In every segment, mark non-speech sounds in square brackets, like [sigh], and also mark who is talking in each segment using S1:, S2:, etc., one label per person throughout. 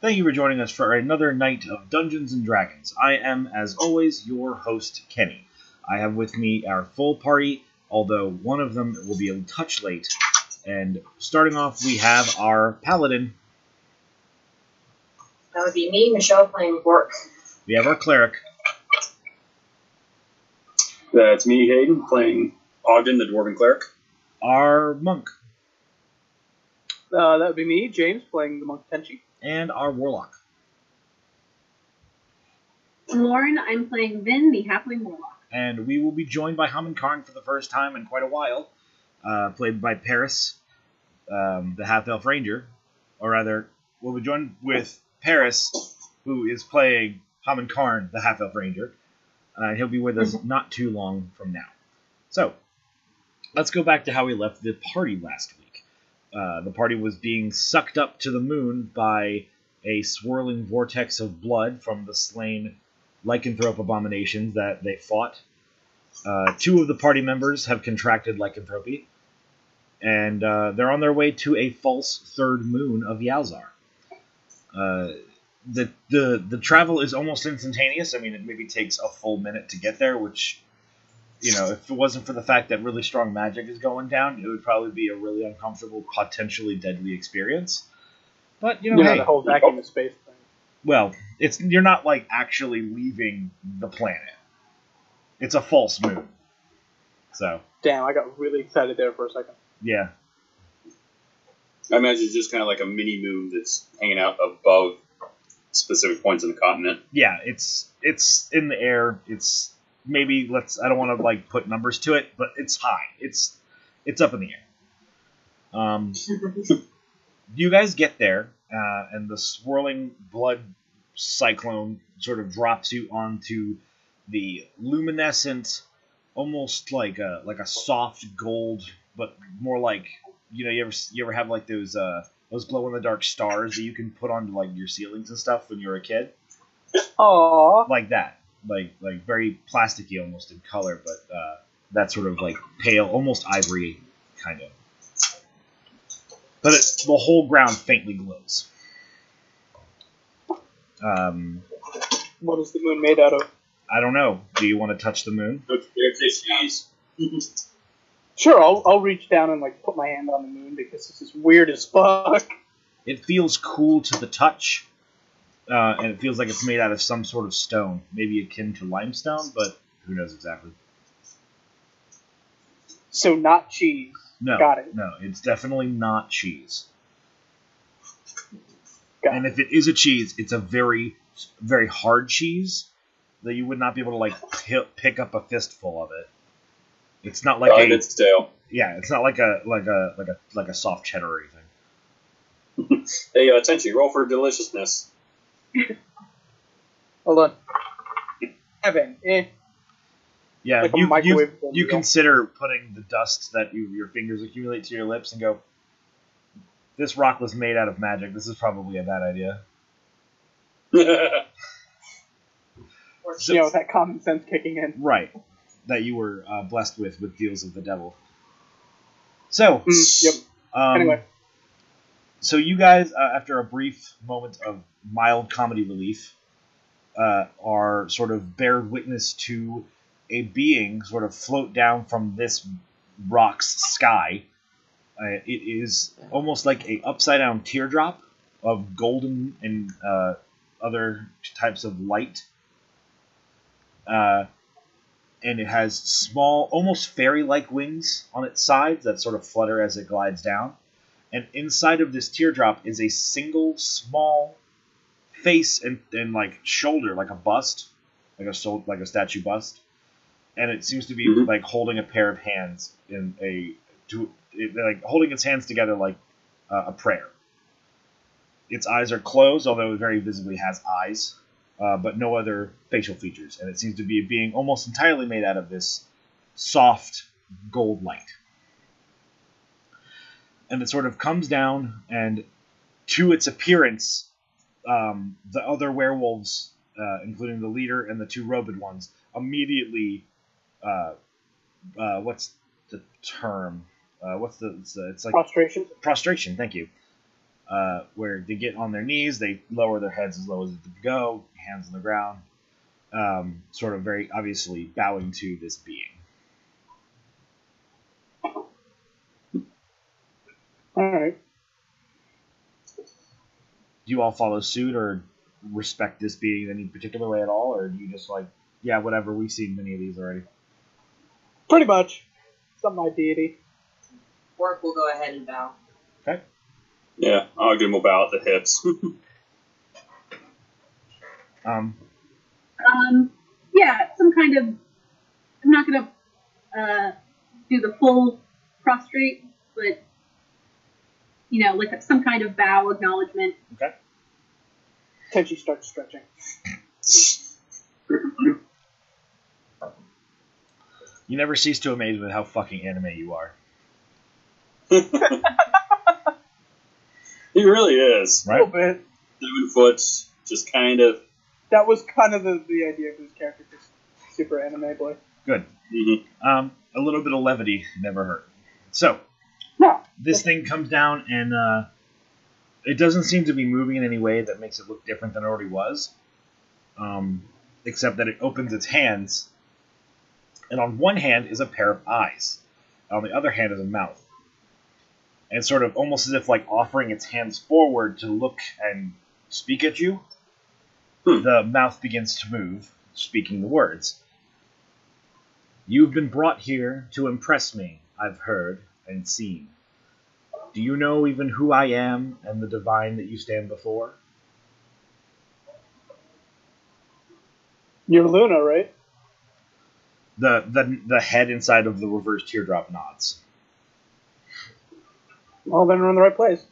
S1: Thank you for joining us for another night of Dungeons and Dragons. I am, as always, your host, Kenny. I have with me our full party, although one of them will be a touch late. And starting off, we have our paladin,
S2: That would be me, Michelle, playing Bork.
S1: we have our cleric,
S3: That's me, Hayden, playing Ogden, the Dwarven Cleric.
S1: our monk,
S4: Uh, that would be me, James, playing the monk Tenchi.
S1: and our warlock.
S5: I'm Lauren. I'm playing Vin, the Halfling Warlock.
S1: and we will be joined by Haman Karn for the first time in quite a while, uh, played by Paris, um, the half elf ranger, or rather, we'll be joined with Paris, who is playing Haman Karn, the half elf ranger. Uh, he'll be with us not too long from now. So, let's go back to how we left the party last week. Uh, the party was being sucked up to the moon by a swirling vortex of blood from the slain lycanthrope abominations that they fought. Uh, two of the party members have contracted lycanthropy, and uh, they're on their way to a false third moon of Yalzar. Uh, the, the the travel is almost instantaneous. I mean, it maybe takes a full minute to get there, which, you know, if it wasn't for the fact that really strong magic is going down, it would probably be a really uncomfortable, potentially deadly experience. But you know, hey,
S4: the whole vacuum of space thing.
S1: well, it's you're not like actually leaving the planet. It's a false moon. So
S4: Damn, I got really excited there for a second.
S1: yeah,
S3: I imagine it's just kind of like a mini moon that's hanging out above specific points in the continent.
S1: yeah, it's it's in the air. It's maybe let's I don't want to like put numbers to it, but it's high. It's it's up in the air. Um, you guys get there, uh, and the swirling blood cyclone sort of drops you onto the luminescent, almost like a like a soft gold, but more like you know you ever you ever have like those uh, those glow in the dark stars that you can put onto like your ceilings and stuff when you're a kid
S4: Aww.
S1: like that, like like very plasticky almost in color, but uh, that sort of like pale, almost ivory kind of. But it, the whole ground faintly glows. Um,
S4: What is the moon made out of?
S1: I don't know. Do you want to touch the moon?
S3: [laughs]
S4: Sure, I'll, I'll reach down and like put my hand on the moon because this is weird as fuck.
S1: It feels cool to the touch, uh, and it feels like it's made out of some sort of stone, maybe akin to limestone, but who knows exactly.
S4: So not cheese.
S1: No,
S4: Got it.
S1: no, it's definitely not cheese.
S4: Got
S1: and if it is a cheese, it's a very, very hard cheese that you would not be able to like pi pick up a fistful of it. It's not like
S3: Five
S1: a
S3: its tail.
S1: yeah, it's not like a like a like a like a soft cheddar or anything.
S3: Hey, uh, Tenchi, roll for deliciousness. [laughs]
S4: Hold on. Evan, eh.
S1: Yeah,
S4: Like a
S1: you you,
S4: microwave bomb
S1: you
S4: meal.
S1: consider putting the dust that you, your fingers accumulate to your lips and go, "This rock was made out of magic. This is probably a bad idea."
S2: Or
S1: So-
S4: You know, that common sense kicking in.
S1: Right, that you were uh, blessed with with deals of the devil. So
S4: Mm, yep.
S1: um,
S4: Anyway.
S1: so you guys, uh, after a brief moment of mild comedy relief, uh, are sort of bear witness to a being sort of float down from this rock's sky. Uh, it is almost like a upside down teardrop of golden and uh, other types of light, uh, and it has small, almost fairy like wings on its sides that sort of flutter as it glides down and inside of this teardrop is a single small face and, and like shoulder, like a bust, like a sol- like a statue bust, and it seems to be
S3: Mhm.
S1: like holding a pair of hands in a to it, like holding its hands together like uh, a prayer. Its eyes are closed, although it very visibly has eyes, uh, but no other facial features, and it seems to be being almost entirely made out of this soft gold light and it sort of comes down and to its appearance um, the other werewolves uh, including the leader and the two robed ones immediately uh, uh, what's the term uh, what's the it's, uh, it's like
S4: Prostration.
S1: prostration thank you uh, where they get on their knees, they lower their heads as low as they can go, hands on the ground, um, sort of very obviously bowing to this being.
S4: All right.
S1: Do you all follow suit or respect this being in any particular way at all, or do you just like, yeah, whatever? We've seen many of these already.
S4: Pretty much. It's not my deity.
S2: Work will go ahead and bow.
S3: Yeah, I'll give him a bow at the hips. [laughs]
S1: Um,
S5: Um, yeah, some kind of. I'm not gonna uh, do the full prostrate, but you know, like some kind of bow acknowledgement.
S4: Tenchi starts stretching.
S1: you never cease to amaze with how fucking anime you are,
S3: he really is.
S4: A
S1: right?
S4: little bit.
S3: Seven foot, just kind of.
S4: That was kind of the, the idea of his character, just super anime boy.
S3: mhm.
S1: Um, a little bit of levity never hurt. So,
S4: No.
S1: this thing comes down and uh, it doesn't seem to be moving in any way that makes it look different than it already was, um, except that it opens its hands, and on one hand is a pair of eyes, and on the other hand is a mouth, and sort of almost as if like offering its hands forward to look and speak at you.
S3: Hmm.
S1: The mouth begins to move, speaking the words. You've been brought here to impress me, I've heard and seen. Do you know even who I am and the divine that you stand before?
S4: You're Luna, right?
S1: The the, the head inside of the reverse teardrop nods.
S4: Well, then we're in the right place.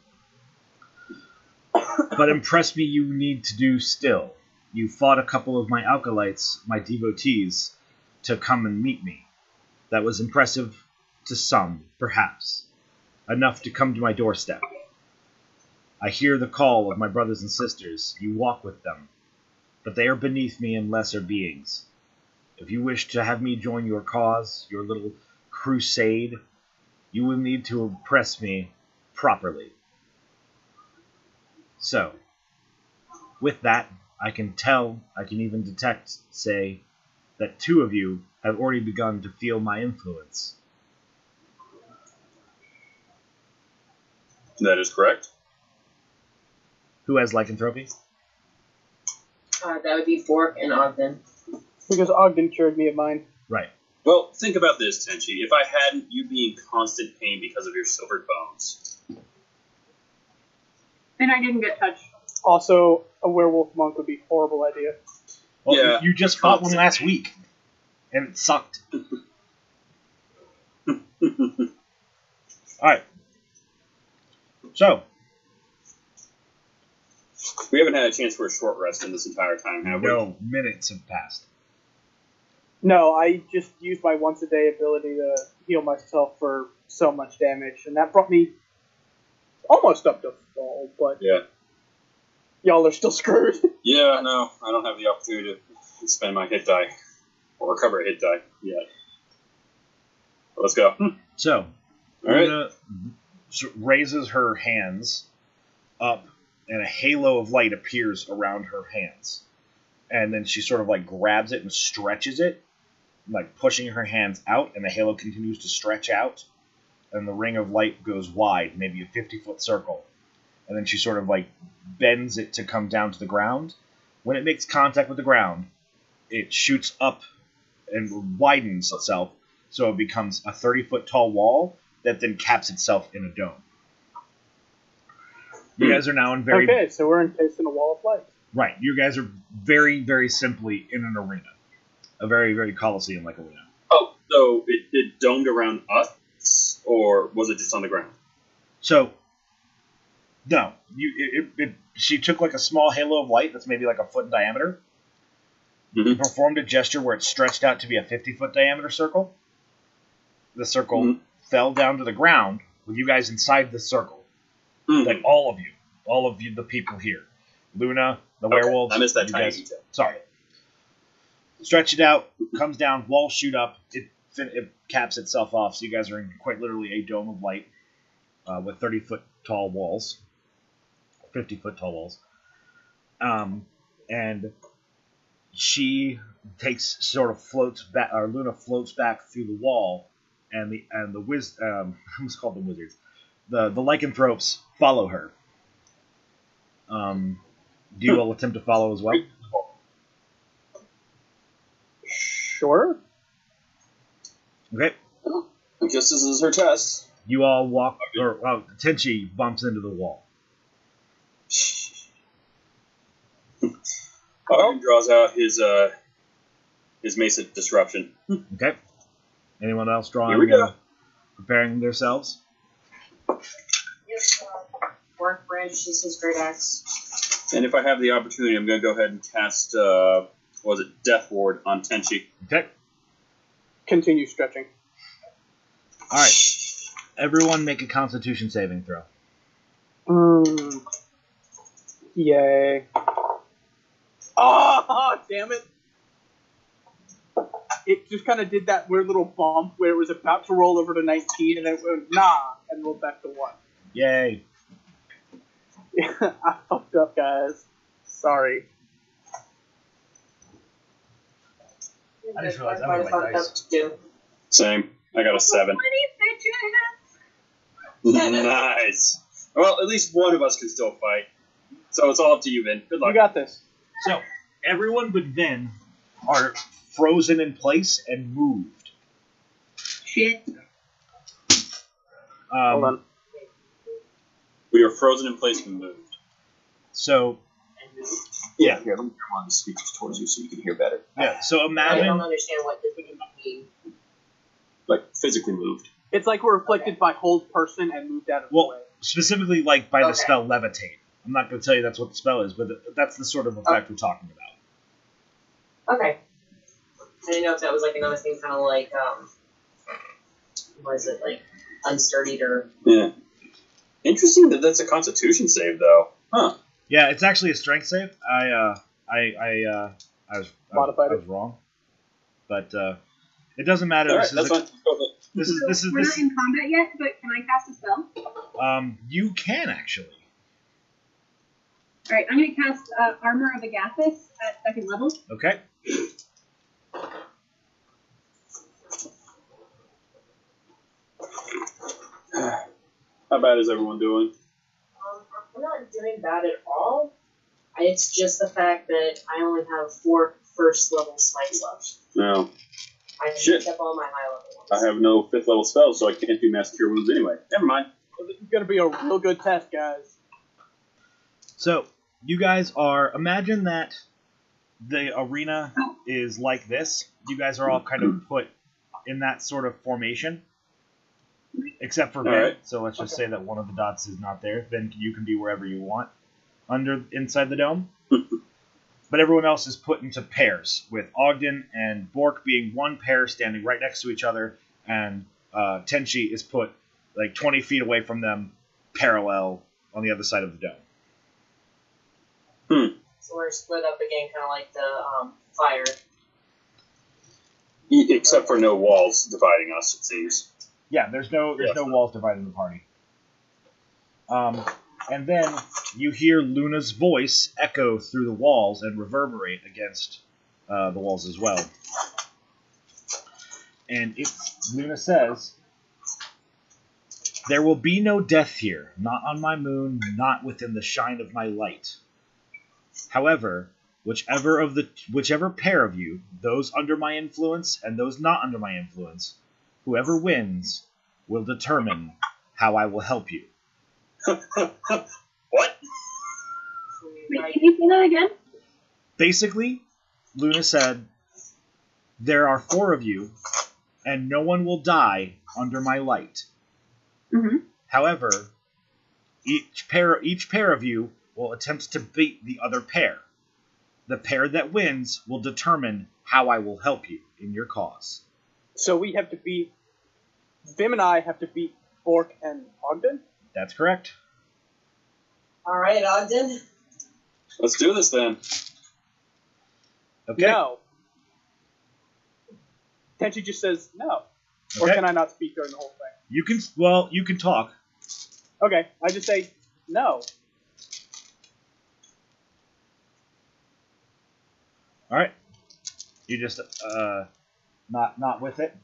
S1: But impress me you need to do still. You fought a couple of my alkalites, my devotees, to come and meet me. That was impressive to some, perhaps. Enough to come to my doorstep. I hear the call of my brothers and sisters. You walk with them. But they are beneath me and lesser beings. If you wish to have me join your cause, your little crusade, you will need to impress me properly. So, with that, I can tell, I can even detect, say, that two of you have already begun to feel my influence.
S3: That is correct.
S1: Who has lycanthropy?
S2: Uh, that would be Bork and Ogden.
S4: Because Ogden cured me of mine.
S1: Right.
S3: Well, think about this, Tenchi. If I hadn't, you'd be in constant pain because of your silvered [laughs] bones.
S5: And I didn't get touched.
S4: Also, a werewolf monk would be a horrible idea.
S1: Well,
S3: Yeah.
S1: you, you just fought one last week, and it sucked. All right. So,
S3: We haven't had a chance for a short rest in this entire time, have we?
S1: no minutes have passed.
S4: No, I just used my once a day ability to heal myself for so much damage, and that brought me almost up to full, but
S3: Yeah.
S4: y'all are still [laughs] screwed.
S3: Yeah, no, I don't have the opportunity to spend my hit die or recover a hit die yet. But let's go. All
S1: So,
S3: right.
S1: Luna s- raises her hands up, and a halo of light appears around her hands. And then she sort of like grabs it and stretches it, like pushing her hands out, and the halo continues to stretch out. And the ring of light goes wide, maybe a 50 foot circle. And then she sort of like bends it to come down to the ground. When it makes contact with the ground, it shoots up and widens itself, so it becomes a 30 foot tall wall that then caps itself in a dome. You guys are now in very
S4: Okay, so we're encased in a wall of light.
S1: right. You guys are very very simply in an arena, a very very coliseum like arena.
S3: Oh, so it, it domed around us, or was it just on the ground?
S1: So no, you it, it, it, she took like a small halo of light that's maybe like a foot in diameter,
S3: Mhm.
S1: performed a gesture where it stretched out to be a 50 foot diameter circle. The circle
S3: Mhm.
S1: fell down to the ground with you guys inside the circle. like
S3: Mhm.
S1: all of you, all of you, the people here, Luna, the
S3: Okay,
S1: werewolves.
S3: I missed that
S1: you
S3: tiny
S1: guys-
S3: detail.
S1: Sorry. Stretch it out, comes down, walls shoot up. It, fin- it caps itself off, so you guys are in quite literally a dome of light uh, with thirty foot tall walls. fifty foot tall walls. Um, and she takes sort of floats back, or Luna floats back through the wall, and the and the wiz um, [laughs] I almost called them wizards, the the lycanthropes follow her. Um, do you all attempt to follow as well?
S4: Sure.
S1: Okay.
S3: I guess this is her test.
S1: You all walk, or well, Tenchi bumps into the wall.
S3: Ogden draws out his uh, his mace of disruption.
S1: Okay. Anyone else drawing?
S3: Here we go.
S1: uh, preparing themselves.
S2: Work branch is his great axe.
S3: And if I have the opportunity, I'm going to go ahead and cast, uh, what was it, Death Ward on Tenchi.
S1: Okay.
S4: Continue stretching.
S1: All right. Everyone, make a Constitution saving throw.
S4: Mm. Yay. Oh, [laughs] damn it. It just kind of did that weird little bump where it was about to roll over to 19 and then it went, nah, and rolled back to 1.
S1: Yay.
S4: [laughs] I fucked up, guys. Sorry.
S1: I just realized I don't have my
S2: Fucked
S1: dice.
S2: up too.
S3: Same. I got a seven.
S5: Twenty bitches.
S3: nice. Well, at least one of us can still fight. So it's all up to you, Vin. Good
S4: You
S3: luck.
S4: got this.
S1: So everyone but Vin are frozen in place and moved.
S5: Shit.
S1: Um,
S4: Hold on.
S3: we are frozen in place and moved.
S1: So
S3: Yeah, here, let me turn on the speakers towards you so you can hear better.
S1: yeah. So
S2: I don't
S1: imagine
S2: understand what this would mean.
S3: Like, physically moved.
S4: It's like we're afflicted by hold person and moved out of
S1: Well-
S4: the way.
S1: specifically like by the
S2: Okay.
S1: spell levitate. I'm not going to tell you that's what the spell is, but that's the sort of
S3: Uh,
S1: effect we're talking about.
S2: Okay. I didn't know if that was like another thing, kind of like um, was it like unsturdied or
S3: Yeah. Interesting that that's a constitution save, though. Huh.
S1: Yeah, it's actually a strength save. I uh, I I uh, I was I, was-
S4: Modified
S1: I
S4: it.
S1: was wrong, but uh, it doesn't matter. this,
S3: Alright, that's
S1: is a,
S3: fine. Go with it.
S1: this is
S5: So
S1: this is
S5: we're
S1: this
S5: not in combat yet, but can I cast a spell? All
S1: um you can actually.
S5: right, I'm going to cast uh, Armor of Agathis at second level.
S1: Okay.
S3: How bad is everyone doing?
S2: Um, I'm not doing bad at all. It's just the fact that I only have four first level smites left.
S3: No.
S2: I
S3: Shit.
S2: used up all my high level ones.
S3: I have no fifth level spells, so I can't do mass cure wounds anyway. Never mind.
S4: It's going to be a real good test, guys.
S1: So you guys are imagine that the arena is like this. You guys are all kind of put in that sort of formation, except for Ben.
S3: Alright.
S1: So let's just say that one of the dots is not there. Then you can be wherever you want, under inside the dome. but everyone else is put into pairs, with Ogden and Bork being one pair standing right next to each other, and uh, Tenchi is put like 20 feet away from them, parallel on the other side of the dome.
S2: So we're split up again, kind of like the um, fire.
S3: E- Except for no walls dividing us, it seems.
S1: Yeah, there's no there's no walls dividing the party. Um, and then you hear Luna's voice echo through the walls and reverberate against uh, the walls as well. And it, Luna says, "There will be no death here, not on my moon, not within the shine of my light. However, whichever of the whichever pair of you, those under my influence and those not under my influence, Whoever wins will determine how I will help you.
S3: What?
S2: So we
S5: Wait,
S2: like-
S5: can you say that again?
S1: Basically, Luna said, There are four of you, and no one will die under my light.
S5: Mm-hmm.
S1: However, each pair, each pair of you will attempt to beat the other pair. The pair that wins will determine how I will help you in your cause.
S4: So we have to beat. Vim and I have to beat Bork and Ogden?
S1: That's correct.
S2: all right, Ogden.
S3: Let's do this then.
S1: Okay.
S4: No. Tenchi just says no. Or
S1: Okay.
S4: can I not speak during the whole thing?
S1: You can well, you can talk.
S4: Okay, I just say no.
S1: All right. You just uh, not not with it.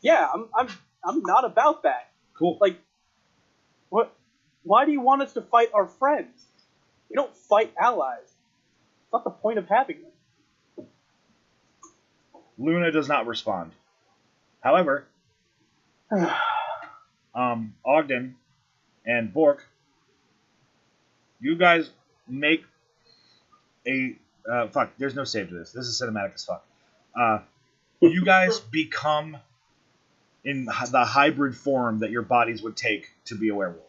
S4: Yeah, I'm I'm I'm not about that.
S1: Cool.
S4: Like, what? Why do you want us to fight our friends? We don't fight allies. It's not the point of having them.
S1: Luna does not respond. However, um, Ogden and Bork, you guys make a uh, fuck. There's no save to this. This is cinematic as fuck. Uh, you guys become in hy- the hybrid form that your bodies would take to be a werewolf.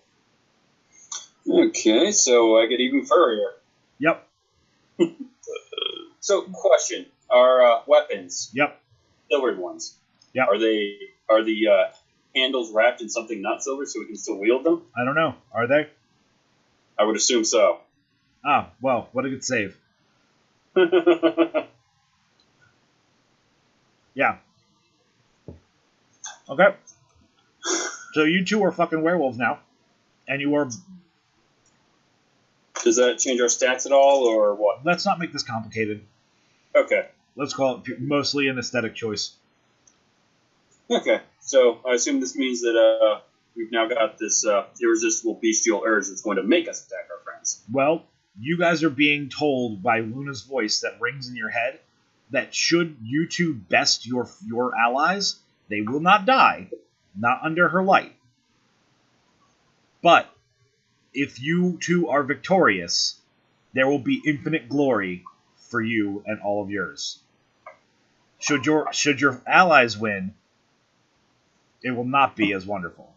S3: Okay, so I get even furrier.
S1: Yep.
S3: So, question: Are uh, weapons
S1: Yep.
S3: silvered ones?
S1: Yeah.
S3: Are they are the uh, handles wrapped in something not silver so we can still wield them?
S1: I don't know. Are they?
S3: I would assume so. [laughs]
S1: Ah, well, what a good save.
S3: All
S1: Yeah. Okay. So you two are fucking werewolves now, and you are.
S3: Does that change our stats at all, or what?
S1: Let's not make this complicated.
S3: Okay,
S1: Let's call it pu- mostly an aesthetic choice.
S3: okay. So I assume this means that uh, we've now got this uh, irresistible bestial urge that's going to make us attack our friends.
S1: Well, you guys are being told by Luna's voice that rings in your head that should you two best your your allies, they will not die, not under her light. But if you two are victorious, there will be infinite glory for you and all of yours. Should your should your allies win, it will not be as wonderful.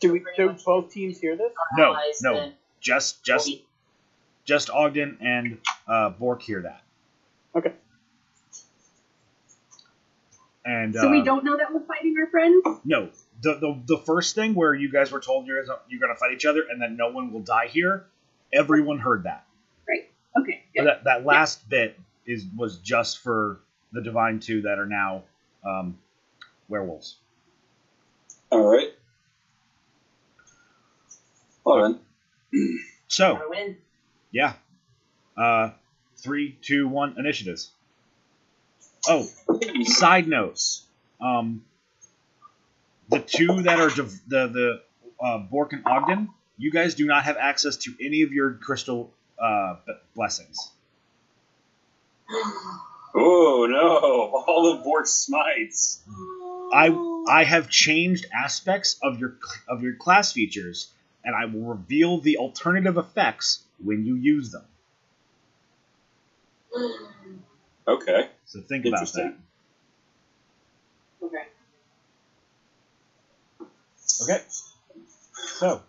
S4: Do we? Do both teams hear this?
S1: No,
S2: Allies,
S1: no.
S2: then
S1: Just just
S2: we'll be-
S1: just Ogden and uh, Bork hear that.
S4: Okay.
S1: And
S5: So we
S1: uh,
S5: don't know that we're fighting our friends.
S1: no the, the the first thing where you guys were told you're gonna- you're gonna fight each other and that no one will die here. Everyone heard that.
S5: Okay. good.
S1: That that last bit is was just for the divine two that are now um, werewolves.
S3: All right. Well then,
S1: So
S2: gotta win.
S1: yeah, uh, three, two, one, initiatives. Oh, side notes. Um, the two that are div- the the uh, Bork and Ogden, you guys do not have access to any of your crystal uh, b- blessings.
S3: oh no! All of Bork's smites.
S1: I I have changed aspects of your cl- of your class features, and I will reveal the alternative effects when you use them.
S3: Okay.
S1: So think about that.
S3: Interesting.
S2: okay.
S1: Okay. So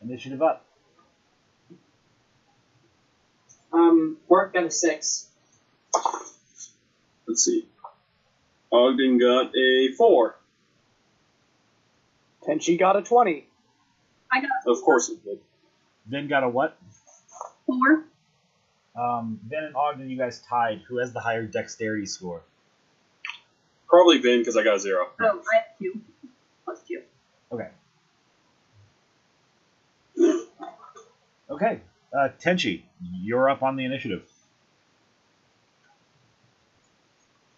S1: initiative up.
S2: Um, work got a six.
S3: Let's see. Ogden got a four.
S4: Tenchi got a twenty.
S5: I got
S3: Of course it did.
S1: Then got a what?
S5: four.
S1: Um, then and Ogden, you guys tied. Who has the higher dexterity score?
S3: Probably Ben because I got a zero.
S5: Oh, I have two. Plus two.
S1: Okay. Okay. Uh, Tenchi, you're up on the initiative.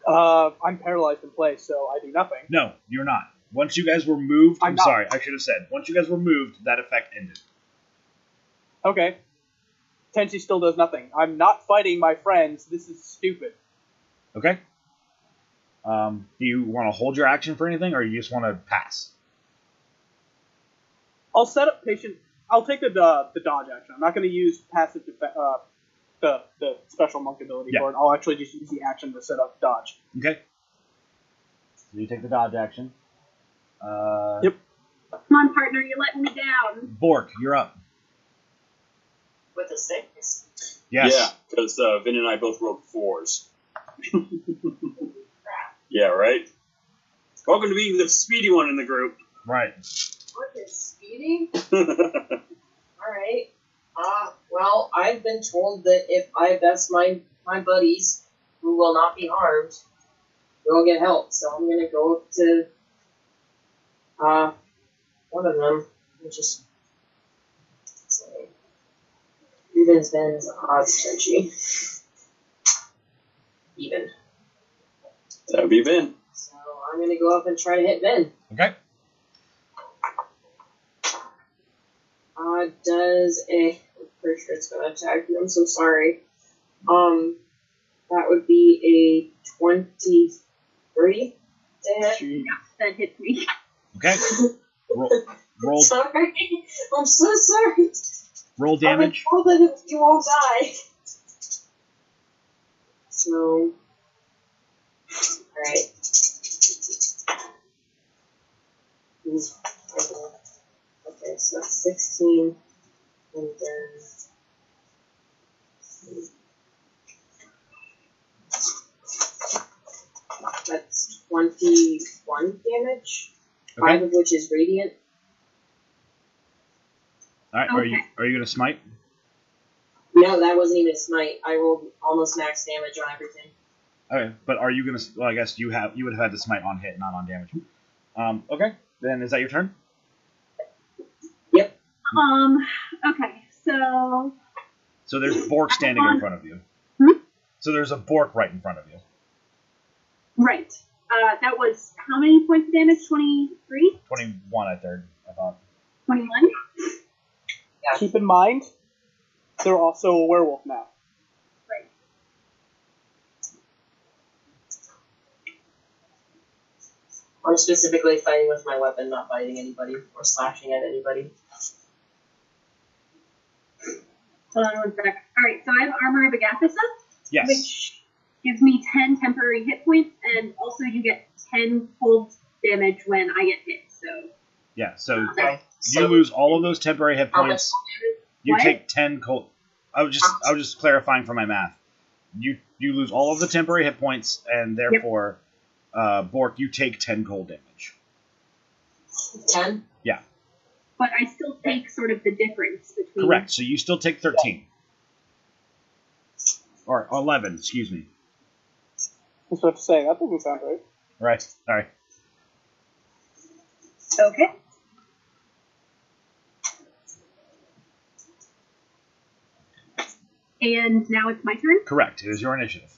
S4: Uh, I'm paralyzed in place, so I do nothing.
S1: No, you're not. Once you guys were moved, I'm,
S4: I'm not.
S1: sorry, I should have said. Once you guys were moved, that effect ended.
S4: Okay. Tenchi still does nothing. I'm not fighting my friends. This is stupid.
S1: Okay. Um, do you want to hold your action for anything, or you just want to pass?
S4: I'll set up patient. I'll take the uh, the dodge action. I'm not going to use passive def- uh, the the special monk ability
S1: Yeah.
S4: for it. I'll actually just use the action to set up dodge.
S1: Okay. So you take the dodge action. Uh,
S4: Yep.
S5: Come on, partner, you're letting me down.
S1: Bork, you're up.
S2: With a six?
S1: Yes.
S3: Yeah, because uh, Vin and I both rolled fours. [laughs] yeah, right? Welcome to being the speedy one in the group. [laughs]
S1: Right.
S2: Work is speedy? Alright. Uh, well, I've been told that if I best my, my buddies, who will not be harmed, will get help. So I'm gonna go to uh, one of them and just say, evens men's odds, Senshi. Even.
S3: That would be Ben.
S2: So I'm gonna go up and try to hit Ben.
S1: Okay.
S2: Uh, does a I'm pretty sure it's gonna attack you. I'm so sorry. Um, that would be a twenty-three to hit.
S4: Gee.
S5: That hits me.
S1: Okay. Roll, roll,
S2: [laughs] Sorry, I'm so sorry.
S1: roll damage.
S2: Oh, then you won't die. So, alright. Okay, so that's 16, and then. That's 21 damage,
S1: Okay.
S2: 5 of which is radiant.
S1: All right. Are you
S5: Okay.
S1: are you gonna smite?
S2: No, that wasn't even a smite. I rolled almost max damage on everything.
S1: Okay. But are you gonna? s- Well, I guess you have. You would have had to smite on hit, not on damage. Um. Okay. Then is that your turn?
S5: Um. Okay. So
S1: So there's Bork standing in front of you.
S5: Hmm?
S1: So there's a Bork right in front of you.
S5: right. Uh, that was how many points of damage? 23?
S1: Twenty-one, I third. I thought.
S5: 21?
S4: Keep in mind, they're also a werewolf now.
S5: Right.
S2: I'm specifically fighting with my weapon, not biting anybody or slashing at anybody.
S5: Hold on one sec. All right. So I have armor of Agathisa,
S1: Yes.
S5: which gives me 10 temporary hit points, and also you get 10 cold damage when I get hit. So
S1: yeah. So
S2: Okay.
S1: you
S2: So,
S1: lose all of those temporary hit
S2: How much
S1: points. You
S5: What?
S1: take ten cold. I was just I was just clarifying for my math. You you lose all of the temporary hit points, and therefore, uh, Bork, you take ten cold damage.
S2: 10?
S5: but I still take sort of the difference between.
S1: Correct. So you still take thirteen, or eleven. Excuse me.
S4: That's what I'm saying. That doesn't sound right.
S1: Right. All right.
S5: Okay. And now it's my turn.
S1: Correct. It is your initiative.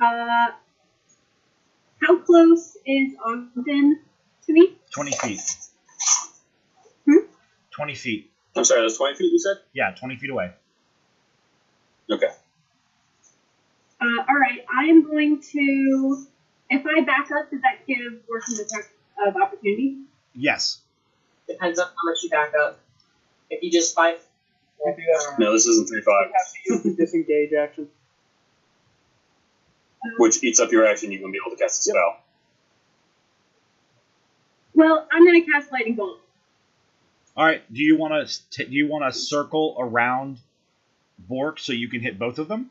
S5: Uh, how close is Ogden to me?
S1: Twenty feet.
S5: Hmm?
S1: Twenty feet.
S3: I'm sorry, that's 20 feet you said?
S1: Yeah, twenty feet away.
S3: Okay.
S5: Uh, all right, I am going to. If I back up, does that give working the attack of opportunity?
S1: Yes.
S2: Depends on how much you back up. If you just five.
S4: You do that.
S3: No, this isn't 3 5,
S4: You have to use the disengage action.
S3: which eats up your action. You won't be able to cast a spell.
S5: Well, I'm going to cast lightning bolt.
S1: All right. Do you want to do you want to circle around Bork so you can hit both of them?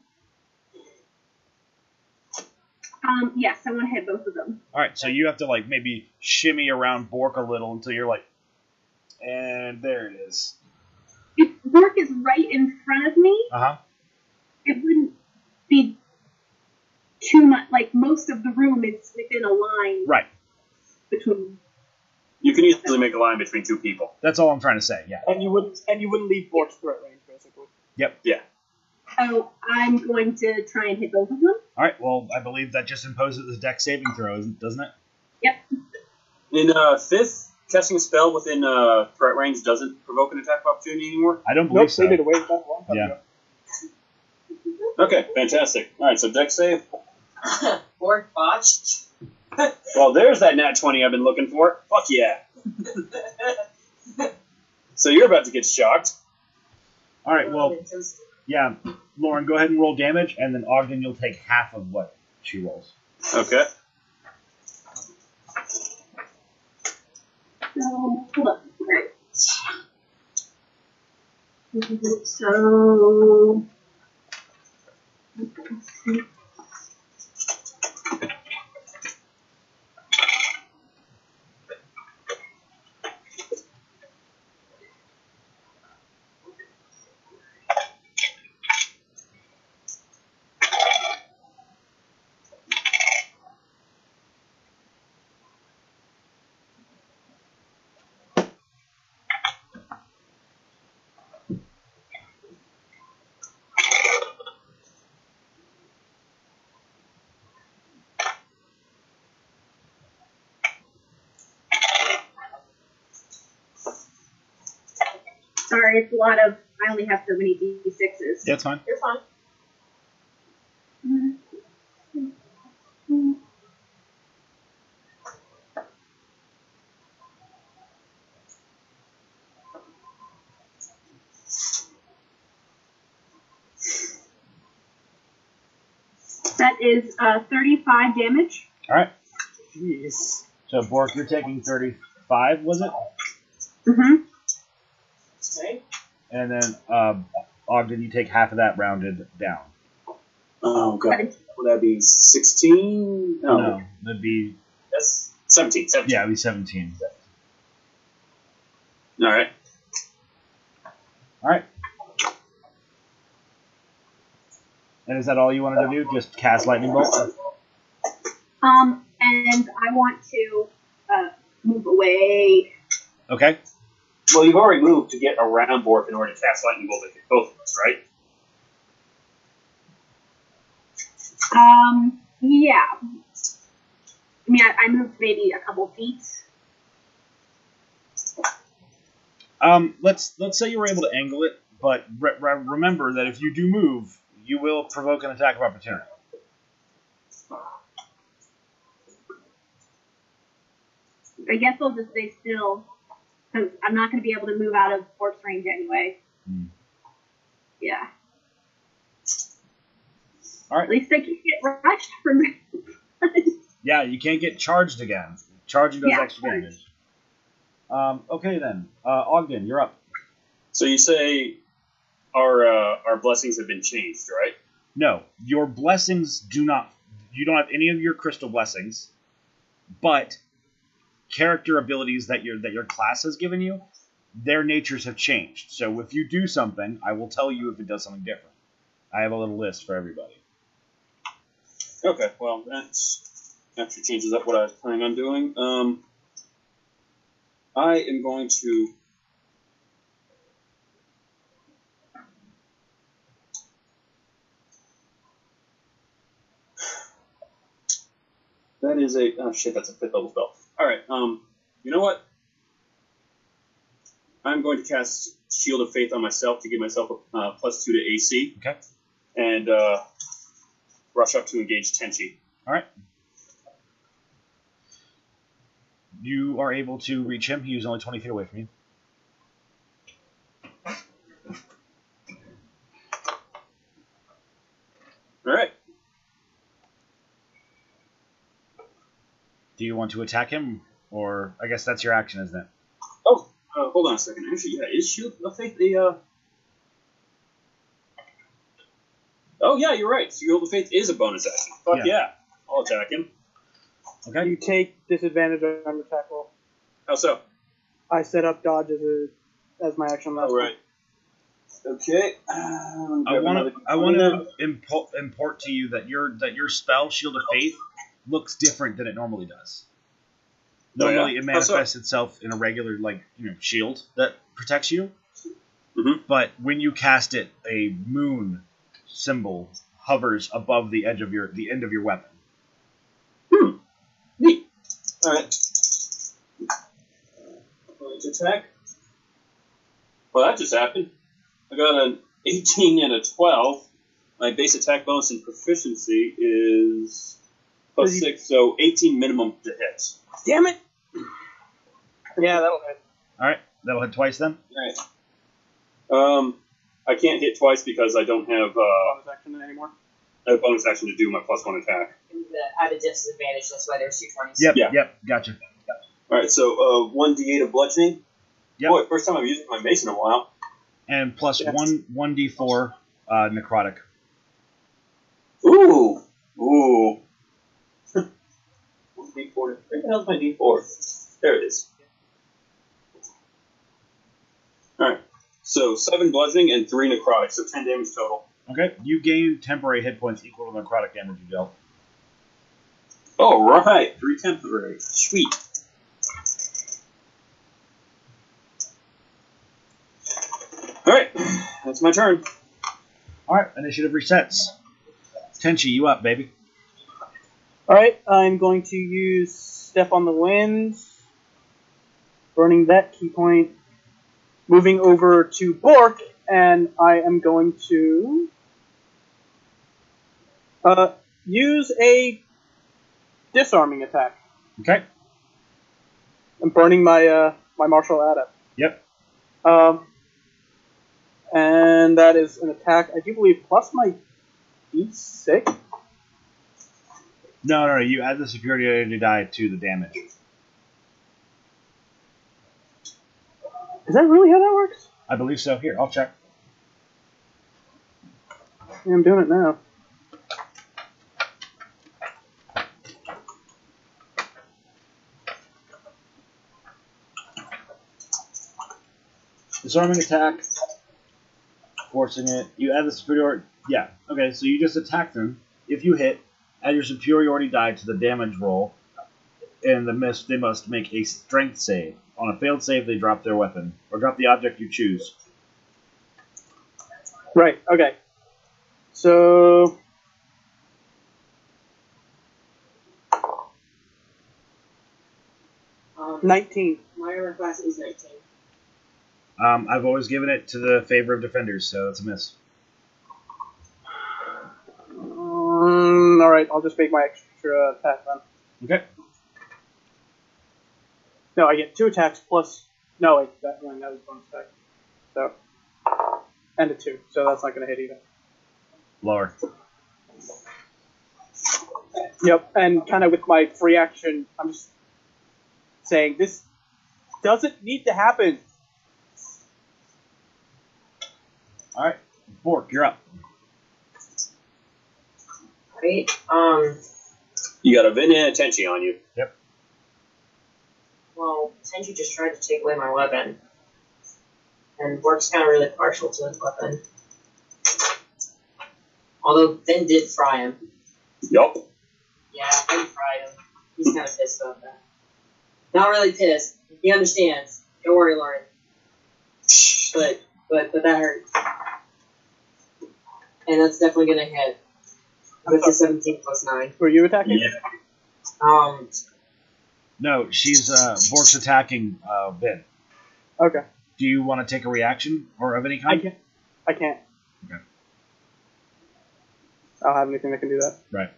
S5: Um, yes, I want to hit both of them.
S1: All right, so you have to like maybe shimmy around Bork a little until you're like, and there it is.
S5: If Bork is right in front of me,
S1: Uh huh.
S5: it wouldn't be too much. Like most of the room is within a line
S1: Right.
S5: between.
S3: You can easily make a line between two people.
S1: That's all I'm trying to say. Yeah.
S4: And you wouldn't and you wouldn't leave Bork's threat range, basically.
S5: Oh, I'm going to try and hit both of them.
S1: All right. Well, I believe that just imposes a deck saving throw, isn't- doesn't it?
S3: In uh, fifth, casting a spell within uh, threat range doesn't provoke an attack of opportunity anymore.
S1: I don't believe
S4: Nope,
S1: so.
S4: they did away with that a long time
S1: Yeah.
S4: ago.
S3: Okay, fantastic. All right, so deck save.
S2: [laughs] Or botched.
S3: Well, there's that nat 20 I've been looking for. Fuck yeah. So you're about to get shocked.
S1: All right.
S2: um,
S1: Well, yeah. Lauren, go ahead and roll damage, and then Ogden, you'll take half of what she rolls.
S3: Okay.
S5: So, hold up. So. Sorry, it's a lot of. I only have so many d6s.
S1: That's fine.
S2: You're fine.
S5: That is uh, 35 damage.
S1: All right.
S4: Jeez.
S1: So Bork, you're taking 35, was it?
S5: Mm-hmm.
S2: Okay.
S1: And then um, Ogden, you take half of that rounded down.
S3: Oh god, would that be sixteen? Oh,
S1: No, that'd be
S3: that's seventeen. 17.
S1: yeah, it'd be 17.
S3: All right.
S1: All right. And is that all you wanted to do? Just cast lightning bolt?
S5: Um, and I want to uh, move away.
S1: Okay.
S3: Well, you've already moved to get around Bork in order to cast lightning bolt at both of us, right?
S5: Um, yeah. I mean, I, I moved maybe a couple feet.
S1: Um, let's let's say you were able to angle it, but re- re- remember that if you do move, you will provoke an attack of opportunity.
S5: I guess I'll just stay still because I'm not going to be able to move out of force range anyway.
S1: Hmm.
S5: Yeah.
S1: All right.
S5: At least I can get rushed from.
S1: Yeah, you can't get charged again. Charging does
S5: Yeah,
S1: extra
S5: charged.
S1: damage. Um, okay then, uh, Ogden, you're up.
S3: So you say our uh, our blessings have been changed, right?
S1: No, your blessings do not. You don't have any of your crystal blessings, but character abilities that your that your class has given you, their natures have changed. So if you do something, I will tell you if it does something different. I have a little list for everybody.
S3: Okay. Well, that's actually changes up what I was planning on doing. Um, I am going to. [sighs] That is a oh shit. That's a fifth level spell. All right. Um, you know what? I'm going to cast Shield of Faith on myself to give myself a uh, plus two to AC.
S1: Okay.
S3: And uh, rush up to engage Tenchi.
S1: You are able to reach him. He is only twenty feet away from you.
S3: All right.
S1: Do you want to attack him, or I guess that's your action, isn't it?
S3: Uh, hold on a second. Actually, yeah, is Shield of Faith the? Uh... Oh yeah, you're right. Shield of Faith is a bonus action. Fuck
S1: Yeah.
S3: yeah. I'll attack him.
S1: Okay.
S4: You take disadvantage on your attack roll.
S3: How so?
S4: I set up dodge as, a, as my action last
S3: All
S4: time.
S3: Oh, right. Okay. Um,
S1: I want to. I want to import, import to you that your that your spell Shield of Faith looks different than it normally does.
S3: Oh, yeah?
S1: Normally, it
S3: How so?
S1: manifests itself in a regular like you know shield that protects you.
S3: Mhm.
S1: But when you cast it, a moon symbol hovers above the edge of your the end of your weapon.
S3: Neat. All right. Going to attack. Well, that just happened. I got an 18 and a 12. My base attack bonus and proficiency is plus
S4: Does he-
S3: six, so 18 minimum to hit.
S4: Damn it! Yeah, that'll hit.
S1: All right, that'll hit twice then.
S3: All right. Um, I can't hit twice because I don't have uh,
S4: Bonus action anymore.
S3: a bonus action to do my plus one attack.
S2: And, uh, At a disadvantage, that's why there's two twenties.
S1: Yep.
S3: Yeah.
S1: Yep. Gotcha.
S3: All right, so uh, one d8 of bludgeoning.
S1: Yep.
S3: Boy, first time I've used my mace in a while.
S1: And plus
S4: Yes.
S1: one one d four uh, necrotic.
S3: Ooh. Ooh. One D4. Where the hell's my D4? There it is. Alright. So seven bludgeoning and three necrotic, so ten damage total.
S1: Okay. You gain temporary hit points equal to the necrotic damage you dealt.
S3: Alright, three temporary. Sweet. Alright, that's my turn.
S1: All right, initiative resets. Tenchi, you up, baby.
S4: Alright, I'm going to use Step on the Winds. Burning that key point. Moving over to Bork, and I am going to uh, use a disarming attack.
S1: Okay.
S4: I'm burning my uh, my martial adept.
S1: Yep.
S4: Um, and that is an attack. I do believe plus my d6.
S1: No, no, no. You add the security identity die to the damage.
S4: Is that really how that works?
S1: I believe so. Here, I'll check.
S4: Yeah, I'm doing it now.
S1: Disarming attack, forcing it. You add the superiority. Yeah. Okay. So you just attack them. If you hit, add your superiority die to the damage roll, and the miss they must make a strength save. On a failed save, they drop their weapon or drop the object you choose.
S4: Right. Okay. So.
S2: Um,
S4: 19.
S2: My armor class is 19.
S1: Um, I've always given it to the favor of defenders, so that's a miss.
S4: Mm, all right, I'll just make my extra attack then.
S1: Okay.
S4: No, I get two attacks plus. No, wait, that one that was bonus attack. So, and a two, so that's not going to hit either.
S1: Lower.
S4: Yep, and kind of with my free action, I'm just saying this doesn't need to happen.
S1: All right. Bork, you're up.
S2: Right? Um,
S3: You got a Vin and a Tenchi on you.
S2: well, Tenji just tried to take away my weapon. And Bork's kind of really partial to his weapon. Although Ben did fry him.
S3: Yup.
S2: Yeah, Ben fried him. He's kind of pissed about that. Not really pissed. He understands. Don't worry, Lauren. But but but that hurt. And that's definitely gonna hit. With the 17 plus 9.
S4: Were you attacking?
S3: Yeah.
S2: Um,
S1: No, she's uh, Bork's attacking uh, Ben.
S4: Okay,
S1: Do you want to take a reaction or of any
S4: I
S1: kind?
S4: can't. I can't.
S1: Okay.
S4: I don't have anything that can do that.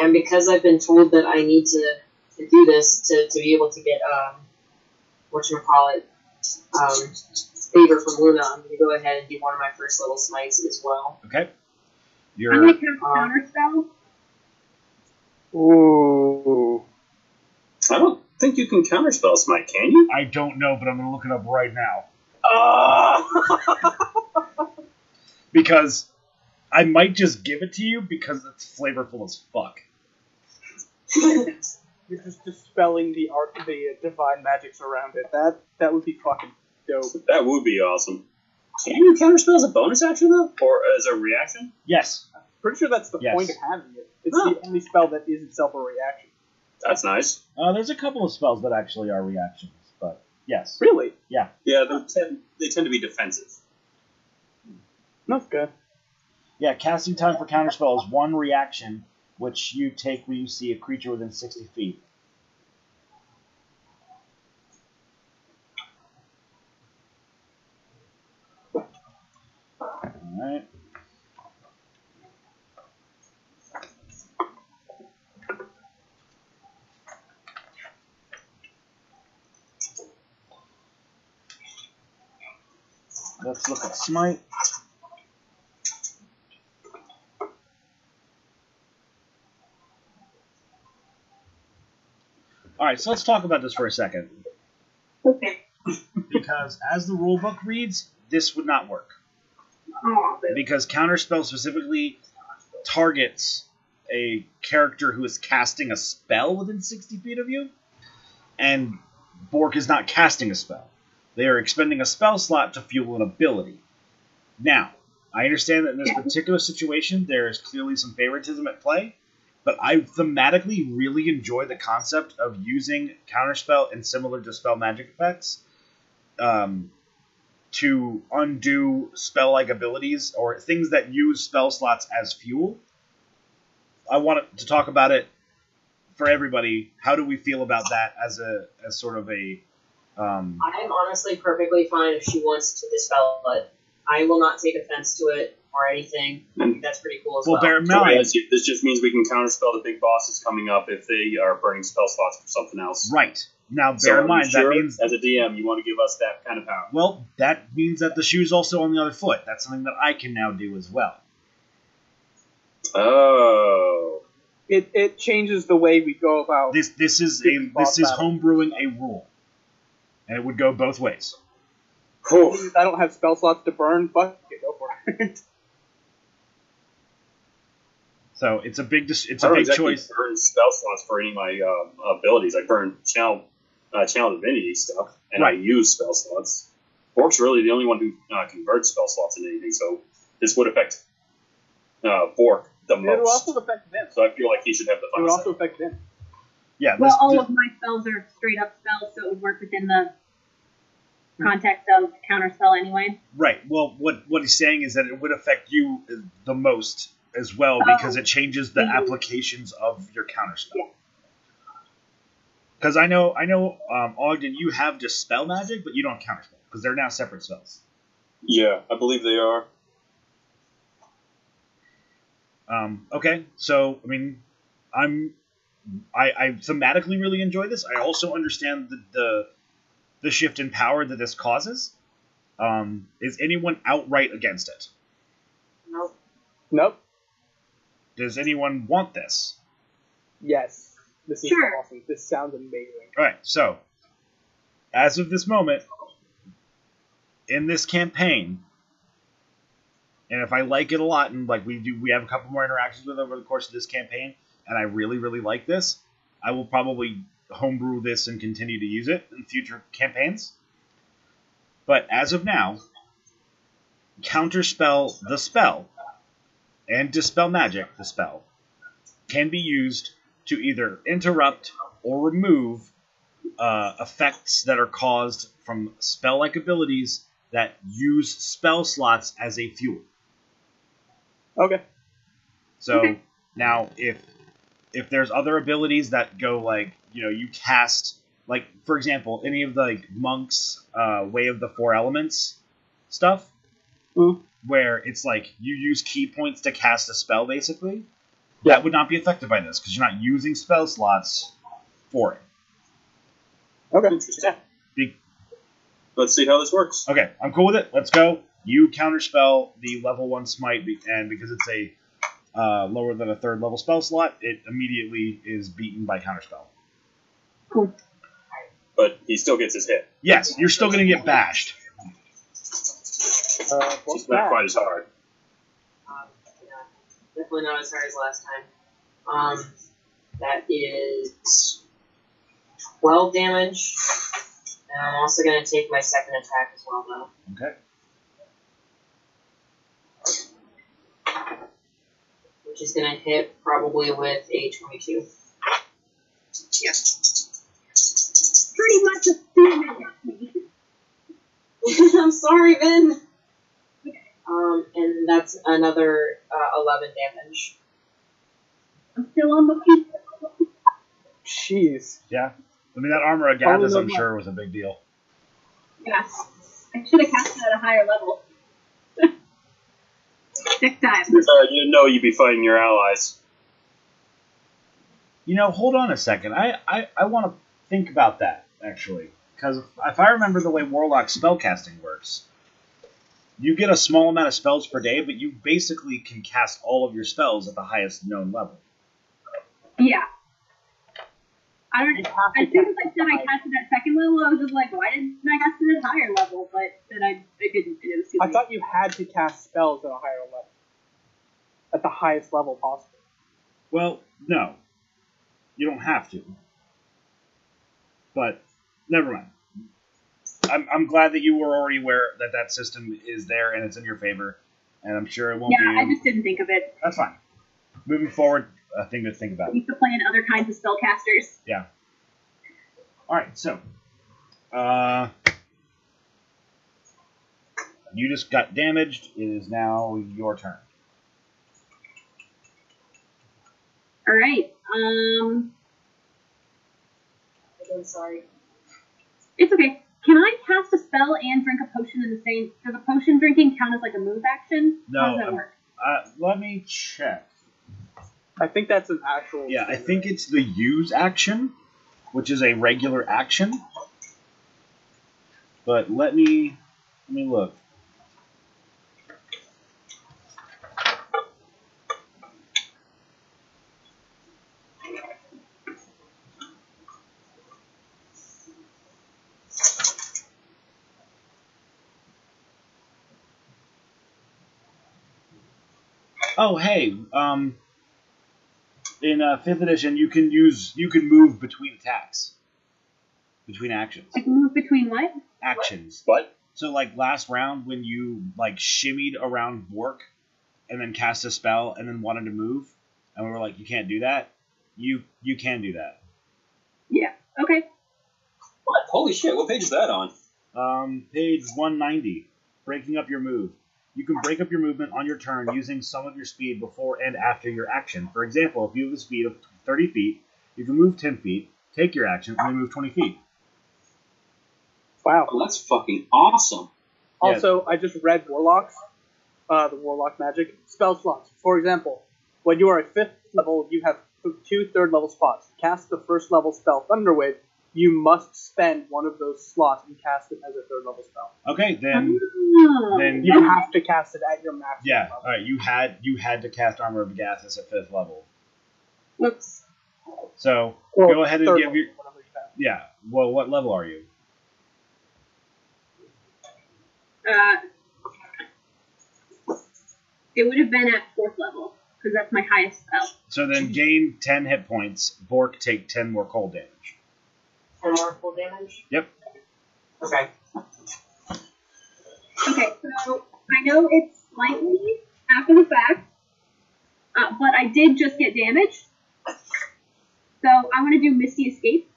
S2: and because I've been told that I need to, to do this to, to be able to get um whatchamacallit um favor from Luna, I'm gonna go ahead and do one of my first level smites as well.
S1: Okay.
S5: [laughs] I'm
S1: You're
S5: gonna cast counter spell.
S4: Ooh.
S3: I don't think you can counterspell smite, can you?
S1: I don't know, but I'm gonna look it up right now.
S2: [laughs]
S1: because I might just give it to you because it's flavorful as fuck.
S4: You're just dispelling the art, the uh, divine magics around it. That that would be fucking dope.
S3: That would be awesome. Can you counterspell as a bonus action though, or as a reaction?
S1: Yes.
S4: Pretty sure that's the
S1: Yes.
S4: point of having it. It's
S3: Huh.
S4: the only spell that is itself a reaction.
S3: That's nice.
S1: Uh, there's a couple of spells that actually are reactions, but yes.
S4: Really?
S3: Yeah, they tend they tend to be defensive.
S4: That's good.
S1: Yeah, casting time for counterspell is one reaction, which you take when you see a creature within 60 feet. Alright. Let's look at Smite. All right, so let's talk about this for a second.
S5: Okay.
S1: Because as the rulebook reads, this would not work.
S5: Oh, boo.
S1: Because counterspell specifically targets a character who is casting a spell within 60 feet of you, and Bork is not casting a spell. They are expending a spell slot to fuel an ability. Now, I understand that in this particular situation, there is clearly some favoritism at play, but I thematically really enjoy the concept of using counterspell and similar dispel magic effects um, to undo spell like abilities or things that use spell slots as fuel. I want to talk about it for everybody. How do we feel about that as a as sort of a Um,
S2: I'm honestly perfectly fine if she wants to dispel it. I will not take offense to it or anything. I think that's pretty cool as
S1: well,
S2: well.
S1: bear in
S3: So
S1: mind,
S3: as you- this just means we can counterspell the big bosses coming up if they are burning spell slots for something else.
S1: right now, bear
S3: So are
S1: in
S3: you
S1: mind
S3: sure,
S1: that means
S3: as a DM, you want to give us that kind of power.
S1: well, that means that the shoe's also on the other foot. That's something that I can now do as well.
S3: Oh,
S4: It, it changes the way we go about.
S1: This this is a,
S4: Different boss
S1: this is
S4: battle.
S1: homebrewing a rule, and it would go both ways.
S3: Whew.
S4: I don't have spell slots to burn. Fuck it, go for it.
S1: So it's a big dis- it's
S3: I
S1: a
S3: don't
S1: big
S3: Oh, exactly
S1: choice.
S3: burn spell slots for any of my um, abilities. I burn channel, uh, channel divinity stuff, and I
S1: Right.
S3: use spell slots. Bork's really the only one who uh, converts spell slots into anything, so this would affect uh, Bork the
S4: It'll
S3: most.
S4: also affect them.
S3: So I feel like he should have the
S4: It
S3: final
S4: would
S3: say.
S4: also affect them.
S1: Yeah, this,
S5: Well, all
S1: this-
S5: of my spells are straight up spells, so it would work within the context of counterspell anyway.
S1: right. Well, what what he's saying is that it would affect you uh, the most as well
S5: Oh.
S1: because it changes the
S5: Mhm.
S1: applications of your counterspell.
S5: Yeah.
S1: Because I know I know um, Ogden, you have dispel magic, but you don't counterspell because they're now separate spells.
S3: Yeah, I believe they are.
S1: Um, okay, so I mean, I'm I, I thematically really enjoy this. I also understand the the, the shift in power that this causes. Um, is anyone outright against it?
S2: Nope.
S4: Nope.
S1: Does anyone want this?
S4: Yes. This is
S5: Sure.
S4: awesome. This sounds amazing.
S1: All right, so as of this moment, in this campaign, and if I like it a lot, and like we do, we have a couple more interactions with over the course of this campaign, and I really, really like this, I will probably homebrew this and continue to use it in future campaigns. But as of now, counterspell the spell and dispel magic the spell can be used to either interrupt or remove uh, effects that are caused from spell like abilities that use spell slots as a fuel.
S4: Okay.
S1: So
S5: Okay.
S1: now if if there's other abilities that go like, you know, you cast like for example, any of the like monks uh, way of the four elements stuff
S4: Mm.
S1: where it's like you use key points to cast a spell basically.
S4: Yeah.
S1: That would not be affected by this because you're not using spell slots for it.
S4: Okay.
S2: Um,
S3: Interesting.
S1: Be-
S3: Let's see how this works.
S1: Okay, I'm cool with it. Let's go. You counterspell the level one smite, be- and because it's a uh, lower than a third level spell slot, it immediately is beaten by counterspell.
S5: Cool.
S3: But he still gets his hit.
S1: Yes, you're still going to get bashed.
S4: Uh, what's
S3: It's not
S4: that?
S3: quite as hard.
S2: Um, yeah, definitely not as hard as last time. Um, that is 12 damage. And I'm also going to take my second attack as well, though.
S1: Okay.
S2: Which is going to hit probably with a 22.
S5: Pretty much assuming that's me.
S2: [laughs] I'm sorry, Ben. Um, and that's another uh, 11 damage.
S5: I'm still on the feet.
S4: Jeez.
S1: Yeah. I mean, that armor of
S4: Probably
S1: Gathis,
S4: no
S1: I'm
S4: luck.
S1: sure, was a big deal.
S5: Yeah. I should have cast it at a higher level. [laughs] Next time.
S3: Uh, you didn't know you'd be fighting your allies.
S1: You know, hold on a second. I, I, I want to think about that, actually. Because if I remember the way Warlock spellcasting works, you get a small amount of spells per day, but you basically can cast all of your spells at the highest known level.
S5: Yeah. I
S4: You
S5: don't.
S4: have to
S5: As soon
S4: catch
S5: as I said I casted at second level, I was just like, why didn't I cast it at higher level? But then I, I didn't. and It was too
S4: I
S5: late.
S4: thought you had to cast spells at a higher level, at the highest level possible.
S1: Well, no. You don't have to. But never mind. I'm, I'm glad that you were already aware that that system is there and it's in your favor, and I'm sure it won't
S5: yeah,
S1: be.
S5: I just didn't think of it.
S1: That's fine. Moving forward, a thing to think
S5: I
S1: about.
S5: used to playing other kinds of spellcasters.
S1: All right, so uh, you just got damaged. It is now your turn.
S5: All right. Um,
S2: Again, sorry.
S5: it's okay. Can I cast a spell and drink a potion in the same? Does a potion drinking count as like a move action?
S1: No,
S5: How does that
S1: I'm-
S5: work?
S1: Uh, let me check.
S4: I think that's an actual.
S1: Yeah, I think it's the use action, which is a regular action. But let me let me look. Oh hey, um, in uh, fifth edition, you can use you can move between attacks, between actions,
S5: I can move between what?
S1: actions.
S3: What?
S1: So like last round when you like shimmied around Bork, and then cast a spell and then wanted to move, and we were like, you can't do that. You you can do that.
S5: Okay.
S3: What? Holy shit! What page is that on?
S1: Um, page 190, breaking up your move. You can break up your movement on your turn using some of your speed before and after your action. For example, if you have a speed of 30 feet, you can move 10 feet, take your action, and then move 20 feet.
S4: Wow.
S3: Oh, that's fucking awesome.
S4: Also, I just read Warlocks, uh, the Warlock magic spell slots. For example, when you are at fifth level, you have th- two third level spots. To cast the first level spell Thunderwave, you must spend one of those slots and cast it as a third level spell.
S1: Okay, then
S5: Oh.
S1: then
S4: You
S1: you
S4: have to cast it at your max.
S1: yeah, all
S4: level.
S1: right. You had you had to cast Armor of Agathis at fifth level,
S5: Whoops.
S1: so
S4: Or
S1: go ahead and
S4: third
S1: give
S4: level,
S1: your
S4: whatever you have.
S1: yeah. Well, what level are you?
S5: Uh, it would have been at fourth level because that's my highest spell.
S1: So then gain 10 hit points. Bork take 10 more cold damage.
S2: For markable damage?
S1: Yep.
S2: Okay.
S5: Okay, so I know it's slightly after the fact, uh, but I did just get damaged. So I want to do Misty Escape,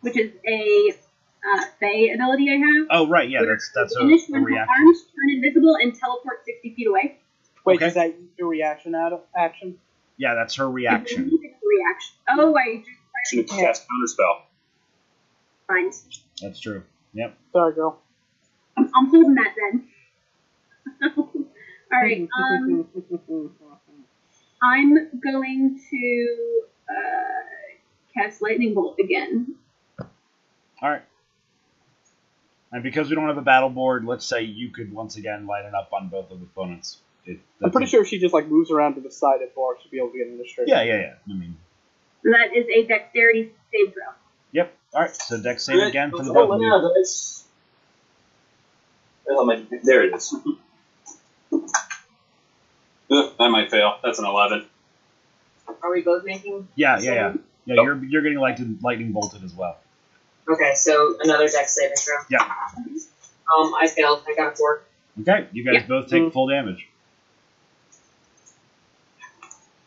S5: which is a uh, Fey ability I have.
S1: Oh right, yeah. That's that's a,
S5: Finish
S1: a
S5: when
S1: reaction.
S5: harmed, turn invisible, and teleport 60 feet away.
S4: Wait,
S1: Okay.
S4: is that your reaction out of action?
S1: Yeah, that's her reaction.
S5: It's a reaction. Oh, I just
S3: Should have cast counterspell.
S5: find.
S1: That's true.
S4: Sorry, girl.
S5: I'm, I'm holding that then. [laughs] All right. Um, I'm going to uh, cast lightning bolt again.
S1: All right. And because we don't have a battle board, let's say you could once again line it up on both of the opponents. It,
S4: I'm
S1: that's
S4: pretty
S1: it.
S4: sure if she just like moves around to the side at bar, she'll be able to get in the straight.
S1: Yeah, yeah, yeah. I mean,
S5: So that is a dexterity save throw.
S1: yep. All right. So deck save again for the both of you.
S3: yeah, that's- Oh, my- There it [laughs] is. Ugh, I Uh, might fail. That's an 11.
S2: Are we both making?
S1: Yeah, yeah, yeah. Yeah, you're you're getting lightning lightning bolted as well.
S2: Okay, so another dex saving throw.
S1: Yeah.
S2: Um, I failed. I got a four.
S1: Okay, you guys both
S4: Mm-hmm.
S1: take full damage.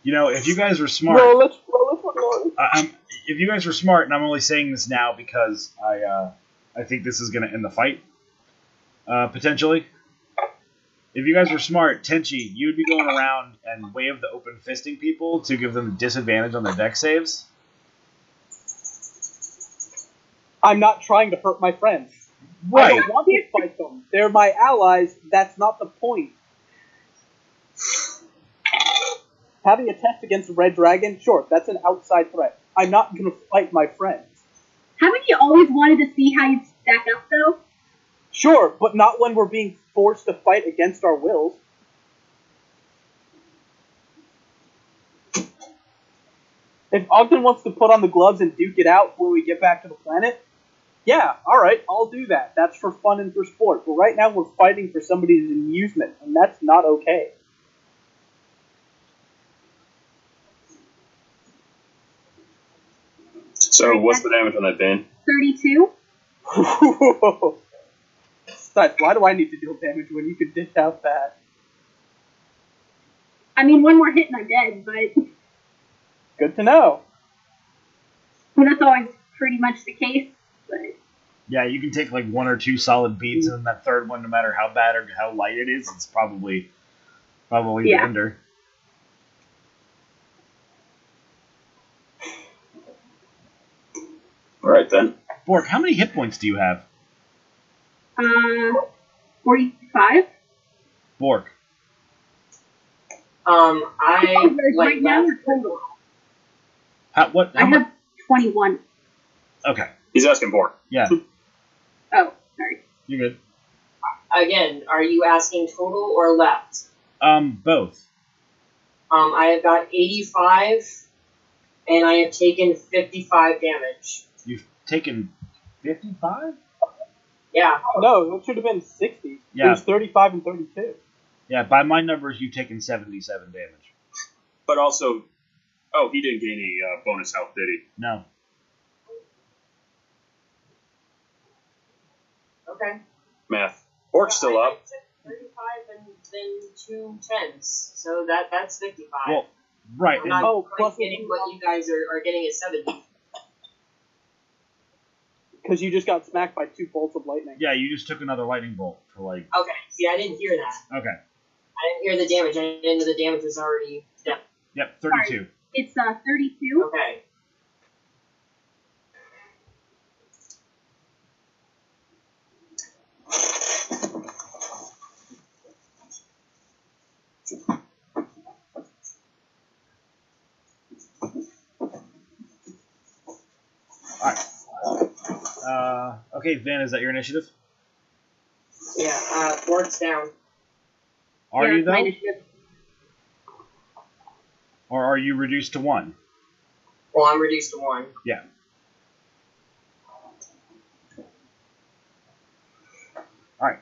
S1: You know, if you guys were smart,
S4: Roll it, roll it, roll it.
S1: I, I'm, if you guys were smart, and I'm only saying this now because I uh, I think this is going to end the fight, uh, potentially. If you guys were smart, Tenchi, you'd be going around and wave the open fisting people to give them disadvantage on their deck saves.
S4: I'm not trying to hurt my friends. I don't want to fight them. They're my allies. That's not the point. Having a test against a red dragon, sure, that's an outside threat. I'm not going to fight my friends.
S5: Haven't you always wanted to see how you'd stack up, though?
S4: Sure, but not when we're being forced to fight against our wills. If Ogden wants to put on the gloves and duke it out when we get back to the planet, yeah, all right, I'll do that. That's for fun and for sport. But right now we're fighting for somebody's amusement, and that's not okay. [laughs]
S3: So, what's the damage on that, Ben?
S5: 32?
S4: Stud, why do I need to deal damage when you could dish out that?
S5: I mean, one more hit and I'm dead, but [laughs]
S4: Good to know.
S5: that's always pretty much the case. But
S1: Yeah, you can take like one or two solid beats, and then that third one, no matter how bad or how light it is, it's probably probably
S5: Yeah.
S1: the ender.
S3: Alright then.
S1: Bork, how many hit points do you have?
S5: Uh, 45.
S1: Bork.
S2: Um, I
S5: Oh, there's
S2: like
S5: right now
S2: that.
S5: or total?
S1: How, what?
S5: I
S1: How much?
S5: have 21.
S1: Okay.
S3: He's asking for.
S5: [laughs]
S1: Yeah,
S5: Oh, sorry.
S1: you're good.
S2: Again, are you asking total or left?
S1: Um, both.
S2: Um, I have got 85, and I have taken 55 damage.
S1: You've taken 55?
S2: Yeah.
S4: No, it should have been 60. It
S1: Yeah.
S4: was 35 and 32.
S1: Yeah, by my numbers, you've taken 77 damage.
S3: But also, oh, he didn't gain any uh, bonus health, did he?
S1: No.
S2: Okay.
S3: Math. Bork's still
S2: I- I
S3: up.
S2: took 35 and then two tens, so that that's 55.
S1: Well, right.
S2: I'm
S1: and-
S2: not
S4: Oh,
S2: quite
S4: plus-
S2: getting what you guys are, are getting at 70.
S4: Because you just got smacked by two bolts of lightning.
S1: yeah, you just took another lightning bolt for like.
S2: Okay. See, I didn't hear that.
S1: Okay.
S2: I didn't hear the damage. I didn't know the damage was already done.
S1: Yep, 32.
S5: It's uh, 32.
S2: Okay.
S1: Uh, okay, Van, is that your initiative?
S2: Yeah. Uh, Bork's down.
S1: Are
S5: Yeah,
S1: you
S5: it's my
S1: though?
S5: initiative.
S1: Or are you reduced to one?
S2: Well, I'm reduced to one.
S1: Yeah. Alright.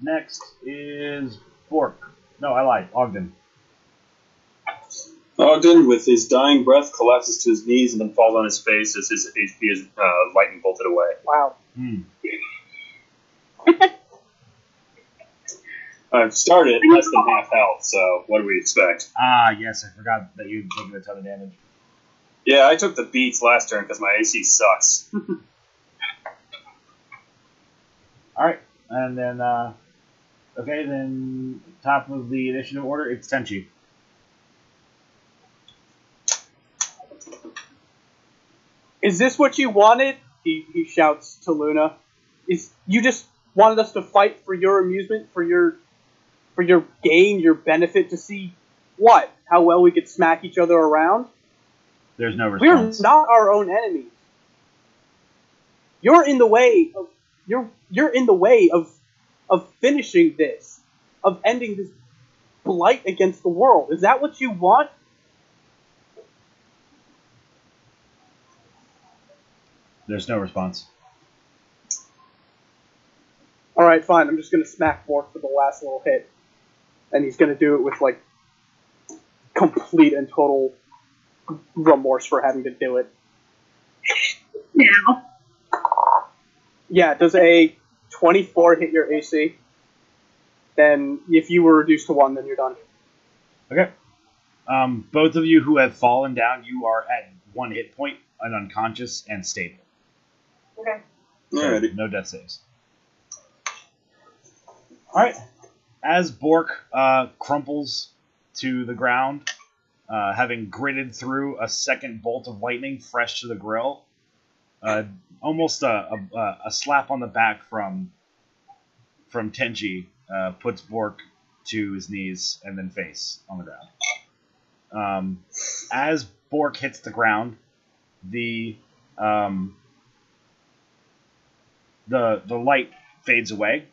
S1: Next is Bork. No, I lied. Ogden.
S3: Ogden, Oh, with his dying breath, collapses to his knees and then falls on his face as his HP is uh, lightning bolted away.
S4: Wow.
S1: Hmm.
S3: I've started at less than half health, so what do we expect?
S1: Ah, yes, I forgot that you'd taken a ton of damage.
S3: Yeah, I took the beats last turn because my AC sucks.
S1: Alright, and then, uh, okay, then top of the initiative order, it's Tenchi.
S4: Is this what you wanted? He, he shouts to Luna. Is you just wanted us to fight for your amusement, for your for your gain, your benefit to see what? How well we could smack each other around?
S1: There's no
S4: We're
S1: response.
S4: not our own enemies. You're in the way of you're you're in the way of of finishing this, of ending this blight against the world. Is that what you want?
S1: There's no response.
S4: All right, fine. I'm just gonna smack Bork for the last little hit, and he's gonna do it with like complete and total remorse for having to do it.
S5: Now.
S4: Yeah, does a 24 hit your AC? Then if you were reduced to one, then you're done.
S1: Okay. Um, both of you who have fallen down, you are at one hit point, and unconscious and stable.
S2: Okay.
S1: So,
S3: Alrighty.
S1: No death saves. All right. As Bork uh, crumples to the ground, uh, having gritted through a second bolt of lightning fresh to the grill, uh, almost a, a- a, a slap on the back from from Tenji uh, puts Bork to his knees and then face on the ground. Um, as Bork hits the ground, the um, the the light fades away,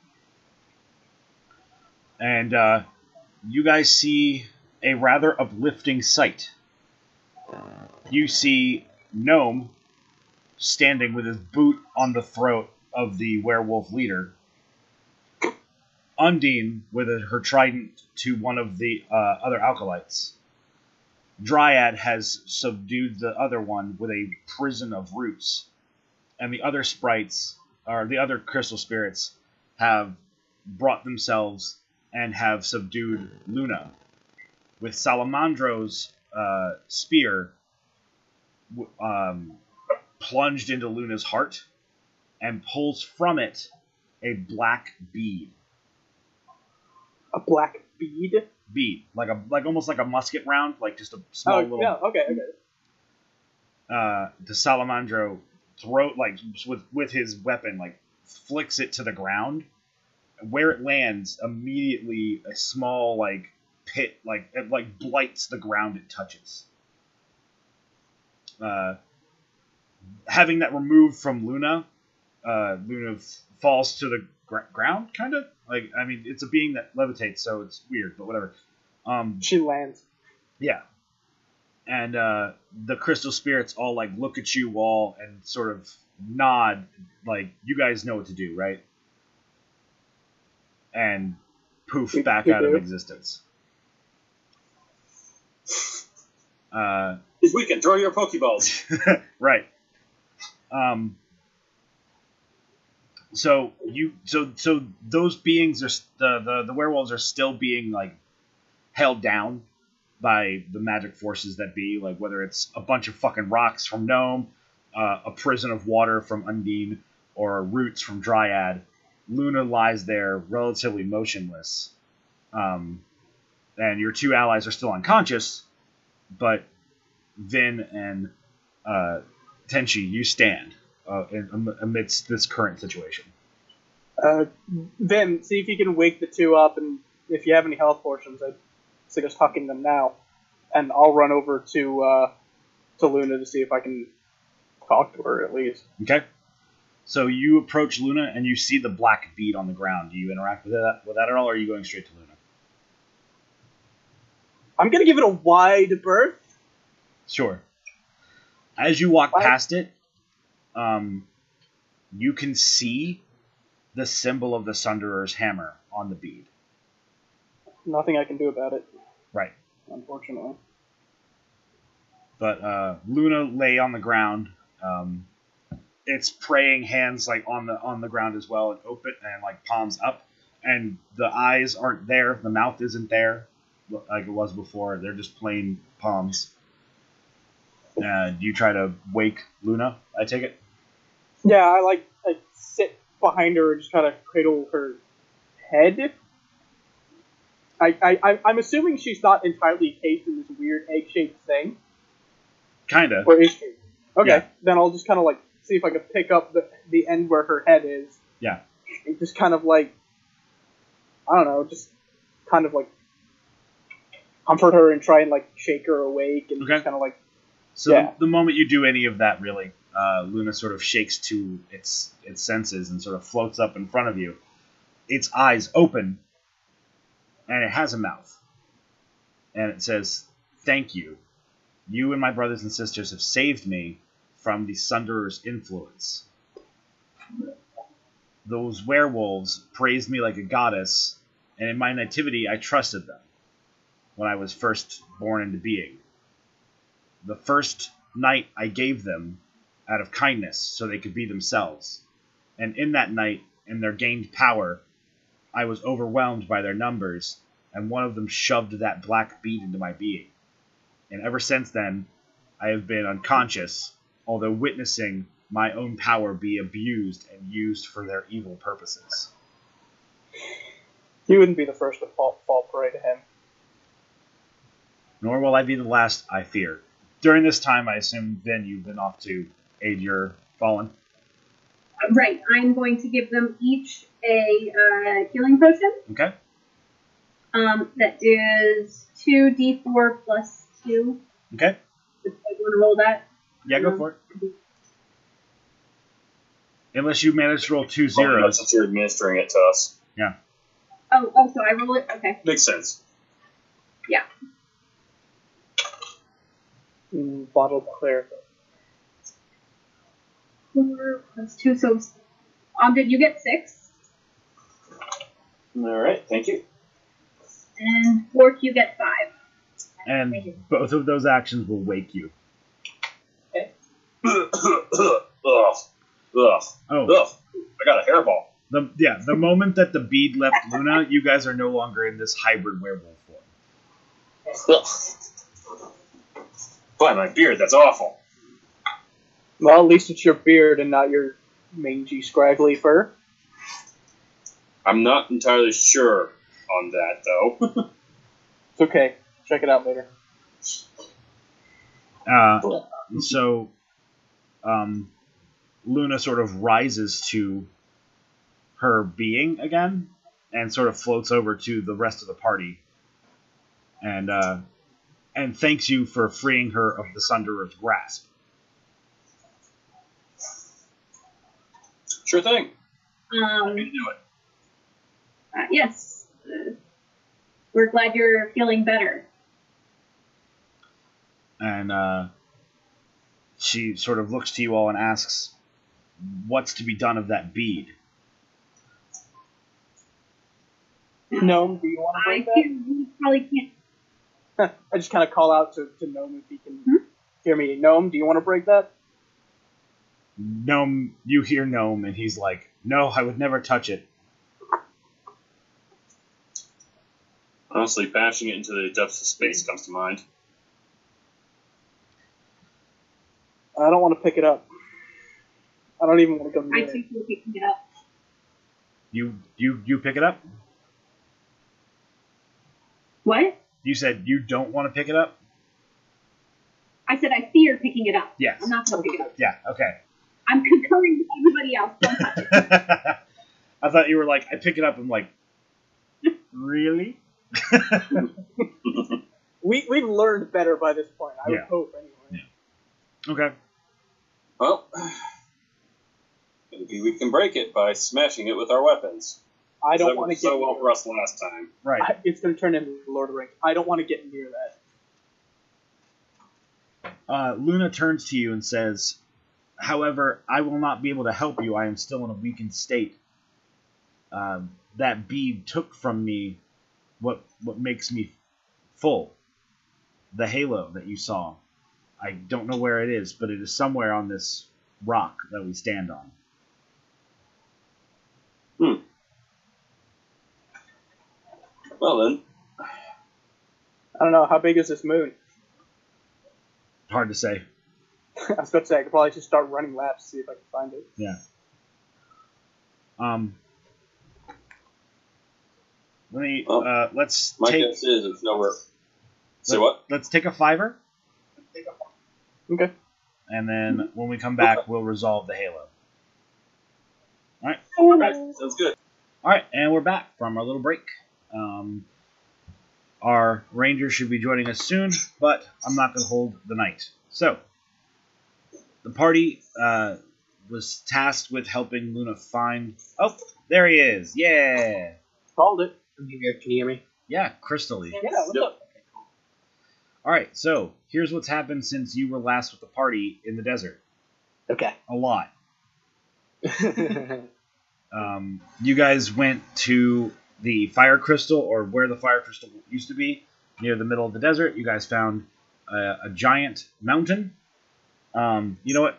S1: and uh, you guys see a rather uplifting sight. You see gnome standing with his boot on the throat of the werewolf leader. Undine with her trident to one of the uh, other alkalites. Dryad has subdued the other one with a prison of roots, and the other sprites or the other crystal spirits have brought themselves and have subdued Luna with Salamandro's uh, spear w- um, plunged into Luna's heart and pulls from it a black bead
S4: A black bead.
S1: bead like a like almost like a musket round like just a small
S4: Oh
S1: little
S4: yeah, okay, okay.
S1: uh, to Salamandro throat like with with his weapon like flicks it to the ground. Where it lands, immediately a small like pit, like it like blights the ground it touches. Uh, having that removed from Luna, uh, Luna f- falls to the gr- ground, kind of. Like I mean, it's a being that levitates, so it's weird, but whatever. Um,
S4: She lands.
S1: yeah. And uh, the crystal spirits all like look at you all and sort of nod, like you guys know what to do, right? And poof
S4: We-
S1: back
S4: we
S1: out of
S4: do.
S1: existence. Uh,
S3: This weekend, throw your Pokeballs.
S1: right. Um. So you so so those beings are s- the the, the werewolves are still being like held down by the magic forces that be like whether it's a bunch of fucking rocks from gnome, uh, a prison of water from undine, or roots from dryad. Luna lies there relatively motionless, um, and your two allies are still unconscious, but Vin and uh, Tenchi, you stand uh, in, am- amidst this current situation.
S4: Uh, Vim, see if you can wake the two up, and if you have any health portions, I'd suggest tucking them now. And I'll run over to uh, to Luna to see if I can talk to her at least.
S1: Okay. So you approach Luna and you see the black bead on the ground. Do you interact with that with that at all, or are you going straight to Luna?
S4: I'm gonna give it a wide berth.
S1: Sure. As you walk
S4: What?
S1: past it, um, you can see the symbol of the Sunderer's hammer on the bead.
S4: Nothing I can do about it,
S1: Right.
S4: unfortunately.
S1: but uh, Luna lay on the ground. Um, its praying hands like on the on the ground as well, and open and like palms up, and the eyes aren't there, the mouth isn't there, like it was before. They're just plain palms. Uh, do you try to wake Luna? I take it.
S4: Yeah, I like I sit behind her and just kind of cradle her head. I, I I'm- I'm assuming she's not entirely cased in this weird egg-shaped thing.
S1: Kinda.
S4: Or is she? Okay,
S1: Yeah.
S4: then I'll just kind of like see if I can pick up the, the end where her head is.
S1: Yeah.
S4: And just kind of like, I don't know, just kind of like comfort her and try and like shake her awake and
S1: Okay.
S4: just kind of like,
S1: So
S4: Yeah.
S1: the, the moment you do any of that, really, uh, Luna sort of shakes to its its senses and sort of floats up in front of you. Its eyes open, and it has a mouth, and it says, "Thank you. You and my brothers and sisters have saved me from the Sunderer's influence. Those werewolves praised me like a goddess, and in my nativity, I trusted them when I was first born into being." the first night I gave them out of kindness so they could be themselves. And in that night, in their gained power, I was overwhelmed by their numbers, and one of them shoved that black bead into my being. And ever since then, I have been unconscious, although witnessing my own power be abused and used for their evil purposes.
S4: you wouldn't be the first to fall, fall prey to him.
S1: nor will I be the last, I fear. During this time, I assume, Vin, you've been off to aid your fallen.
S5: Right. I'm going to give them each a uh, healing potion.
S1: Okay?
S5: Um, that is two d4 plus two.
S1: Okay?
S5: If I want to roll that.
S1: Yeah, go for it. Unless you manage to roll two
S3: Zero.
S1: zeros.
S3: Since you're administering it to us,
S5: Oh, oh, so I roll it. Okay.
S3: makes sense.
S4: Mm, Bottle clear.
S5: Four plus two. So, um, did you get six?
S3: All right, thank you.
S5: And Bork, you get five. Thank
S1: And
S5: you.
S1: both of those actions will wake you.
S3: [coughs] ugh, ugh,
S1: Oh,
S3: ugh. I got a hairball.
S1: the, yeah. The moment that the bead left Luna, you guys are no longer in this hybrid werewolf form.
S3: Ugh. By my beard, that's awful.
S4: Well, at least it's your beard and not your mangy, scraggly fur.
S3: I'm not entirely sure on that though.
S4: It's okay. Check it out later.
S1: Uh, so um, Luna sort of rises to her being again, and sort of floats over to the rest of the party, and uh, and thanks you for freeing her of the Sunderer's grasp.
S3: [laughs] Sure thing.
S5: Um,
S3: You do it.
S5: uh, yes, uh, we're glad you're feeling better.
S1: and uh, she sort of looks to you all and asks, "What's to be done of that bead?"
S4: Gnome, do you want to
S5: I
S4: break that?
S5: can't, we probably can't.
S4: I just kind of call out to, to Gnome if he can
S5: Hmm?
S4: hear me. Gnome, do you want to break that?
S1: Gnome, you hear Gnome, and he's like, "No, I would never touch it."
S3: Honestly, bashing it into the depths of space comes to mind.
S4: I don't want to pick it up. I don't even want to go near
S5: I
S4: it.
S5: think we're picking it up.
S1: You you you pick it up.
S5: What?
S1: You said you don't want to pick it up.
S5: I said I fear picking it up.
S1: Yes.
S5: I'm not going to pick it up.
S1: Yeah.
S5: I'm concurring with everybody else. Don't touch it.
S1: Okay. [laughs] I thought you were like, I pick it up. I'm like, really?
S4: We, we've learned better by this point, I
S1: Yeah.
S4: would hope, anyway.
S1: Okay.
S3: Well, maybe we can break it by smashing it with our weapons.
S4: I
S3: that
S4: don't want to
S3: worked
S4: get
S3: so well
S4: near
S3: for us last time.
S1: Right.
S4: I- It's going to turn into Lord of the Rings. I don't want to get near that.
S1: Uh, Luna turns to you and says, However, I will not be able to help you. I am still in a weakened state. Um, that bead took from me what what makes me full. The halo that you saw. I don't know where it is, but it is somewhere on this rock that we stand on.
S3: Well then,
S4: I don't know. How big is this moon? [laughs]
S1: Hard to say.
S4: I was about to say, I could probably just start running laps to see if I can find
S3: [laughs]
S4: it.
S1: Um, let me
S3: Well,
S1: uh, let's
S3: my
S1: take
S3: guess is it's nowhere. Say what?
S1: let's take a fiver,
S4: Okay.
S1: and then when we come back, we'll resolve the halo.
S3: Alright, sounds good.
S1: All right, and we're back from our little break. Um, our ranger should be joining us soon, but I'm not going to hold the night. So, the party uh, was tasked with helping Luna find. Oh, there he is! Yeah,
S4: Called it.
S6: I'm here. Can you hear me?
S1: yeah, crystally.
S4: Yeah, what's
S3: Yep.
S4: up?
S1: All right, so here's what's happened since you were last with the party in the desert.
S6: Okay.
S1: A lot. um, you guys went to the fire crystal or where the fire crystal used to be near the middle of the desert you guys found a, a giant mountain um, you know what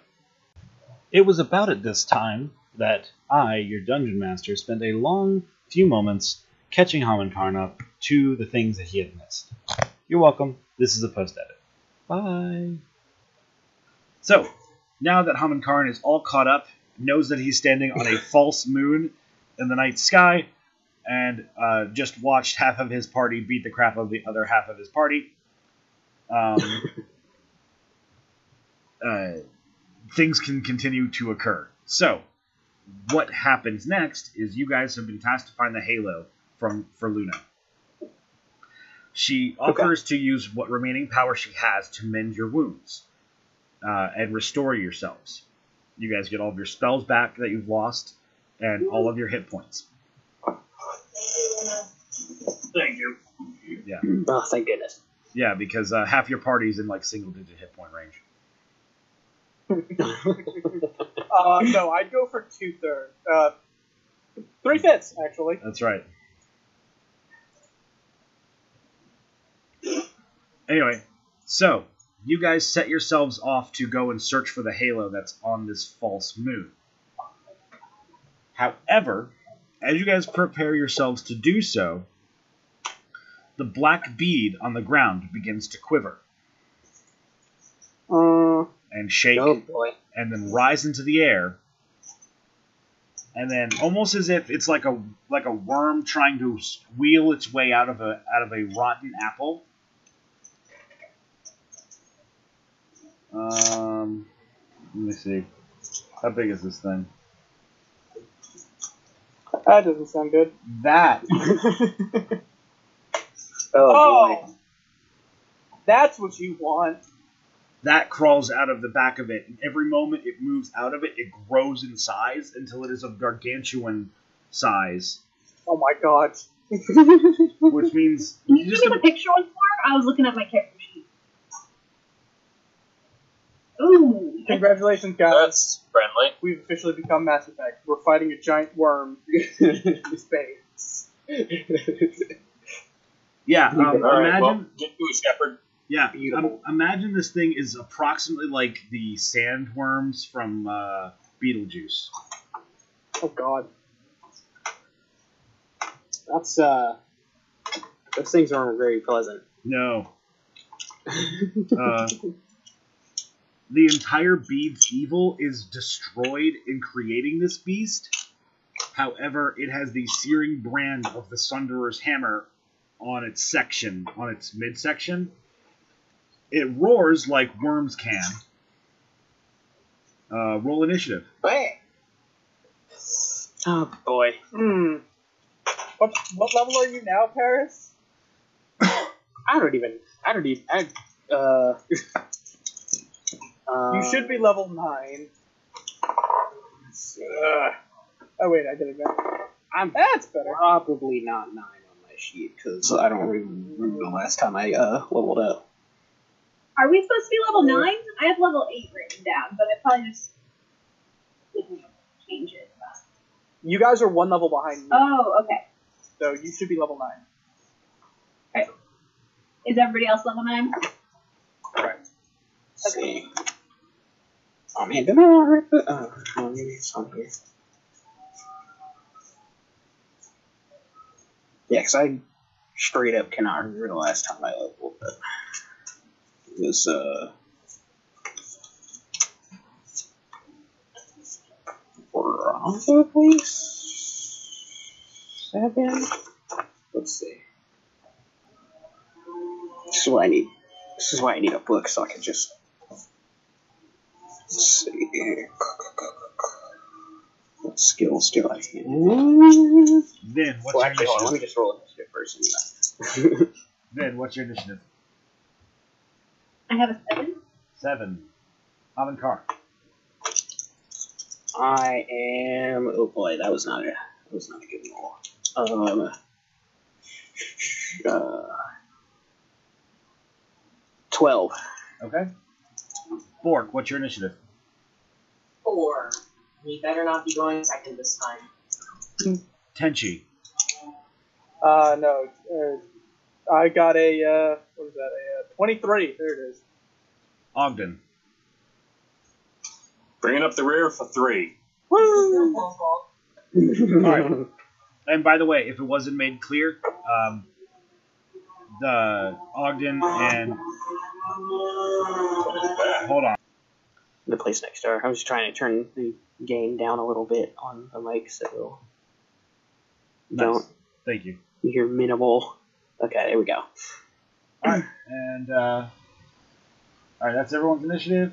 S1: it was about at this time that i your dungeon master spent a long few moments catching hamankarn up to the things that he had missed you're welcome this is a post edit bye so now that hamankarn is all caught up knows that he's standing on a false moon in the night sky and uh, just watched half of his party beat the crap out of the other half of his party. Um, uh, things can continue to occur. So, what happens next is you guys have been tasked to find the halo from for Luna. She offers to use what remaining power she has to mend your wounds uh, and restore yourselves. You guys get all of your spells back that you've lost, and all of your hit points.
S3: Thank you.
S6: oh, thank goodness.
S1: Yeah, because uh, half your party's in like single digit hit point range.
S4: Uh, no, I'd go for two thirds. Uh, three fifths, actually.
S1: That's right. Anyway, so you guys set yourselves off to go and search for the halo that's on this false moon. However, as you guys prepare yourselves to do so, the black bead on the ground begins to quiver
S4: Uh,
S1: and shake.
S6: Oh boy.
S1: and then rise into the air. And then, almost as if it's like a like a worm trying to s- wheel its way out of a out of a rotten apple. Um, let me see. How big is this thing?
S4: That doesn't sound good.
S1: That
S6: Oh,
S4: Oh, that's what you want.
S1: that crawls out of the back of it, and every moment it moves out of it, it grows in size until it is of gargantuan size,
S4: Oh my god.
S1: which means
S5: Can you
S1: just
S5: give me the picture once more? I was looking at my character sheet. Ooh, yes.
S4: [laughs] Congratulations, guys.
S3: That's friendly.
S4: We've officially become Mass Effect. We're fighting a giant worm [laughs] in space.
S1: yeah. Um,
S3: All right,
S1: imagine
S3: well, get to it, Shepard.
S1: yeah. Um,
S6: Beautiful.
S1: imagine this thing is approximately like the sandworms from uh, Beetlejuice.
S4: [laughs] Oh god.
S6: that's uh, those things aren't very pleasant.
S1: No. uh, the entire bead's evil is destroyed in creating this beast. However, it has the searing brand of the Sunderer's hammer on its section, on its midsection. It roars like worms can. Uh, roll initiative.
S6: Oh boy.
S4: Hmm. What, what level are you now, Paris?
S6: I don't even. I don't even. I, uh,
S4: you should be level 9. Ugh. Oh wait, I did it back.
S6: I'm
S4: That's better.
S6: probably not nine on my sheet because I don't remember the last time I uh leveled up.
S5: Are we supposed to be level nine? I have level eight written down, but I probably just didn't change it.
S4: You guys are one level behind me,
S5: Oh, okay.
S4: so you should be level 9.
S5: Is everybody else level nine?
S6: Let's See. Oh man, did I already put? Oh, oh, maybe it's on here. Yeah, 'cause I straight up cannot remember the last time I leveled up. It was uh. Probably seven. Let's see. This is what I need. This is why I need a book so I can just. Let's see. here. What skills do I have?
S4: Mm-hmm.
S6: Well,
S1: Then what's your
S6: actually, hold on, let me
S1: initiative?
S6: just roll initiative first. anyway.
S1: Then what's your initiative?
S5: I have a seven.
S1: Seven. Avancar.
S6: I am. Oh boy, that was not a. That was not a good roll. Um. Uh, Twelve.
S1: Okay. Bork, what's your initiative?
S2: Four. We better not be going second this time.
S1: Tenchi.
S4: Uh, no. Uh, I got a, uh, what is that, a uh, 23. There it is.
S1: Ogden.
S3: Bringing up the rear for three.
S6: Hmm.
S2: No
S4: Woo!
S2: full fault.
S4: [laughs]
S1: Alright. And by the way, if it wasn't made clear, um, the Ogden and
S3: What is that?
S1: hold on,
S6: the place next door. I was trying to turn the gain down a little bit on the mic so you
S1: Nice.
S6: don't
S1: thank you.
S6: you hear minimal. Okay, there we go.
S1: And uh, all right, that's everyone's initiative.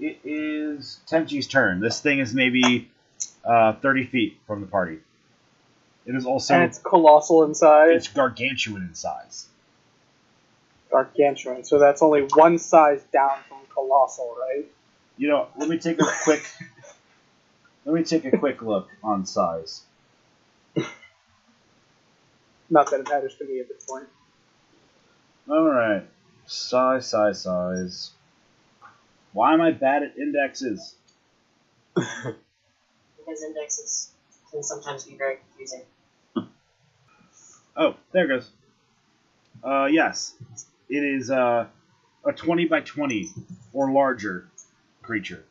S1: It is Tenchi's turn. This thing is maybe uh, thirty feet from the party. It is
S4: And
S1: also
S4: it's colossal in size.
S1: it's gargantuan in size.
S4: gargantuan. So that's only one size down from colossal, right?
S1: You know, let me take a quick let me take a quick look on size.
S4: Not that it matters to me at this point.
S1: All right. Size, size, size. Why am I bad at indexes?
S2: Because indexes can sometimes be very confusing.
S1: Oh, there it goes. Uh, yes, it is uh, a twenty by twenty or larger creature.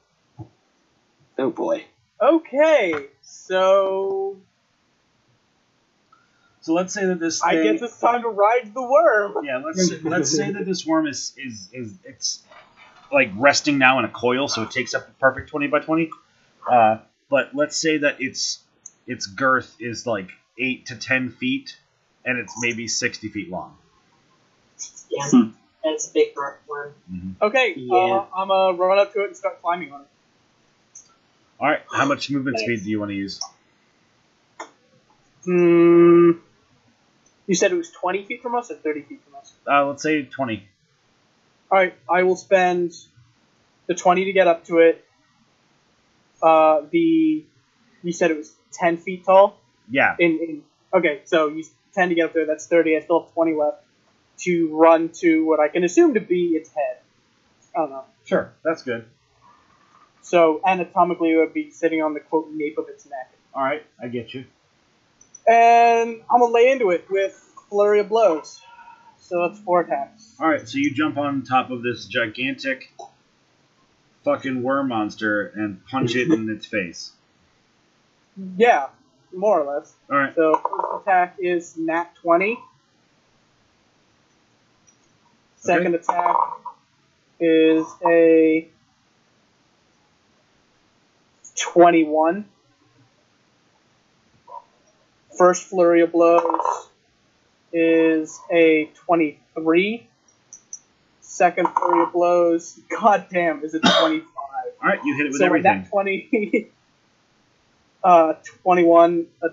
S6: Oh boy.
S4: Okay, so
S1: So let's say that this
S4: I
S1: thing.
S4: guess it's time to ride the
S1: [laughs]
S4: worm.
S1: yeah, let's let's say that this worm is is is it's like resting now in a coil, so it takes up the perfect twenty by twenty. Uh, but let's say that its its girth is like eight to ten feet, and it's maybe sixty feet long.
S2: Yeah.
S3: Hmm.
S2: That's a big word.
S1: Mm-hmm.
S4: Okay,
S6: Yeah.
S4: uh, I'm gonna run up to it and start climbing on it.
S1: All right, how much movement speed do you want to use?
S4: Hmm. You said it was 20 feet from us or 30 feet from us?
S1: Uh, let's say 20.
S4: All right, I will spend the 20 to get up to it. Uh, the you said it was 10 feet tall.
S1: Yeah.
S4: In, in okay, so you s- 10 to get up there. That's 30. I still have 20 left to run to what I can assume to be its head. I don't know.
S1: Sure. That's good.
S4: So anatomically, it would be sitting on the quote nape of its neck.
S1: All right. I get you.
S4: And I'm gonna lay into it with flurry of blows. So that's four attacks.
S1: All right. So you jump on top of this gigantic fucking worm monster and punch it
S4: [laughs]
S1: in its face.
S4: Yeah, more or less.
S1: All right.
S4: So first attack is nat 20. Second attack is a 21. First flurry of blows is a 23. Second flurry of blows, god damn, is it 25
S1: All right. You hit it with
S4: so with
S1: everything.
S4: that 20, [laughs] uh, 21, a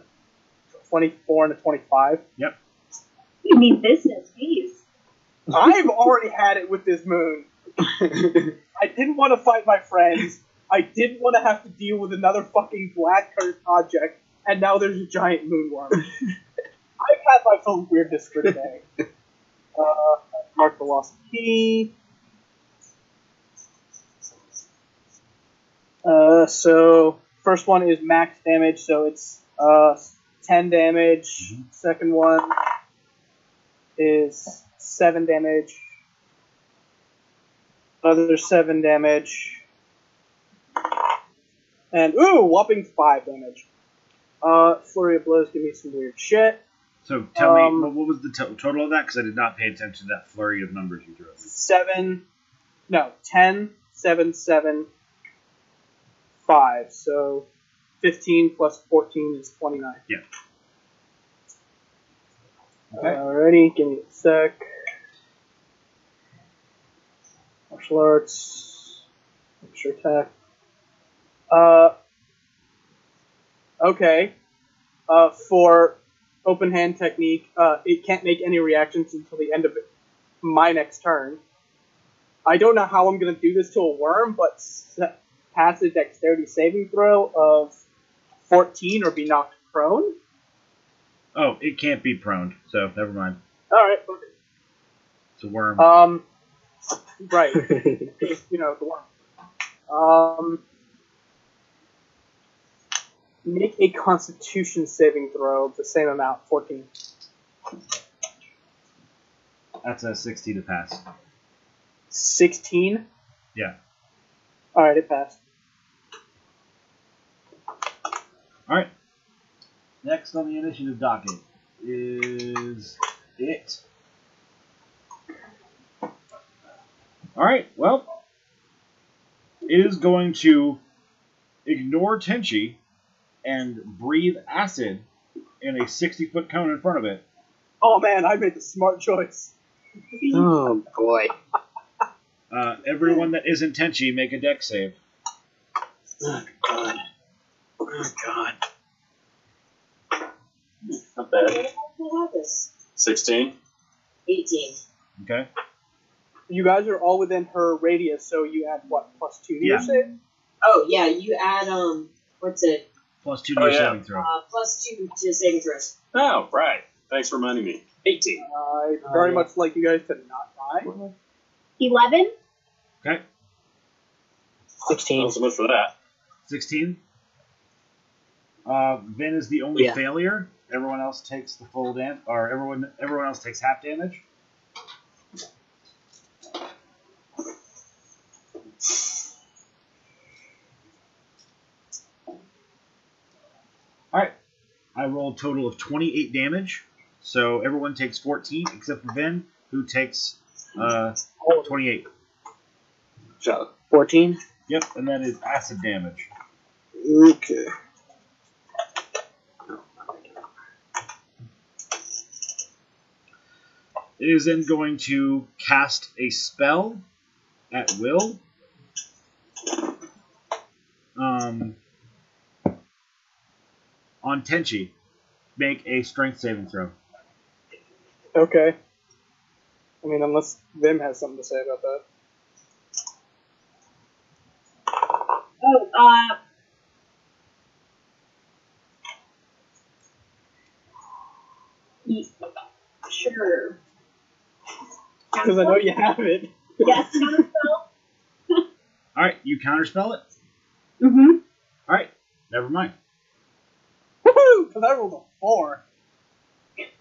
S4: 24, and
S1: [laughs]
S4: a 25.
S5: You mean business, geez.
S4: I've already had it with this moon. I didn't want to fight my friends. I didn't want to have to deal with another fucking black cursed object, and now there's a giant moonworm. I've had my full weirdness for today. Uh, mark the lost key. Uh, so first one is max damage, so it's uh, ten damage. Second one is seven damage. Another seven damage. And ooh, whopping five damage. Uh, flurry of blows give me some weird shit.
S1: So tell
S4: um,
S1: me, what- what was the to- total of that? Because I did not pay attention to that flurry of numbers you threw at me.
S4: Seven, no, ten, seven, seven, five. So fifteen plus fourteen is twenty-nine.
S1: Yeah. Okay.
S4: Alrighty, give me a sec. Martial arts. Extra attack. Uh, okay. Uh, for open hand technique, uh, it can't make any reactions until the end of it, my next turn. I don't know how I'm going to do this to a worm, but s- pass a dexterity saving throw of 14 or be knocked prone?
S1: Oh, it can't be prone. So never mind.
S4: Alright, okay.
S1: It's a worm.
S4: Um, right. [laughs] you know, the worm. Um, make a constitution saving throw of the same amount, 14.
S1: That's a 60 to pass.
S4: 16?
S1: Yeah.
S4: Alright, it passed.
S1: All right. Next on the initiative docket is it. All right. Well, it is going to ignore Tenchi and breathe acid in a 60 foot cone in front of it.
S4: Oh man, I made the smart choice.
S6: [laughs] oh boy.
S1: Uh, everyone that isn't Tenchi, make a deck save.
S6: Oh god. Oh god.
S3: Not bad.
S2: What this?
S3: 16.
S2: 18.
S1: Okay.
S4: You guys are all within her radius, so you add what, plus two to your
S1: Yeah.
S4: save?
S2: Oh, yeah, you add, um, what's it?
S1: Plus two to
S3: Oh,
S1: your
S3: yeah.
S1: saving throw.
S2: Uh, plus two to saving throws.
S3: Oh, right. Thanks for reminding me. 18.
S4: I Uh, very much like you guys to not die.
S5: 11?
S1: Okay.
S6: 16.
S3: Not so much for that.
S1: 16. Uh, Vin is the only
S6: Yeah.
S1: failure. Everyone else takes the full damage, or everyone everyone else takes half damage. All right, I rolled a total of 28 damage, so everyone takes 14 except for Vin, who takes uh, 28.
S6: So 14.
S1: Yep, and that is acid damage.
S6: Okay.
S1: It is then going to cast a spell at will. Um, on Tenchi. make a strength saving throw.
S4: Okay. I mean, unless Vim has something to say about [laughs] that.
S5: Oh, uh. ye- Sure.
S4: Because I know you have it.
S5: Yes, counterspell.
S1: All right, you counterspell it.
S5: [laughs] Mm-hmm.
S1: All right, never mind.
S4: Woohoo! Because I rolled a [laughs] four.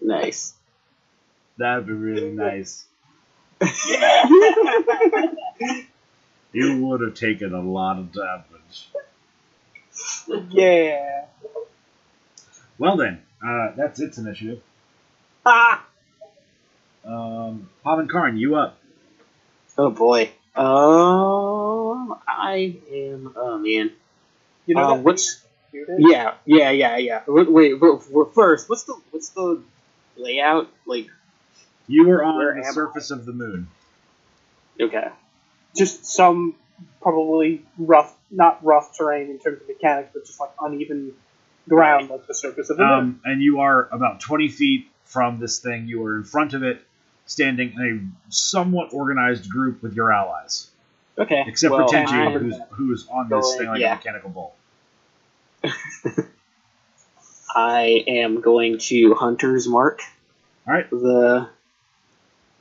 S6: Nice.
S1: That'd be really nice. You would have taken a lot of damage.
S4: Yeah.
S1: Well then, uh, that's its initiative.
S4: Ah!
S1: Um, Hom and Karn, you up?
S6: Oh boy. Um, I am. Oh man.
S4: You know
S6: Uh,
S4: that
S6: what's?
S4: thing you did?
S6: Yeah, yeah, yeah, yeah. Wait, wait, w- w- first, what's the what's the layout? Like,
S1: You were on
S6: Where
S1: the
S6: am I?
S1: surface of the moon.
S6: okay,
S4: Just some probably rough, not rough terrain in terms of mechanics, but just like uneven ground, like the surface of the moon.
S1: Um, and you are about 20 feet from this thing. You are in front of it, standing in a somewhat organized group with your allies.
S6: okay.
S1: Except
S6: well,
S1: for
S6: I-
S1: Tenji, who's, who's on this
S6: Going-
S1: thing like
S6: yeah.
S1: a mechanical ball.
S6: I am going to Hunter's Mark.
S1: Alright.
S6: The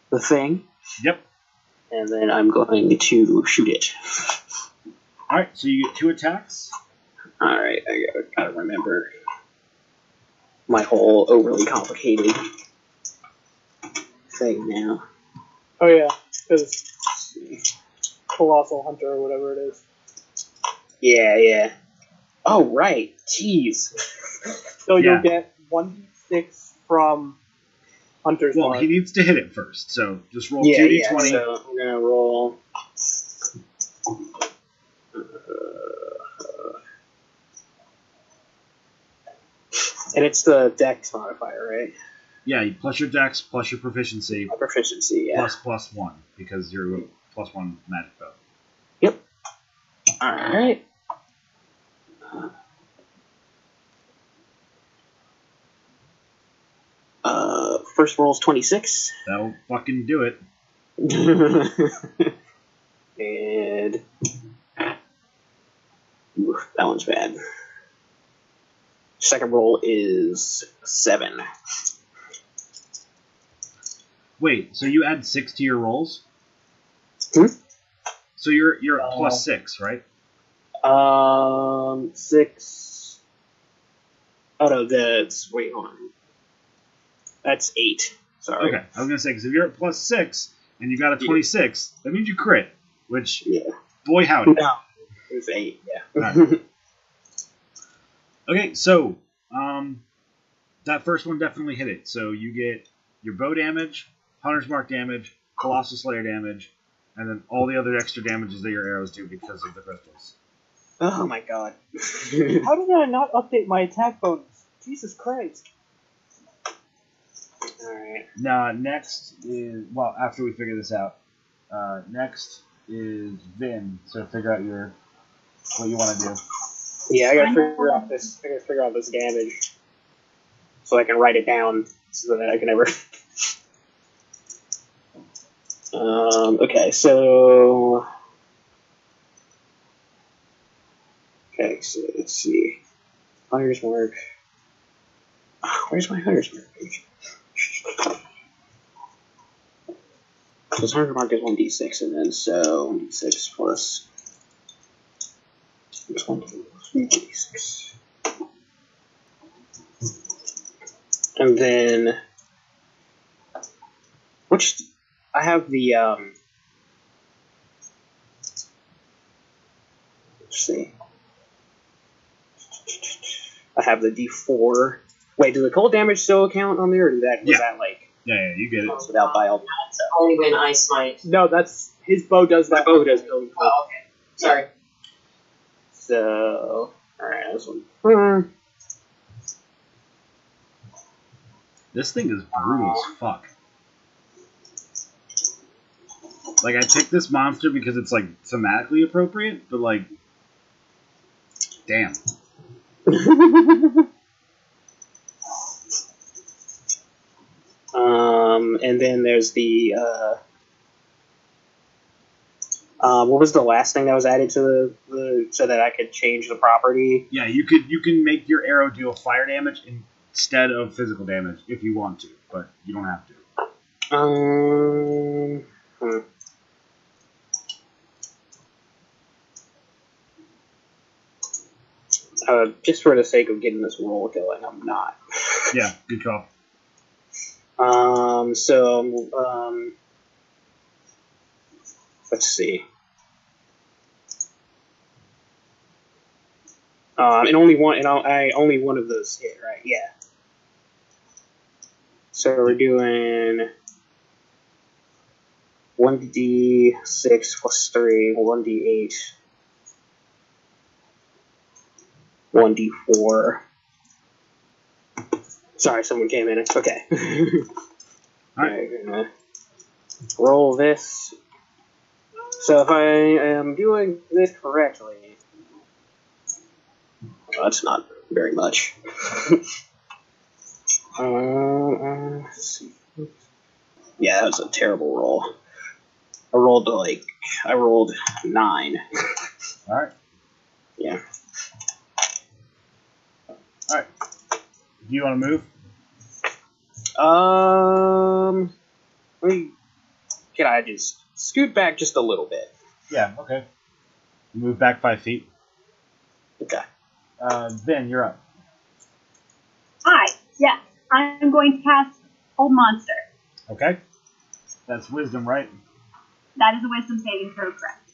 S6: the thing,
S1: Yep.
S6: and then I'm going to shoot it.
S1: All right, so you get two attacks.
S6: All right, I gotta, gotta remember my whole overly complicated thing now.
S4: Oh yeah, because colossal hunter or whatever it is.
S6: Yeah, yeah. Oh right, jeez.
S4: So
S1: Yeah.
S4: you'll get one d six from hunter's
S1: Well,
S4: mark.
S1: he needs to hit it first, so just roll
S6: yeah,
S1: 2d20.
S6: yeah. So I'm gonna roll. Uh, and it's the dex modifier, right?
S1: Yeah, you plus your dex, plus your proficiency,
S6: My proficiency, yeah.
S1: plus plus one, because you're a plus one magic bow.
S6: Alright. Uh, first roll's
S1: [laughs]
S6: 26.
S1: That'll fucking do it.
S6: and. Oof, that one's bad. Second roll is 7.
S1: Wait, so you add six to your rolls?
S6: Hmm?
S1: So you're you're at
S4: Oh.
S1: plus six, right?
S6: Um, 6. Oh no, that's. Wait, hold on. That's 8. Sorry.
S1: Okay, I was gonna say because if you're at plus six and you got a
S6: Yeah.
S1: twenty six, that means you crit. Which,
S6: Yeah.
S1: boy howdy.
S6: No. It was 8, yeah.
S1: Okay, so um, that first one definitely hit it. So you get your bow damage, hunter's mark damage, colossal slayer damage, and then all the other extra damages that your arrows do because of the crystals.
S6: Oh my god. [laughs]
S4: How did I not update my attack bonus? Jesus Christ!
S6: Alright.
S1: Now next is well after we figure this out. Uh, next is Vin. So figure out your what you want to do.
S6: Yeah, I gotta figure out this I gotta figure out this damage. So I can write it down so that I can never [laughs] Um okay, so Okay, so let's see. Hunter's mark. [sighs] Ah, Where's my hunter's mark? Because hunter's mark is one d six, and then so six plus There's one, two, three, six. And then, which I have the um. Let's see. I have the D four. Wait, does the cold damage still count on there, or did that was
S1: Yeah.
S6: that like
S1: Yeah, yeah, you get it.
S6: counts without bile?
S2: That's only when I smite.
S4: No, that's his bow does that.
S6: Oh, it does. Oh, cool.
S2: Oh, okay. Sorry.
S6: So, alright, this one. Hmm.
S1: This thing is brutal as fuck. Like I picked this monster because it's like thematically appropriate, but like, damn.
S6: Um, and then there's the uh, uh, what was the last thing that was added to the, the so that I could change the property?
S1: Yeah, you could you can make your arrow deal fire damage instead of physical damage if you want to, but you don't have to.
S6: Um, hmm. Uh, just for the sake of getting this roll going, I'm not. [laughs]
S1: Yeah, good call.
S6: Um, so, um, let's see. Um, and only one, and I I- only one of those hit, right? Yeah. So we're doing one d six plus three, one d eight, one d four. Sorry, someone came in. It's okay. [laughs] Alright, we're gonna roll this. So if I am doing this correctly, well, that's not very much. um, [laughs] uh, let's see. Yeah, that was a terrible roll. I rolled like I rolled nine.
S1: All right.
S6: Yeah.
S1: All right. Do you want to move?
S6: Um, let me, can I just scoot back just a little bit?
S1: Yeah. Okay. You move back five feet.
S6: Okay.
S1: Uh, ben, you're up.
S5: Hi. Yes, I'm going to cast Old Monster.
S1: Okay. That's wisdom, right?
S5: That is a wisdom saving throw, correct?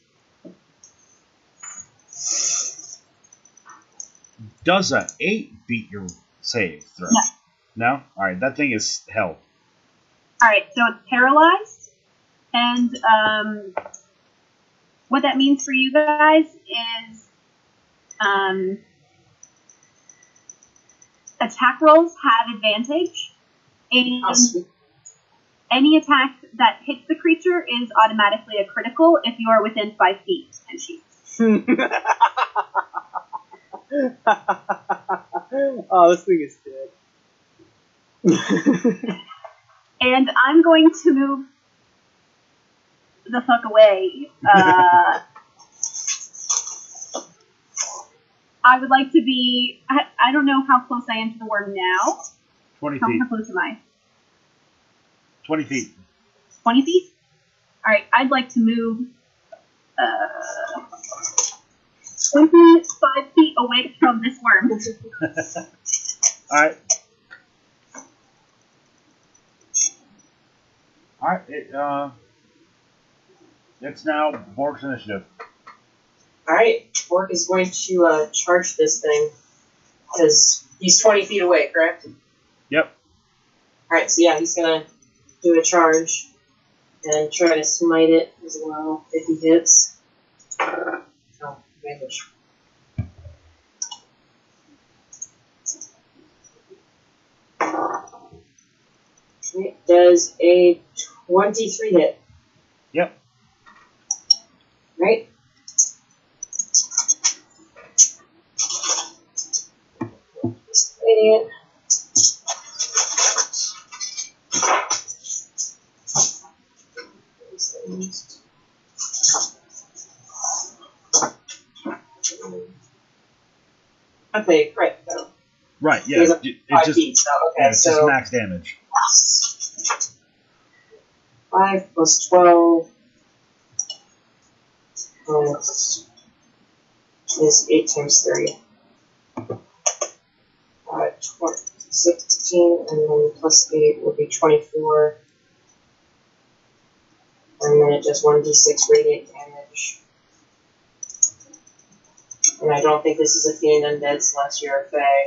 S1: Does a eight beat your save throw?
S5: No.
S1: No. All right. That thing is hell.
S5: All right, so it's paralyzed, and um, what that means for you guys is um, attack rolls have advantage, and
S2: How sweet.
S5: any attack that hits the creature is automatically a critical if you are within five feet. And she,
S4: [laughs]
S6: [laughs]
S4: oh, this thing is dead.
S5: and I'm going to move the fuck
S1: [laughs]
S5: away. Uh, I would like to be. I, I don't know how close I am to the worm now.
S1: Twenty
S5: How,
S2: [laughs]
S1: feet.
S5: how close am I?
S1: Twenty feet.
S5: 20 feet? All right, I'd like to move uh, 25 feet away from this worm.
S1: All right. All right. It, uh, it's now Bork's initiative.
S2: Alright, Bork is going to uh, charge this thing. Because he's 20 feet away, correct?
S1: Yep.
S2: Alright, so yeah, he's gonna do a charge and try to smite it as well if he hits. Oh, damage. It does a 23 hit.
S1: Yep.
S2: Right? And Okay, great. So
S1: Right. Yeah.
S2: There's a
S1: It, it
S2: five
S1: just
S2: feet, so okay,
S1: yeah, it's just
S2: so
S1: max damage.
S2: five plus twelve plus is eight times three. Uh, tw- 16, and then plus eight would be twenty-four, and then it does one d six radiant damage. And I don't think this is a fiend undead slash you're a fae.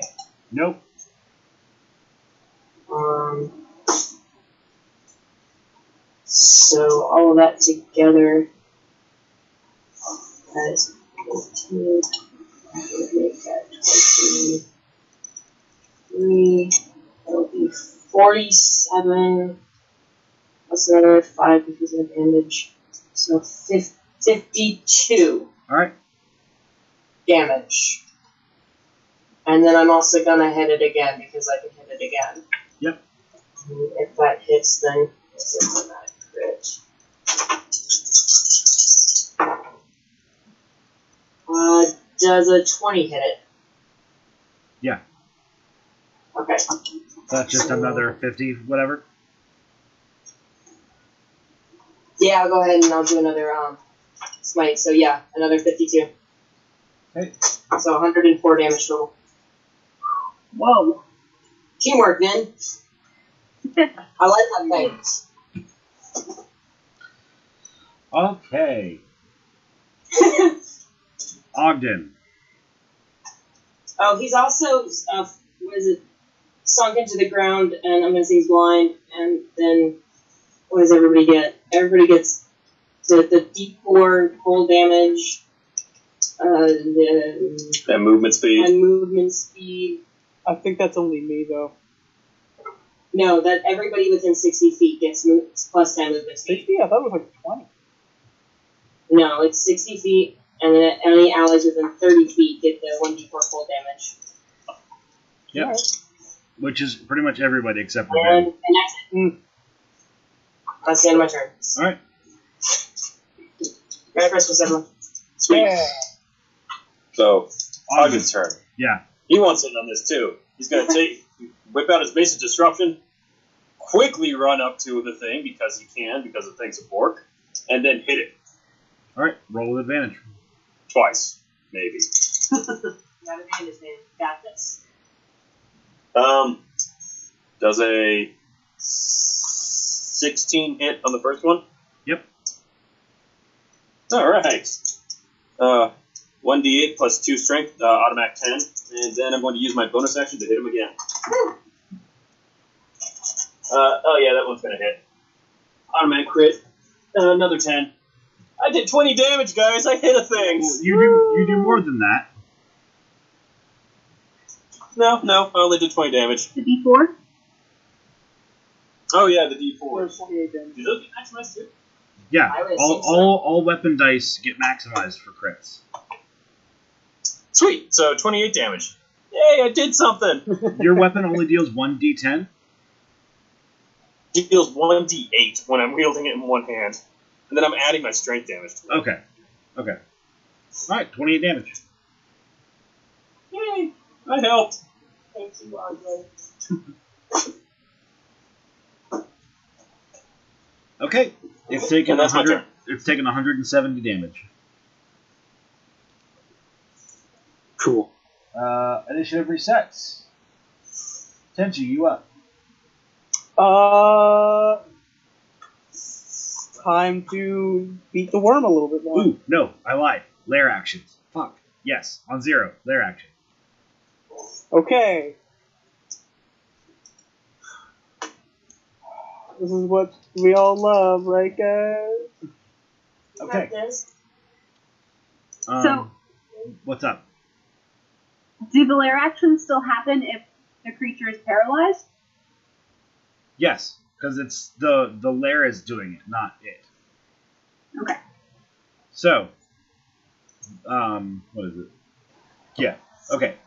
S1: Nope.
S2: Um, so all of that together as 14, I would make that 23, that would be 47, plus another 5 because of damage, so fif- 52
S1: All right.
S2: damage. And then I'm also gonna hit it again because I can hit it again.
S1: Yep.
S2: And If that hits, then This is not rich. Uh, does a 20 hit it?
S1: Yeah.
S2: Okay.
S1: That's just another 50, whatever.
S2: Yeah, I'll go ahead and I'll do another um, smite. So yeah, another 52.
S1: Okay.
S2: So 104 damage total.
S5: Whoa.
S2: Teamwork, man. I like that thing.
S1: Okay.
S2: [laughs]
S1: Ogden.
S2: Oh, he's also uh, what is it? Sunk into the ground, and I'm gonna say he's blind. And then what does everybody get? Everybody gets the the D4 cold damage, uh, the,
S3: That movement speed.
S2: and movement speed.
S4: I think that's only me though.
S2: No, that everybody within 60 feet gets mo- plus 10 movement speed.
S4: Sixty? I thought it was like twenty.
S2: No, it's 60 feet, and then any allies within 30 feet get the 1d4 cold damage.
S1: Yep.
S4: Alright.
S1: Which is pretty much everybody except for
S2: And,
S1: Ben.
S2: and that's it.
S4: Mm.
S1: Hmm.
S2: That's the end of my turn.
S1: Alright.
S2: Merry Christmas, everyone.
S3: Sweet. So, Ogden's turn.
S1: Yeah.
S3: He wants in on this too. He's going to take, whip out his basic disruption, quickly run up to the thing because he can, because the thing's a bork, and then hit it
S1: Alright. Roll with advantage.
S3: twice, maybe.
S2: Got it, man. Got this.
S3: Um, does a 16 hit on the first one?
S1: Yep.
S3: All right. Uh, 1d8 plus 2 strength, uh, automatic 10. And then I'm going to use my bonus action to hit him again. Uh, oh, yeah, that one's going to hit. Automatic crit. Uh, another 10. I did 20 damage, guys. I hit a thing.
S1: You do you do more than that.
S3: No, no, I only did 20 damage.
S5: The D4?
S3: Oh, yeah, the
S4: Or
S3: d4s.
S4: twenty-eight damage.
S3: Do those get maximized too?
S1: Yeah.
S2: I would
S1: All,
S2: assume so.
S1: all all weapon dice get maximized for crits.
S3: Sweet. So 28 damage. Yay, I did something.
S1: Your weapon only deals one D ten.
S3: Deals 1d8 when I'm wielding it in one hand. And then I'm adding my strength damage to it.
S1: Okay. Okay. Alright, twenty eight damage.
S3: Yay, I helped.
S2: Thank you, Ogden.
S1: Okay. It's taken
S3: And that's my
S1: hundred
S3: turn.
S1: it's taken hundred and seventy damage.
S6: Cool.
S1: Uh initiative resets. Tenchi, you up.
S4: Uh, time to beat the worm a little bit more.
S1: Ooh, no, I lied. Lair actions. Fuck. Yes, on zero. Lair action.
S4: Okay. This is what we all love, right, guys?
S1: Okay.
S2: Got this.
S1: Um,
S5: So-
S1: what's up?
S5: Do the lair actions still happen if the creature is paralyzed?
S1: Yes, because it's the the lair is doing it, not it.
S5: Okay.
S1: So, um, what is it? Yeah. Okay.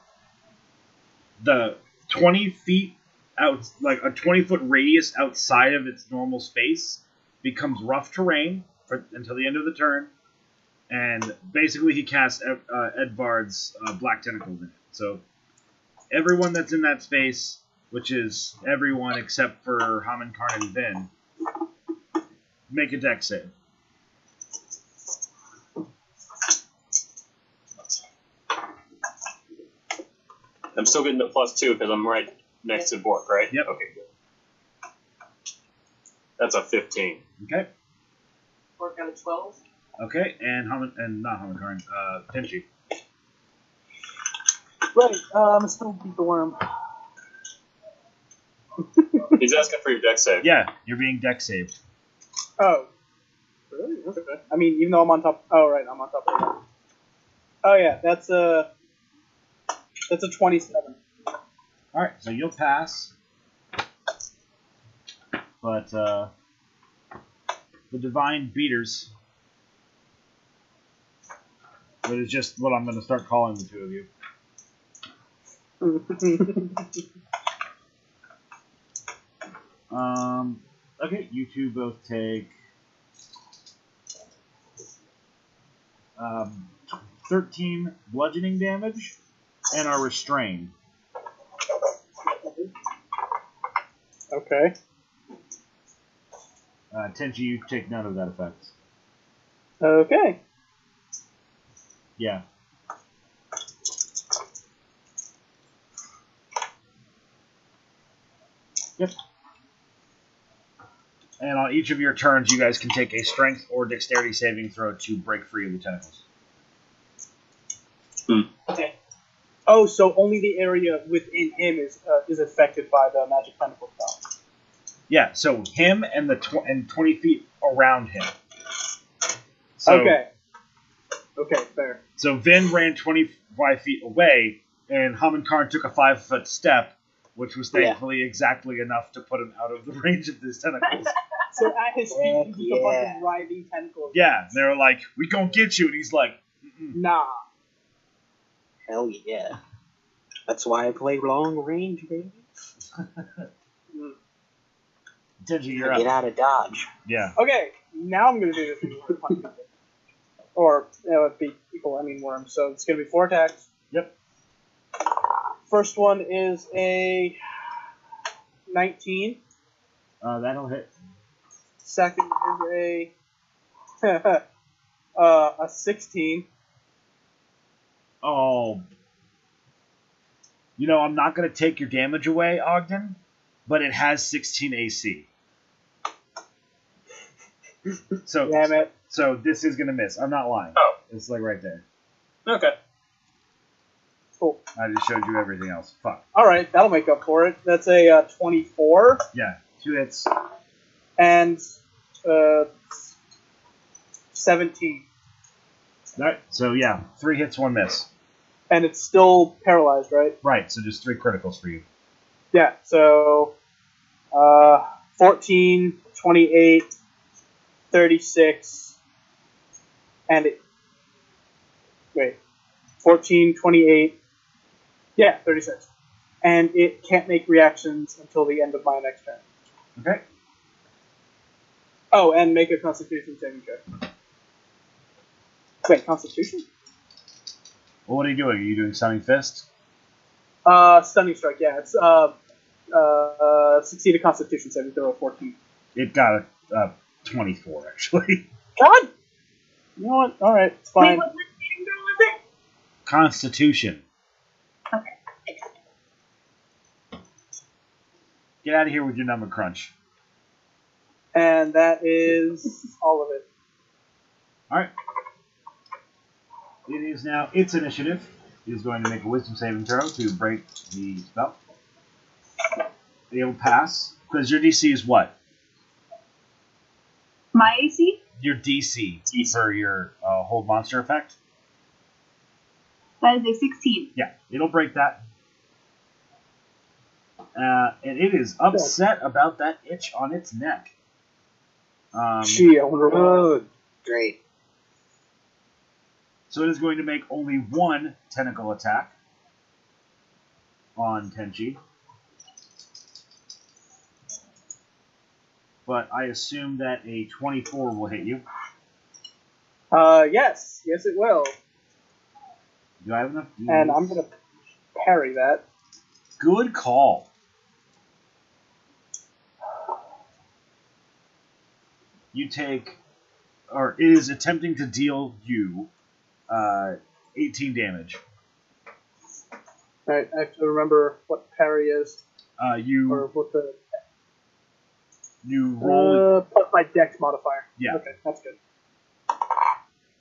S1: The twenty feet out, like a twenty foot radius outside of its normal space, becomes rough terrain for, until the end of the turn, and basically he casts Ed, uh, Edvard's uh, black tentacles in it. So, everyone that's in that space, which is everyone except for Haman, Karn, and Vin, make a deck save.
S3: I'm still getting the plus two because I'm right next to Bork, right?
S1: Yep.
S3: Okay, good. That's a 15.
S1: Okay.
S2: Work on a 12.
S1: Okay, and Haman and not Haman Karn, uh, Tenchi.
S4: Right, uh, I'm still beat the worm.
S3: He's asking for your deck save.
S1: Yeah, you're being deck saved.
S4: Oh. Really? Okay. I mean, even though I'm on top. Oh, right, I'm on top of it. Oh, yeah, that's a. That's a 27.
S1: All right, so you'll pass, but uh, the divine beaters. That is just what I'm going to start calling the two of you. Um, Okay, you two both take um, t- 13 bludgeoning damage and are restrained.
S4: Okay.
S1: Uh, Tenchi, you take none of that effect.
S4: Okay.
S1: Yeah. Yep. And on each of your turns, you guys can take a strength or dexterity saving throw to break free of the tentacles.
S2: Okay.
S4: Oh, so only the area within him is uh, is affected by the magic tentacle spell.
S1: Yeah, so him and the tw- and 20 feet around him. So,
S4: okay. Okay, fair.
S1: So Vin ran 25 feet away, and Haman Karn took a five foot step, which was
S6: Yeah.
S1: thankfully exactly enough to put him out of the [laughs] range of these tentacles.
S4: So at his feet, he's just a bunch
S6: Yeah.
S4: of writhing tentacles.
S1: yeah, and they were like, "We gonna get you," and he's like, Mm-mm.
S4: Nah.
S6: Hell yeah. That's why I play long range, baby.
S1: "Tenji, you're
S6: Get
S1: up."
S6: out of dodge.
S1: Yeah,
S4: Okay, now I'm gonna do this. thing with punch. or it would be equal. I mean, worm. So it's gonna be four attacks.
S1: Yep.
S4: First one is a 19.
S1: uh, that'll hit.
S4: Second is a [laughs] uh, a 16.
S1: Oh, you know, I'm not gonna take your damage away, Ogden, but it has 16 AC. So,
S4: Damn it.
S1: so this is gonna miss. I'm not lying.
S3: Oh.
S1: It's like right there.
S3: Okay.
S4: Cool.
S1: I just showed you everything else. Fuck.
S4: All right, that'll make up for it. That's a uh, 24
S1: Yeah, two hits.
S4: and uh, 17,
S1: That, so yeah, three hits, one miss.
S4: and it's still paralyzed, right?
S1: Right. So just three criticals for you.
S4: Yeah, so uh, 14, 28, 36, and it. Wait. 14, 28. Yeah, 36. And it can't make reactions until the end of my next turn.
S1: Okay.
S4: Oh, and make a constitution saving check. Wait, constitution?
S1: Well, what are you doing? Are you doing stunning fist?
S4: Uh, stunning strike, yeah. It's uh, uh, uh, succeed a constitution saving throw of 14.
S1: It got a, a twenty-four [laughs] actually.
S4: God! You know what? Alright, it's
S5: Wait,
S4: fine.
S5: what, what saving throw was it?
S1: Constitution.
S5: Okay.
S1: Get out of here with your number crunch.
S4: And that is all of it.
S1: All right. It is now its initiative. It is going to make a wisdom saving throw to break the spell. It will pass because your DC is what?
S5: My AC?
S1: Your DC for your uh, hold monster effect.
S5: That is a 16.
S1: Yeah, it'll break that. Uh, and it is upset about that itch on its neck. Um,
S4: Gee, I wonder why.
S6: Oh, great.
S1: so it is going to make only one tentacle attack on Tenchi. But I assume that a 24 will hit you.
S4: Uh, yes, yes, it will.
S1: Do I have enough?
S4: And I'm gonna parry that.
S1: Good call. You take, or it is attempting to deal you uh, 18 damage.
S4: Alright, I have to remember what parry is,
S1: Uh, you
S4: or what the.
S1: you roll.
S4: Uh, plus my dex modifier.
S1: Yeah.
S4: Okay, that's good.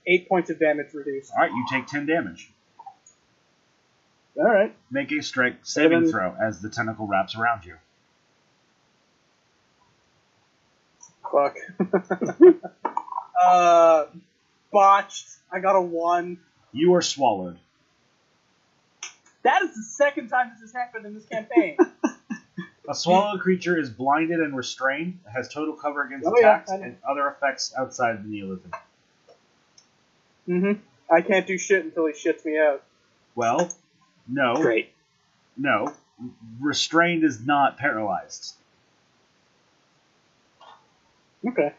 S4: Eight points of damage reduced.
S1: All right, you take 10 damage.
S4: Alright.
S1: Make a strength saving
S4: Seven.
S1: throw as the tentacle wraps around you.
S4: Fuck. [laughs] uh, botched. I got a one.
S1: You are swallowed.
S4: That is the second time this has happened in this campaign.
S1: A
S4: [clears throat]
S1: swallowed creature is blinded and restrained, has total cover against
S4: Oh, yeah,
S1: attacks
S4: I know.
S1: and other effects outside the Neolithic.
S4: hmm I can't do shit until he shits me out.
S1: Well, no.
S6: Great.
S1: No, restrained is not paralyzed.
S4: Okay.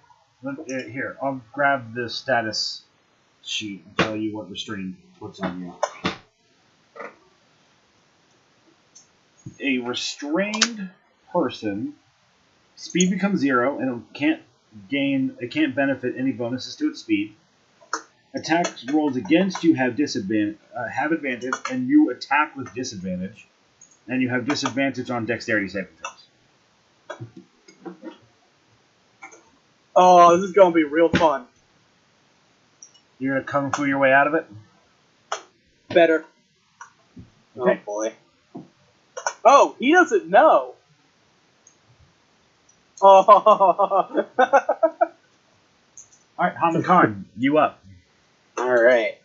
S1: Let, uh, here, I'll grab the status sheet and tell you what restraint puts on you. A restrained person, speed becomes zero and it can't gain, it can't benefit any bonuses to its speed. Attack rolls against you have disadvantage, uh, have advantage, and you attack with disadvantage, and you have disadvantage on dexterity saving throws.
S4: Oh, this is gonna be real fun.
S1: You're gonna kung fu your way out of it.
S4: Better.
S1: Okay.
S6: Oh boy.
S4: Oh, he doesn't know. [laughs] Oh.
S1: All right, Haman Khan, you up?
S6: All right.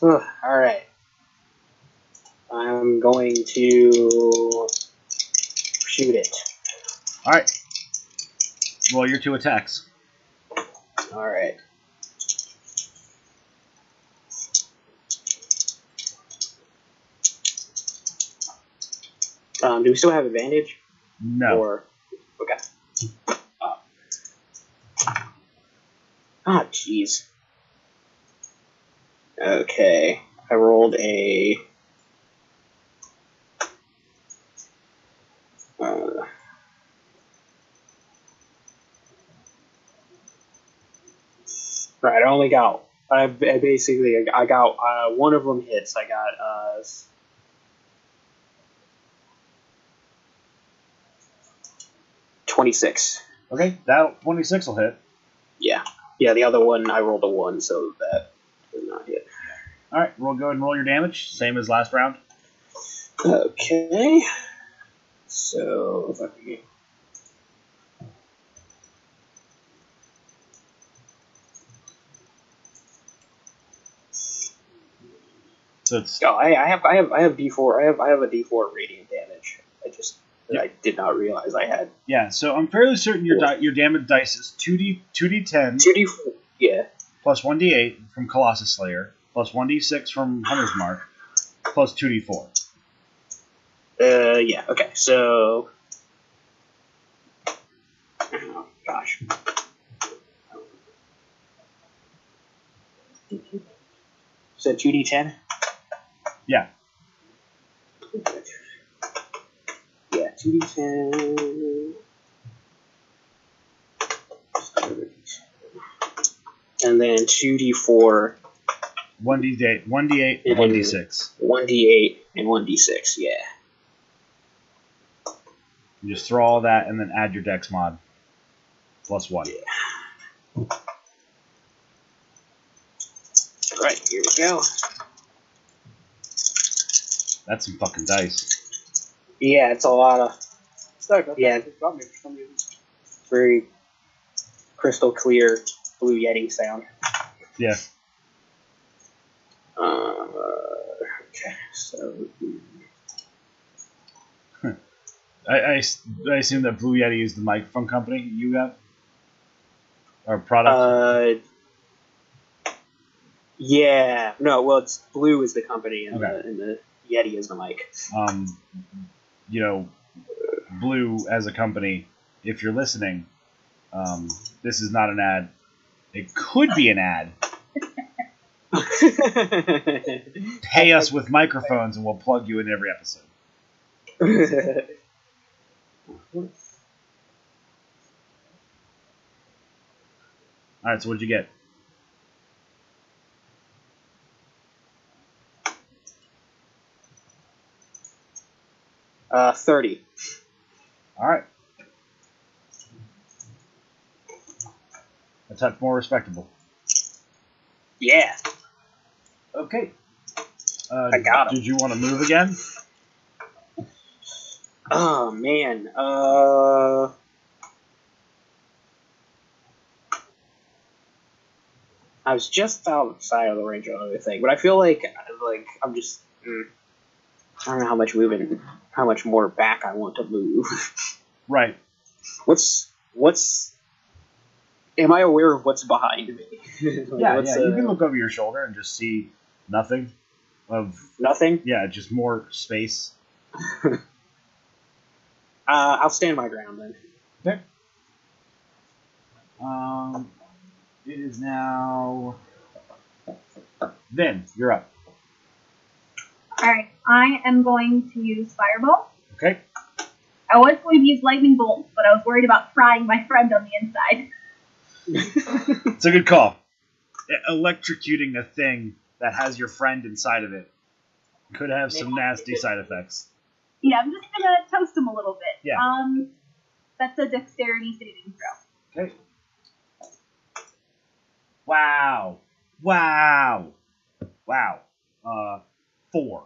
S6: Ugh, all right. I'm going to shoot it.
S1: All right. Roll your two attacks.
S6: All right. Um, do we still have advantage?
S1: No.
S6: Or okay. Ah, jeez. Okay, I rolled a. Uh, right, I only got. I, I basically I got uh, one of them hits. I got uh, s- twenty six.
S1: Okay, that 26 will hit.
S6: Yeah. Yeah, the other one I rolled a one, so that did not hit.
S1: All right, roll. Go ahead and roll your damage. Same as last round.
S6: Okay. So if I can-
S1: So it's
S6: oh, I, I have I have I have D four I have I have a D four radiant damage. I just that I did not realize I had
S1: yeah. So I'm fairly certain your di- your damage dice is two d two d ten
S6: two D four. Yeah.
S1: plus one d eight from Colossus Slayer plus one d six from Hunter's Mark plus two d four.
S6: Uh, yeah. Okay. So. Oh, gosh. Is that two D ten?
S1: Yeah.
S6: Yeah, two D ten. And then two D four,
S1: One d eight, one d eight,
S6: Yeah.
S1: one d six.
S6: one D eight, and one D six. Yeah.
S1: You just throw all that and then add your dex mod plus one.
S6: All right. Here we go.
S1: That's some fucking dice.
S6: Yeah, it's a lot of
S4: Sorry about that.
S6: Yeah.
S4: It got me for some reason.
S6: very crystal clear blue yeti sound.
S1: Yeah.
S6: Uh, okay, so
S1: I, I s- I assume that Blue Yeti is the microphone company you got or product.
S6: uh, yeah, no, well, it's blue is the company, and, the,
S1: Okay.
S6: and the yeti is the mic. [laughs]
S1: um, you know, Blue as a company, if you're listening, um, this is not an ad. It could be an ad. Pay us with microphones and we'll plug you in every episode. All right, so what'd you get?
S6: uh, thirty.
S1: All right. A touch more respectable.
S6: Yeah,
S1: Okay. Uh,
S6: I got 'em.
S1: Did you want to move again?
S6: Oh man. Uh. I was just outside of the range on another thing, but I feel like like I'm just. Mm, I don't know how much moving, how much more back I want to move. [laughs]
S1: Right.
S6: What's what's? Am I aware of what's behind me? [laughs] Like,
S1: Yeah,
S6: what's,
S1: yeah. You
S6: uh,
S1: can look over your shoulder and just see nothing of
S6: nothing. [laughs]
S1: yeah, just more space.
S6: Uh, I'll stand my ground then.
S1: Okay. Um, it is now. Then you're up.
S5: All right, I am going to use Fireball.
S1: Okay.
S5: I was going to use Lightning Bolt, but I was worried about frying my friend on the inside.
S1: It's a good call. E- Electrocuting a thing that has your friend inside of it could have some nasty side effects.
S5: Yeah, I'm just gonna toast him a little bit.
S1: Yeah.
S5: Um, that's a Dexterity saving throw.
S1: Okay. Wow. Wow. Wow. Uh, four.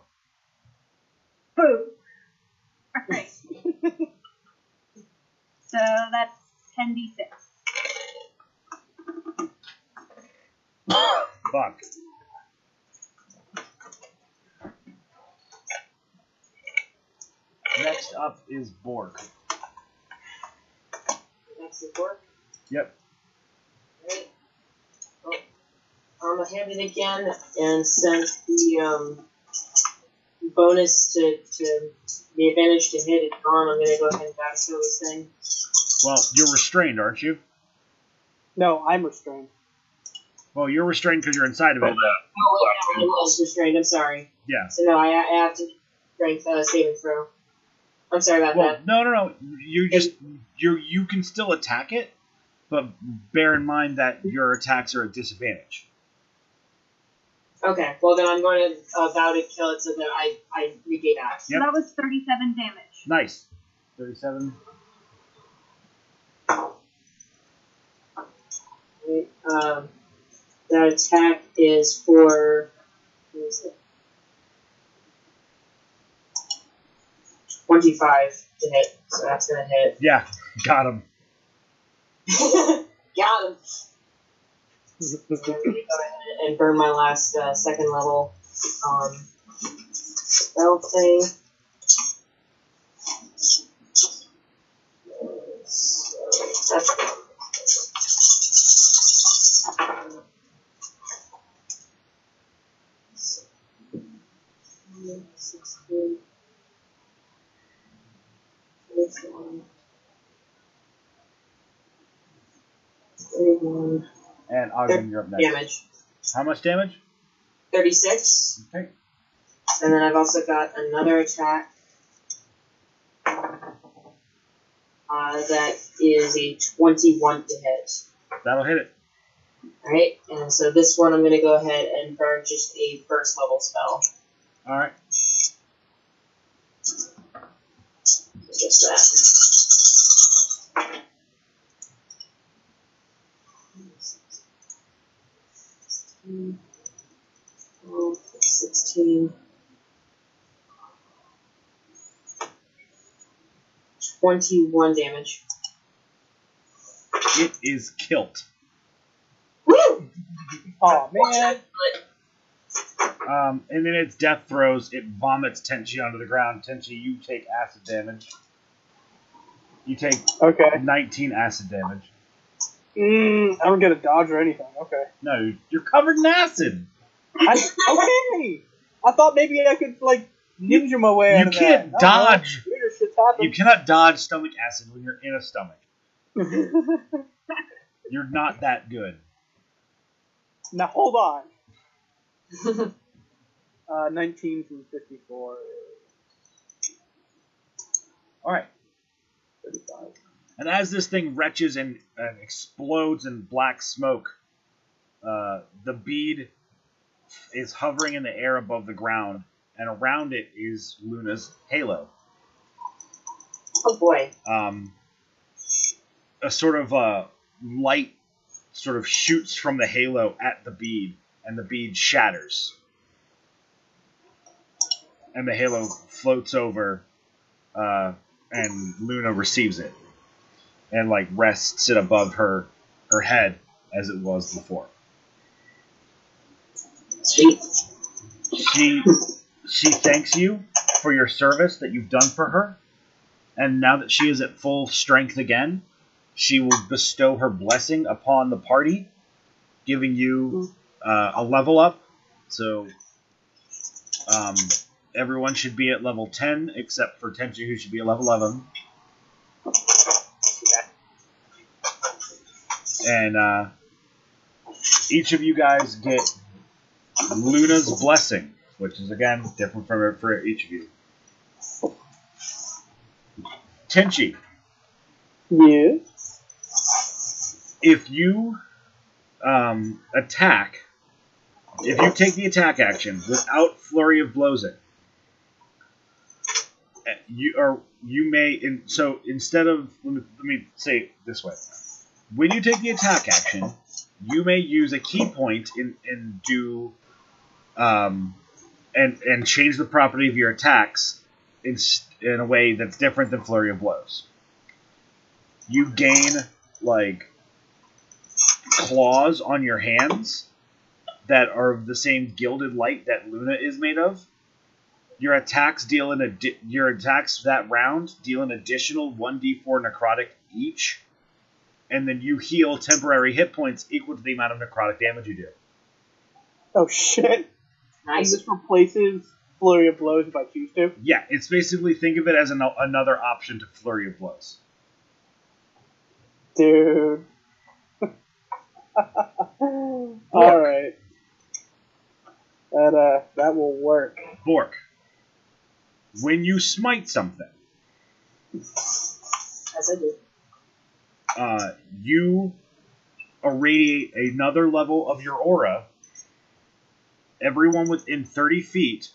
S5: Boom. All
S1: [laughs]
S5: right. so that's 10d6.
S1: Fuck. Next up is Bork.
S2: That's the work.
S1: Yep.
S2: Right. Oh. I'm gonna hand it again and send the um, bonus to, to the advantage to hit it on. I'm gonna go ahead and backfill this thing.
S1: Well, you're restrained, aren't you?
S4: No, I'm restrained.
S1: Well, you're restrained because you're inside of it.
S2: Oh wait, no, I was restrained. I'm sorry.
S1: Yeah.
S2: So no, I, I have to strength uh, saving throw. I'm sorry about
S1: Well,
S2: that.
S1: no, no, no. You just you you can still attack it, but bear in mind that your attacks are at disadvantage.
S2: Okay. Well then, I'm going to uh, vow to kill it so that I I negate that.
S5: So
S1: Yep.
S5: that was 37 damage.
S1: Nice. Thirty-seven.
S2: Right, Um, that attack is for. What is it? 25 to hit, so that's gonna hit. [laughs]
S1: Yeah, [laughs] got him.
S2: Got him!
S6: [laughs]
S2: So I'm gonna go ahead and burn my last uh, second level um, spell thing. So that's Sixteen. This one. Thirty-one
S1: And Ogden, you're up next.
S2: damage.
S1: How much damage?
S2: Thirty-six,
S1: Okay.
S2: and then I've also got another attack. Uh, that is a twenty-one to hit.
S1: That'll hit it.
S2: Alright, and so this one I'm gonna go ahead and burn just a first level spell.
S1: All right.
S2: Just that. Roll 16. 21 damage.
S1: It is kilt.
S2: Woo!
S4: Oh man.
S1: Um, and in its death throes, it vomits Tenchi onto the ground. Tenchi, you take acid damage. You take
S4: Okay.
S1: 19 acid damage.
S4: Mm, I don't get a dodge or anything. Okay.
S1: No, you're covered in acid.
S4: I, okay. I thought maybe I could like ninja my way
S1: You
S4: out of
S1: can't
S4: that. I don't know.
S1: dodge.
S4: Weirder shit's
S1: You
S4: happened.
S1: cannot dodge stomach acid when you're in a stomach.
S4: [laughs]
S1: You're not that good.
S4: Now hold on. [laughs] Uh, 19 from 54.
S1: All right. And as this thing retches and, and explodes in black smoke, uh, the bead is hovering in the air above the ground, and around it is Luna's halo.
S2: oh boy.
S1: Um, a sort of uh, light sort of shoots from the halo at the bead, and the bead shatters. And the halo floats over, uh, and Luna receives it, and like rests it above her her head as it was before.
S2: Sweet.
S1: She she thanks you for your service that you've done for her, and now that she is at full strength again, she will bestow her blessing upon the party, giving you uh, a level up. So, um, everyone should be at level ten except for Tenchi, who should be at level eleven. and uh, each of you guys get Luna's blessing, which is again different from for each of you. Tenchi,
S4: Yes.
S1: if you um, attack, if you take the attack action without flurry of blows it, eh, you are you may in, so instead of let me, let me say it this way: when you take the attack action, you may use a key point in and do um, and and change the property of your attacks in s- in a way that's different than flurry of blows. You gain like claws on your hands that are of the same gilded light that Luna is made of. Your attacks deal an addi- your attacks that round deal an additional 1d4 necrotic each, and then you heal temporary hit points equal to the amount of necrotic damage you do.
S4: Oh shit. And
S2: Nice.
S4: this replaces flurry of blows if I choose to.
S1: Yeah, it's basically think of it as an, another option to flurry of blows.
S4: Dude. [laughs] All right. That uh, that will work.
S1: Bork, when you smite something.
S2: As I do.
S1: uh, you irradiate another level of your aura. Everyone within 30 feet,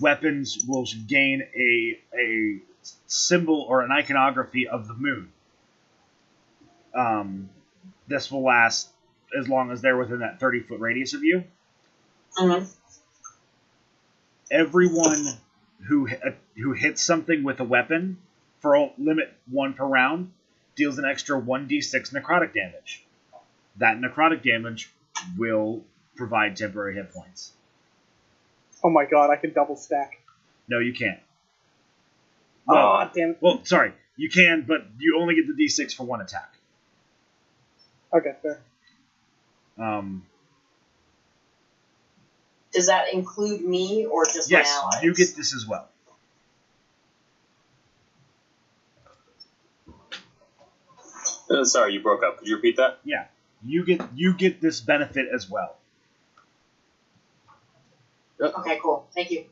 S1: weapons will gain a, a symbol or an iconography of the moon. Um, this will last as long as they're within that 30 foot radius of you.
S2: Mhm.
S1: Everyone who hi- uh, who hits something with a weapon for a limit one per round deals an extra 1d6 necrotic damage. That necrotic damage will provide temporary hit points.
S4: Oh my god, I can double stack.
S1: No, you can't. Well,
S4: Oh damn it.
S1: well, sorry, you can, but you only get the d6 for one attack.
S4: Okay, fair.
S1: Um,
S2: Does that include me or just
S1: yes,
S2: my allies?
S1: you get this as well.
S3: Uh, sorry, you broke up. Could you repeat that?
S1: You get you get this benefit as well.
S2: Okay, cool. Thank you.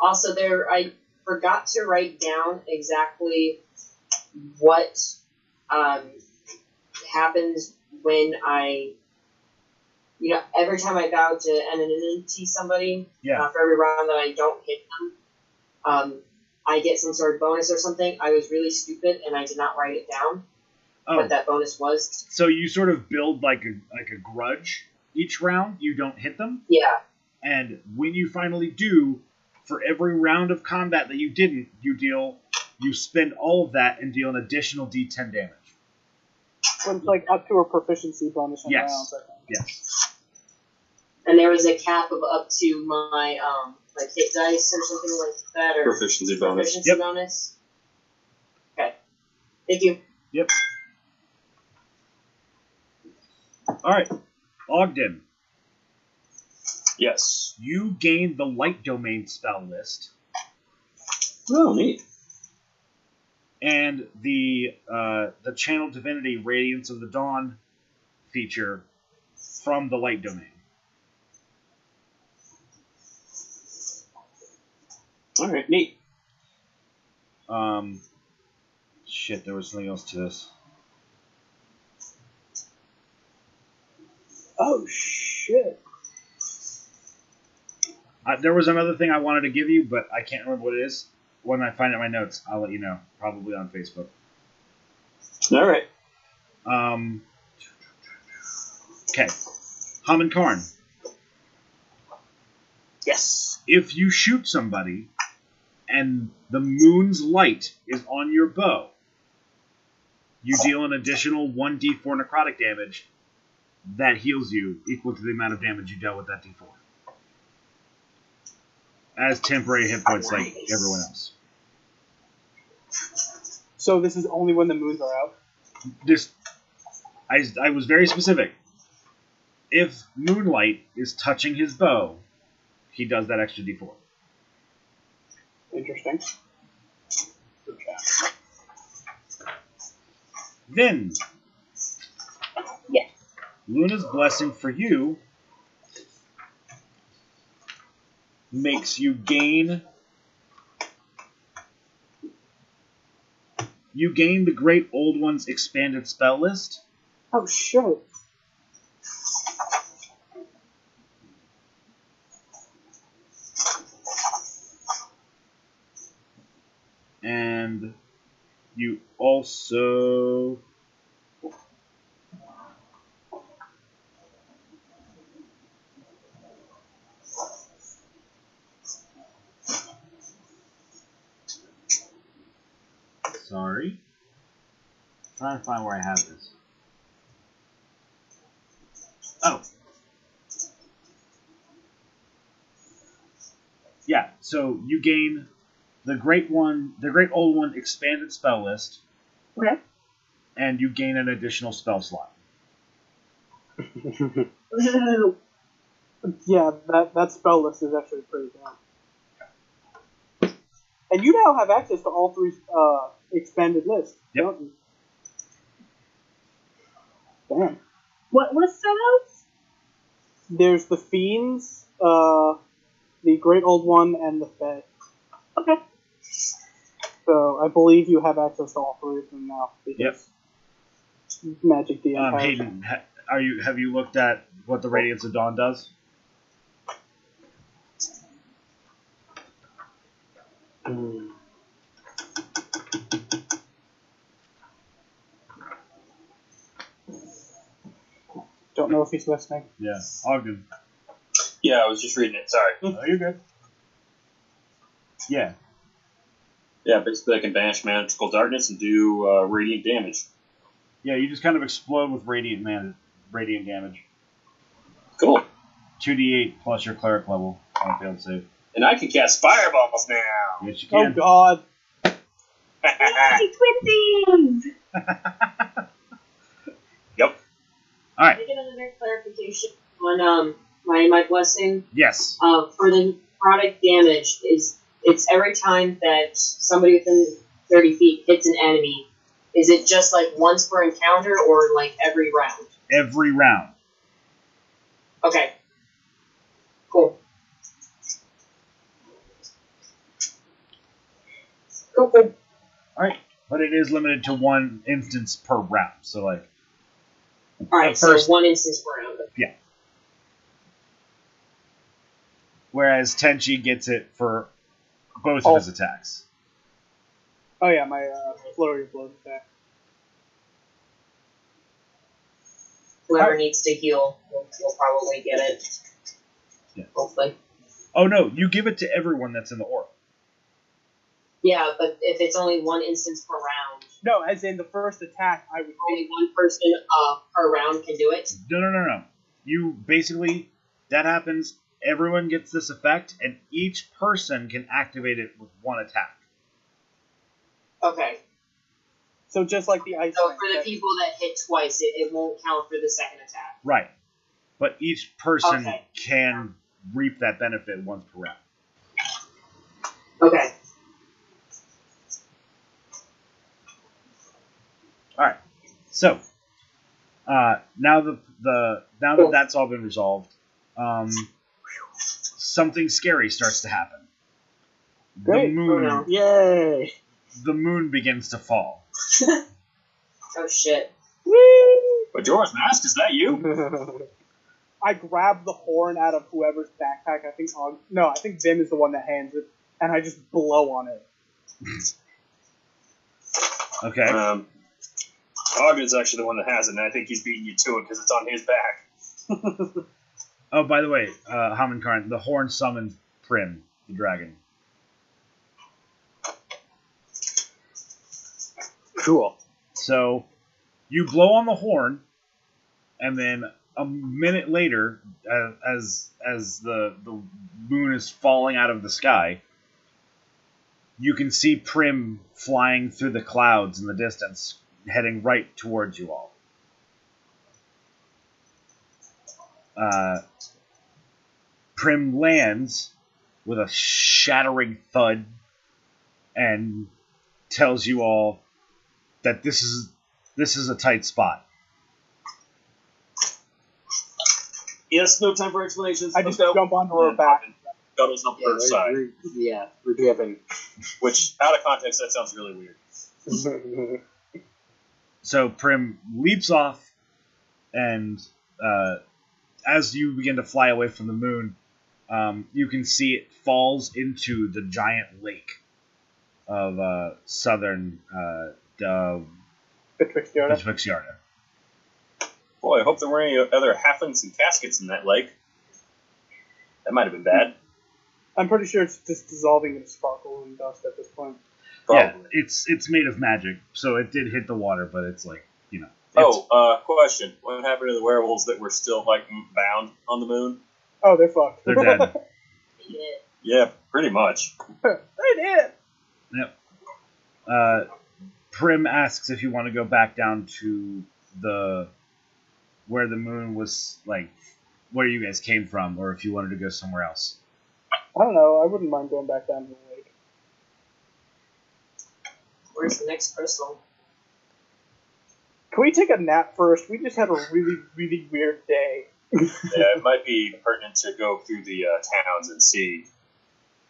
S2: Also, there I forgot to write down exactly what um, happens when I, you know, every time I vow to enmity somebody,
S1: Yeah,
S2: uh, for every round that I don't hit them, um, I get some sort of bonus or something. I was really stupid and I did not write it down
S1: Oh.
S2: what that bonus was.
S1: so you sort of build like a like a grudge each round. You don't hit them,
S2: Yeah.
S1: and when you finally do, for every round of combat that you didn't, you deal, you spend all of that and deal an additional d10 damage.
S4: But it's like up to a proficiency bonus on
S1: Yes.
S4: rounds. I think.
S1: Yes.
S2: and there was a cap of up to my um like hit dice or something like that or
S3: Proficiency bonus.
S2: proficiency
S1: Yep.
S2: bonus. Okay. Thank you. [laughs]
S1: All right, Ogden,
S3: Yes.
S1: you gain the light domain spell list
S3: Oh, neat.
S1: and the uh, the channel divinity radiance of the dawn feature from the light domain.
S3: All right, neat.
S1: Um, shit, there was something else to this.
S4: Oh shit.
S1: Uh, there was another thing I wanted to give you, but I can't remember what it is. When I find out my notes, I'll let you know. Probably on Facebook.
S3: All right.
S1: Um, okay. Haman Karn,
S3: Yes.
S1: if you shoot somebody and the moon's light is on your bow, you deal an additional 1d4 necrotic damage that heals you equal to the amount of damage you dealt with that d4. As temporary hit points like
S2: Nice.
S1: everyone else.
S4: So this is only when the moons are out.
S1: this I, I was very specific if moonlight is touching his bow he does that extra d4
S4: Interesting.
S1: Vin,
S5: Yes.
S1: Luna's blessing for you makes you gain. You gain the Great Old One's expanded spell list.
S5: Oh shit.
S1: and you also sorry trying to find where i have this oh yeah so you gain the great one, the great old one, expanded spell list,
S5: Okay.
S1: and you gain an additional spell slot.
S5: Ooh.
S4: Yeah, that, that spell list is actually pretty bad. And you now have access to all three uh, expanded lists,
S1: Yep.
S4: don't you? Damn.
S5: What list are those?
S4: There's the Fiends, uh, the Great Old One, and the Fey.
S1: [laughs]
S5: Okay.
S4: So I believe you have access to all three of them now. because Magic DM.
S1: Um,
S4: has-
S1: Hayden, ha- are you have you looked at what the Radiance of Dawn does?
S4: Don't know if he's listening.
S1: Yeah, Ogden.
S3: Yeah, I was just reading it. Sorry.
S1: Oh, you're good. Yeah,
S3: Yeah, basically I can banish magical darkness and do uh, radiant damage.
S1: yeah. You just kind of explode with radiant man, radiant damage.
S3: Cool.
S1: Two d eight plus your cleric level on a failed save.
S3: And I can cast fireballs now.
S1: Yes, you
S4: Oh
S1: can.
S4: God!
S3: [laughs]
S5: Yay, twinsies!
S2: I get another clarification on um my my blessing.
S1: Yes.
S2: Uh, for the product damage is it's every time that somebody within thirty feet hits an enemy. Is it just like once per encounter or like every round?
S1: Every round.
S2: Okay. Cool. Cool, cool.
S1: But it is limited to one instance per round. So like
S2: Alright,
S1: At
S2: so
S1: first-
S2: one instance per round.
S1: whereas Tenchi gets it for both
S4: Oh.
S1: of his attacks.
S4: Oh yeah, my uh, flurry of blows attack.
S2: Whoever needs to heal will, will probably get it.
S1: Yeah.
S2: Hopefully.
S1: Oh no, you give it to everyone that's in the aura.
S2: Yeah, but if it's only one instance per round,
S4: No, as in the first attack, I would
S2: only one person uh, per round can do it.
S1: No, no, no, no. You basically that happens. Everyone gets this effect, and each person can activate it with one attack.
S2: Okay.
S4: So just like the ice.
S2: So
S4: man,
S2: for the E-
S4: that-
S2: people that hit twice, it, it won't count for the second attack.
S1: Right. But each person
S2: Okay.
S1: can reap that benefit once per round.
S2: Okay.
S1: So uh, now that the now that that's all been resolved, um, something scary starts to happen.
S4: Great.
S1: The moon,
S2: Oh,
S6: Yay!
S1: the moon begins to fall.
S2: Oh shit.
S3: Majora's Mask, is that
S6: [laughs]
S3: you?
S4: I grab the horn out of whoever's backpack. I think Og- no, I think Vim is the one that hands it, and I just blow on it.
S1: Okay.
S3: Um, Ogden's actually the one that has it, and I think he's beating you to it because it's on his back.
S1: Oh, by the way, uh, Hamankarn, the horn summoned Prim, the dragon.
S6: cool.
S1: So you blow on the horn, and then a minute later, uh, as as the the moon is falling out of the sky, you can see Prim flying through the clouds in the distance, heading right towards you all. Uh, Prim lands with a shattering thud and tells you all that this is This is a tight spot.
S3: Yes, no time for explanations.
S4: I just
S3: Let's go.
S4: jump onto her
S3: And
S4: back.
S3: Scuttles up
S6: Yeah,
S3: her side,
S6: we're, we're- yeah, we're dripping.
S3: which out of context that sounds really weird.
S1: So Prim leaps off, and uh, as you begin to fly away from the moon, um, you can see it falls into the giant lake of uh, southern uh, uh,
S4: Beatrix Yoda.
S1: Betwixt Yarda.
S3: Boy, I hope there weren't any other halflings and caskets in that lake. That might have been bad.
S4: I'm pretty sure it's just dissolving in sparkle and dust at this point.
S1: Yeah,
S3: Probably.
S1: it's it's made of magic, so it did hit the water, but it's like you know. it's-
S3: oh, uh, question. What happened to the werewolves that were still, like, m- bound on the moon?
S4: Oh, they're fucked.
S1: they're
S4: [laughs]
S1: dead.
S2: Yeah.
S3: Yeah, pretty much.
S4: They did.
S1: Uh, Prim asks if you want to go back down to the where the moon was, like where you guys came from, or if you wanted to go somewhere else.
S4: I don't know. I wouldn't mind going back down to the lake.
S2: Where's the next crystal?
S4: Can we take a nap first? We just had a really, really weird day. [laughs]
S3: yeah, it might be pertinent to go through the uh, towns and see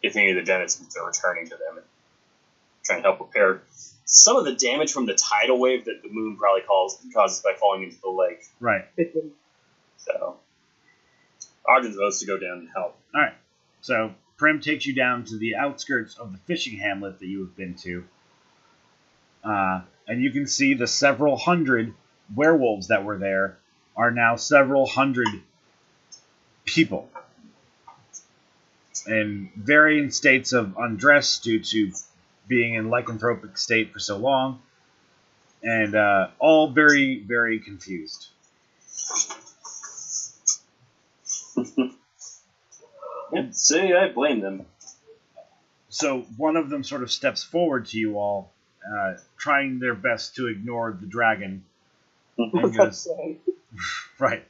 S3: if any of the denizens are returning to them and try and help repair some of the damage from the tidal wave that the moon probably calls, causes by falling into the lake.
S1: Right.
S4: It didn't-
S3: So, Ogden's supposed to go down and help.
S1: All right. So Prim takes you down to the outskirts of the fishing hamlet that you have been to, uh, and you can see the several hundred werewolves that were there are now several hundred people in varying states of undress due to being in lycanthropic state for so long, and uh, all very very confused.
S3: Yeah, see, I blame them.
S1: so one of them sort of steps forward to you all, uh, trying their best to ignore the
S3: [laughs]
S1: dragon. And
S4: What's that
S1: goes,
S4: saying?
S1: right.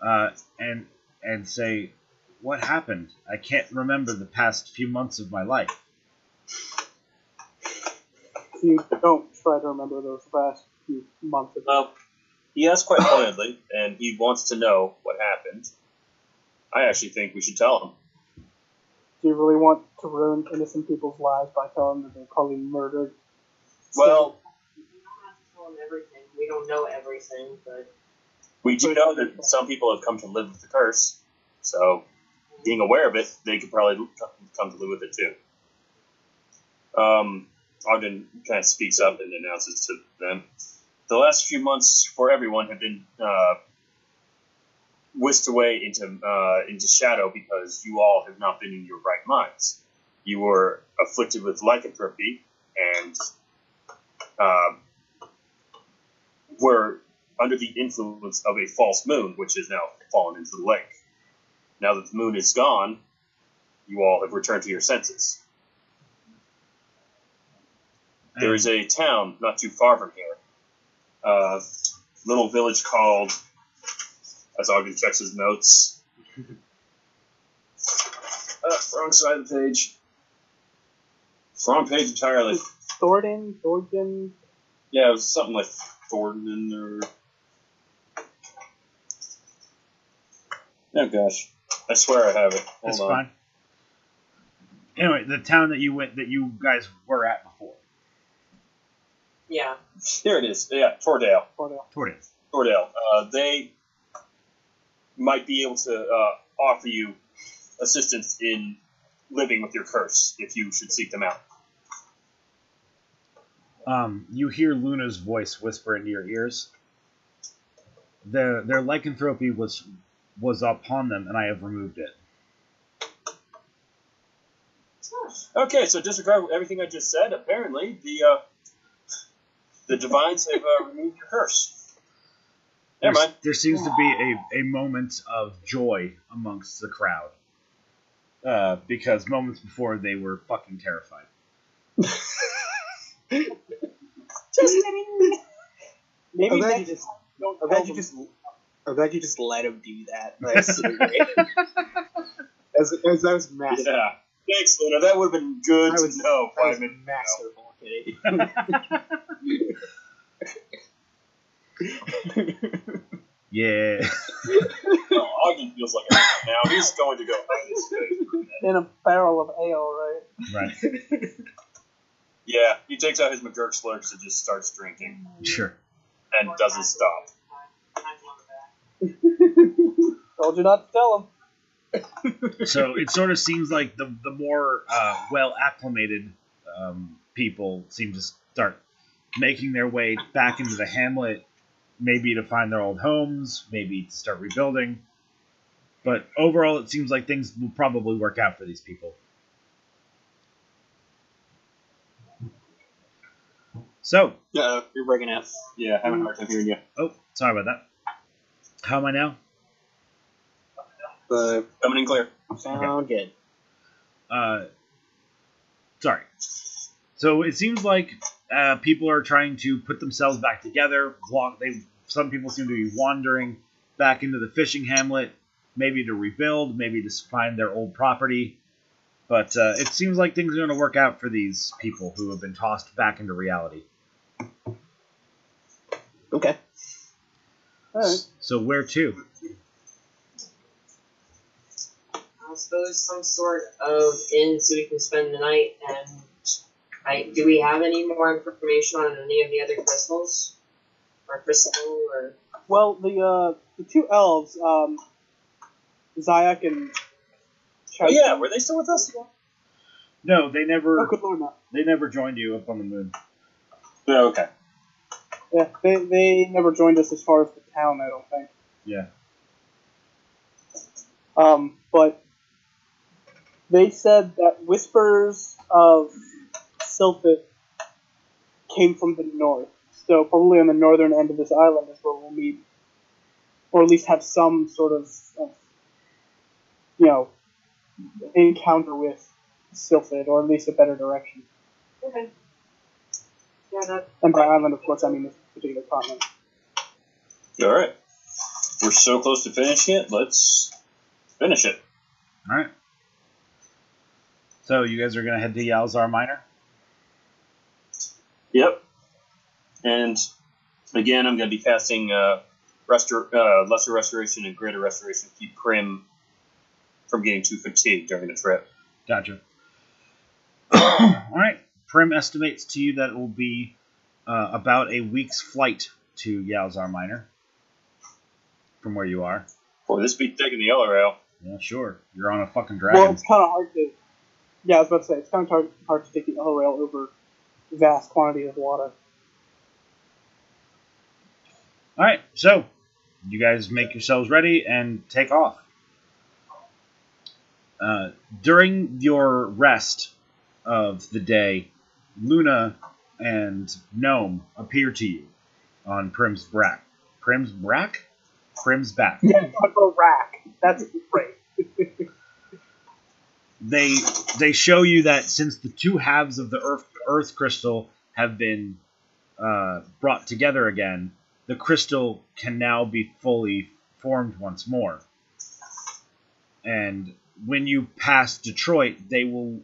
S1: Uh, and and say, what happened? I can't remember the past few months of my life.
S4: If you don't try to remember those last few months. Of
S3: Well, he asked quite pointedly, and he wants to know what happened. I actually think we should tell him.
S4: Do you really want to ruin innocent people's lives by telling them they're probably murdered?
S3: Well,
S2: We don't have to tell them everything. We don't know everything, but
S3: we do know that some people have come to live with the curse, so being aware of it, they could probably come to live with it too. Um, Ogden kind of speaks up and announces to them the last few months for everyone have been uh, whisked away into, uh, into shadow because you all have not been in your right minds. You were afflicted with lycanthropy and uh, were under the influence of a false moon, which has now fallen into the lake. Now that the moon is gone, you all have returned to your senses. There is a town not too far from here, a little village called, as Ogden checks his notes, [laughs] uh, wrong side of the page. Wrong page entirely.
S4: Thornton? Thornton?
S3: Yeah, it was something like Thornton or. Oh gosh, I swear I have it. Hold
S1: That's
S3: on.
S1: fine. Anyway, the town that you went, that you guys were at before,
S2: yeah.
S3: Here it is. Yeah, Tordale.
S4: Thornton.
S1: Tordale.
S3: Tordale. Uh, they might be able to uh, offer you assistance in living with your curse if you should seek them out.
S1: Um, you hear Luna's voice whisper into your ears. Their their lycanthropy was was upon them, and I have removed it.
S3: Okay, so disregard everything I just said. Apparently, the uh, the divines have uh, removed your curse. Never
S1: There's-
S3: mind.
S1: There seems to be a, a moment of joy amongst the crowd. Uh, because moments before they were fucking terrified.
S3: Just kidding.
S4: Maybe
S6: I'm glad you
S4: next
S6: just.
S4: don't tell
S6: I'm glad you
S4: them.
S6: just. I'm glad you just let him do that. That's so great. As, as that was masterful.
S3: Yeah. Thanks, Luna. That would have been good
S6: That was-
S3: to know
S6: That
S3: five
S6: was
S3: minutes ago.
S6: masterful, Kitty.
S1: Yeah.
S3: [laughs]
S1: [laughs]
S3: No, Ogden feels like a man now. He's going to go find his face.
S4: in a barrel of ale, right?
S1: right.
S3: Yeah, he takes out his McGurk slurps and just starts drinking
S1: Sure.
S3: and doesn't stop.
S4: Told you not to tell him.
S1: So it sort of seems like the the more uh, well acclimated um, people seem to start making their way back into the hamlet, maybe to find their old homes, maybe to start rebuilding. But overall, it seems like things will probably work out for these people. So,
S6: Uh, you're breaking up.
S3: Yeah, having a hard time hearing you.
S1: oh, sorry about that. How am I now?
S6: But
S3: Coming in clear.
S6: sound good.
S1: uh, sorry. So it seems like uh, people are trying to put themselves back together. Walk. They some people seem to be wandering back into the fishing hamlet, maybe to rebuild, maybe to find their old property. But uh, it seems like things are going to work out for these people who have been tossed back into reality.
S6: Okay.
S4: All right.
S1: So where to?
S2: I suppose some sort of inn so we can spend the night. And I, do we have any more information on any of the other crystals, or crystal, or
S4: Well, the uh, the two elves, um, Zayak and.
S3: Oh, yeah, were they still with us?
S1: No, they
S4: Oh,
S1: never.
S4: good lord, no.
S1: They never joined you up on the moon.
S3: Yeah, okay.
S4: Yeah, they, they never joined us as far as the town, I don't think.
S1: Yeah.
S4: Um, but they said that whispers of Sylphid came from the north. So probably on the northern end of this island is where we'll meet, or at least have some sort of, of you know, encounter with Sylphid, or at least a better direction.
S2: okay? Yeah, that
S4: And by island, of course, I mean this particular continent.
S3: All right. We're so close to finishing it. Let's finish it.
S1: All right. So you guys are going to head to Yalzar Minor.
S3: Yep. And again, I'm going to be casting uh, restor- uh, Lesser Restoration and Greater Restoration to keep Prim from getting too fatigued during the trip.
S1: Gotcha. [coughs] All right. Prim estimates to you that it will be uh, about a week's flight to Yalzar Minor from where you are.
S3: Boy, this be taking the yellow rail.
S1: Yeah, sure. You're on a fucking
S4: Well,
S1: dragon.
S4: it's kind of hard to. Yeah, I was about to say it's kind of hard, hard to take the other rail over vast quantities of water.
S1: All right. So you guys make yourselves ready and take off. Uh, during your rest of the day, Luna and Gnome appear to you on Prim's brack. Prim's brack? Prim's back.
S4: a rack. That's great.
S1: they they show you that since the two halves of the earth earth crystal have been uh, brought together again, the crystal can now be fully formed once more. And when you pass Detroit, they will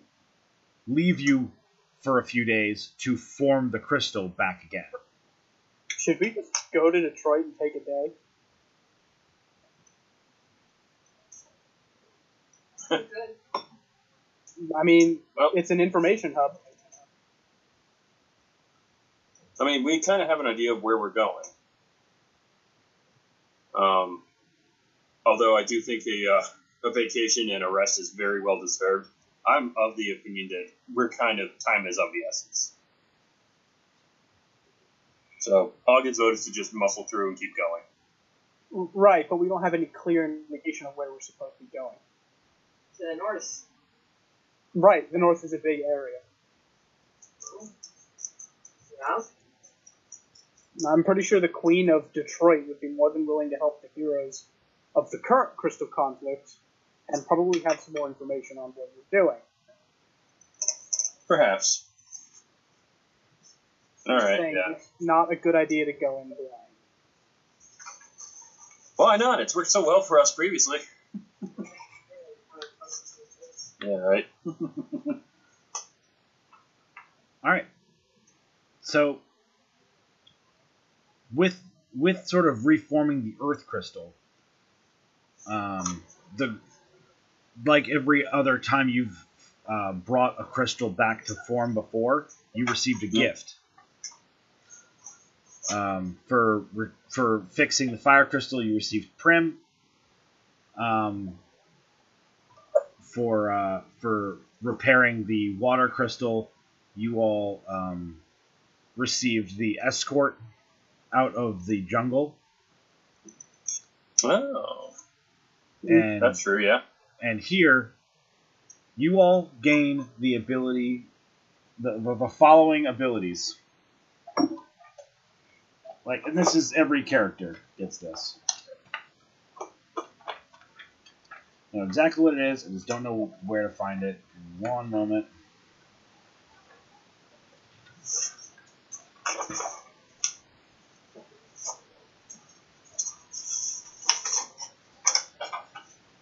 S1: leave you for a few days to form the crystal back again.
S4: Should we just go to Detroit and take a day?
S2: good.
S4: I mean,
S3: Well-
S4: it's an information hub.
S3: I mean, we kind of have an idea of where we're going. Um, although I do think a, uh, a vacation and a rest is very well deserved. I'm of the opinion that we're kind of time is of the essence. So Ogden's vote is to just muscle through and keep going.
S4: Right, but we don't have any clear indication of where we're supposed to be going.
S2: To the north.
S4: Right, the north is a big area.
S2: Yeah.
S4: I'm pretty sure the Queen of Detroit would be more than willing to help the heroes of the current Crystal Conflict and probably have some more information on what we're doing.
S3: Perhaps. All right.
S4: saying
S3: Yeah.
S4: it's not a good idea to go in blind.
S3: Why not? It's worked so well for us previously. [laughs] Yeah. Right.
S1: All right. So, with with sort of reforming the Earth crystal, um, the like every other time you've uh, brought a crystal back to form before, you received a gift um, for re- for fixing the fire crystal. You received prim. Um, for uh, for repairing the water crystal, you all um, received the escort out of the jungle,
S3: Oh,
S1: and
S3: that's true. Yeah.
S1: and here you all gain the ability the, the, the following abilities like and this is every character gets this I know exactly what it is i just don't know where to find it one moment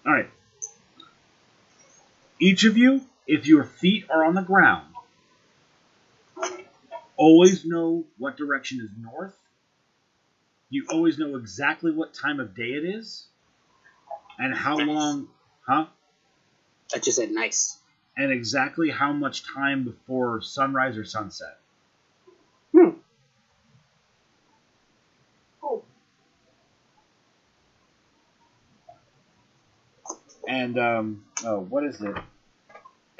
S1: all right each of you, if your feet are on the ground, always know what direction is north. You always know exactly what time of day it is and how long, huh?
S6: I just said nice.
S1: And exactly how much time before sunrise or sunset.
S2: Cool.
S1: And, um, oh, what is it?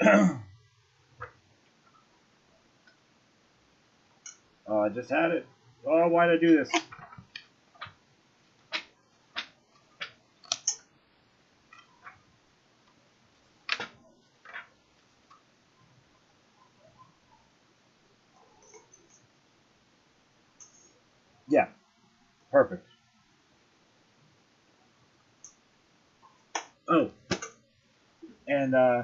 S1: [clears throat] oh, I just had it. Oh, why'd I do this? Yeah, perfect. Oh, and uh,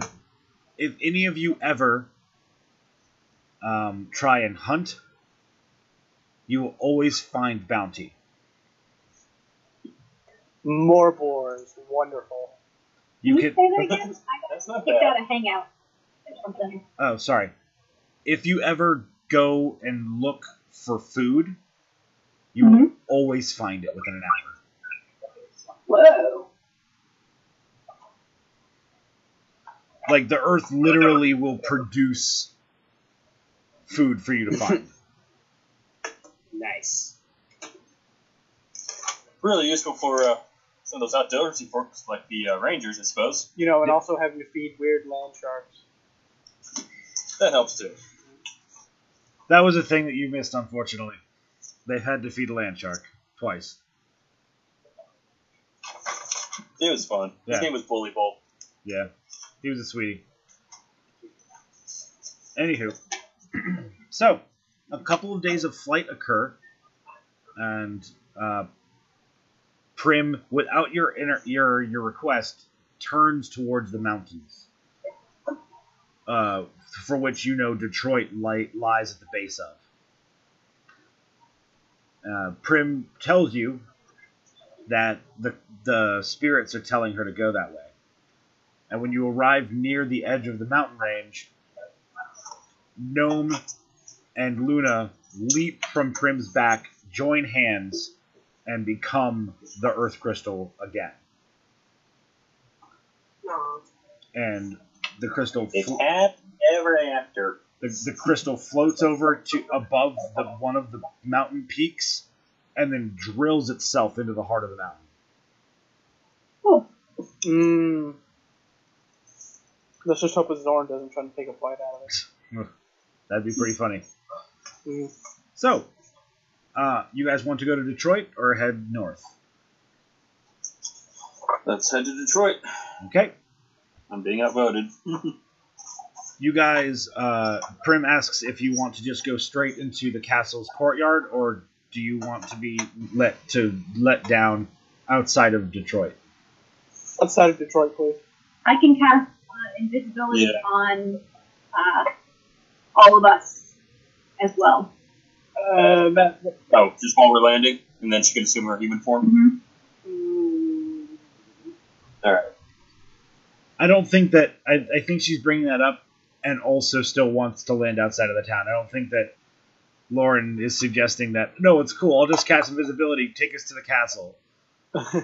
S1: if any of you ever um, try and hunt, you will always find bounty.
S4: More boars. Wonderful.
S1: You
S5: we [laughs]
S1: can.
S5: say that again? I
S3: That's not
S5: got
S3: bad.
S5: to hang out or something.
S1: Oh, sorry. If you ever go and look for food, you will always find it within an hour.
S5: Whoa.
S1: Like the earth literally will produce food for you to find.
S6: Nice.
S3: Really useful for uh, some of those outdoorsy folks like the uh, Rangers, I suppose.
S4: You know, and also having to feed weird land sharks.
S3: That helps too.
S1: that was a thing that you missed, unfortunately. They've had to feed a land shark twice.
S3: It was fun.
S1: Yeah.
S3: His name was Bully Bowl.
S1: Yeah, he was a sweetie. Anywho, [clears throat] so a couple of days of flight occur, and uh, Prim, without your inner, your your request, turns towards the mountains, uh, for which you know Detroit li- lies at the base of. Uh, Prim tells you that the the spirits are telling her to go that way and when you arrive near the edge of the mountain range, Gnome and Luna leap from Prim's back, join hands, and become the Earth Crystal again.
S2: No.
S1: And the crystal
S3: It
S1: fl-
S3: happened ever after.
S1: the, the crystal floats over to above the, one of the mountain peaks, and then drills itself into the heart of the mountain.
S4: Mmm. Let's just hope that Zorn doesn't try to take a bite out of it.
S1: That'd be pretty funny.
S4: Mm.
S1: So, uh, you guys want to go to Detroit or head north?
S3: Let's head to Detroit.
S1: Okay.
S3: I'm being outvoted.
S1: you guys uh, prim asks if you want to just go straight into the castle's courtyard or do you want to be let to let down outside of detroit
S4: Outside of Detroit, please.
S5: I can cast uh, invisibility
S3: Yeah.
S5: on uh, all of us as well.
S4: Uh, that,
S3: Oh, just while we're landing, and then she can assume her human form.
S5: Mhm.
S2: hmm,
S3: All right.
S1: i don't think that I, I think she's bringing that up and also still wants to land outside of the town i don't think that Lauren is suggesting that no, it's cool. I'll just cast invisibility. Take us to the castle.
S5: Yeah,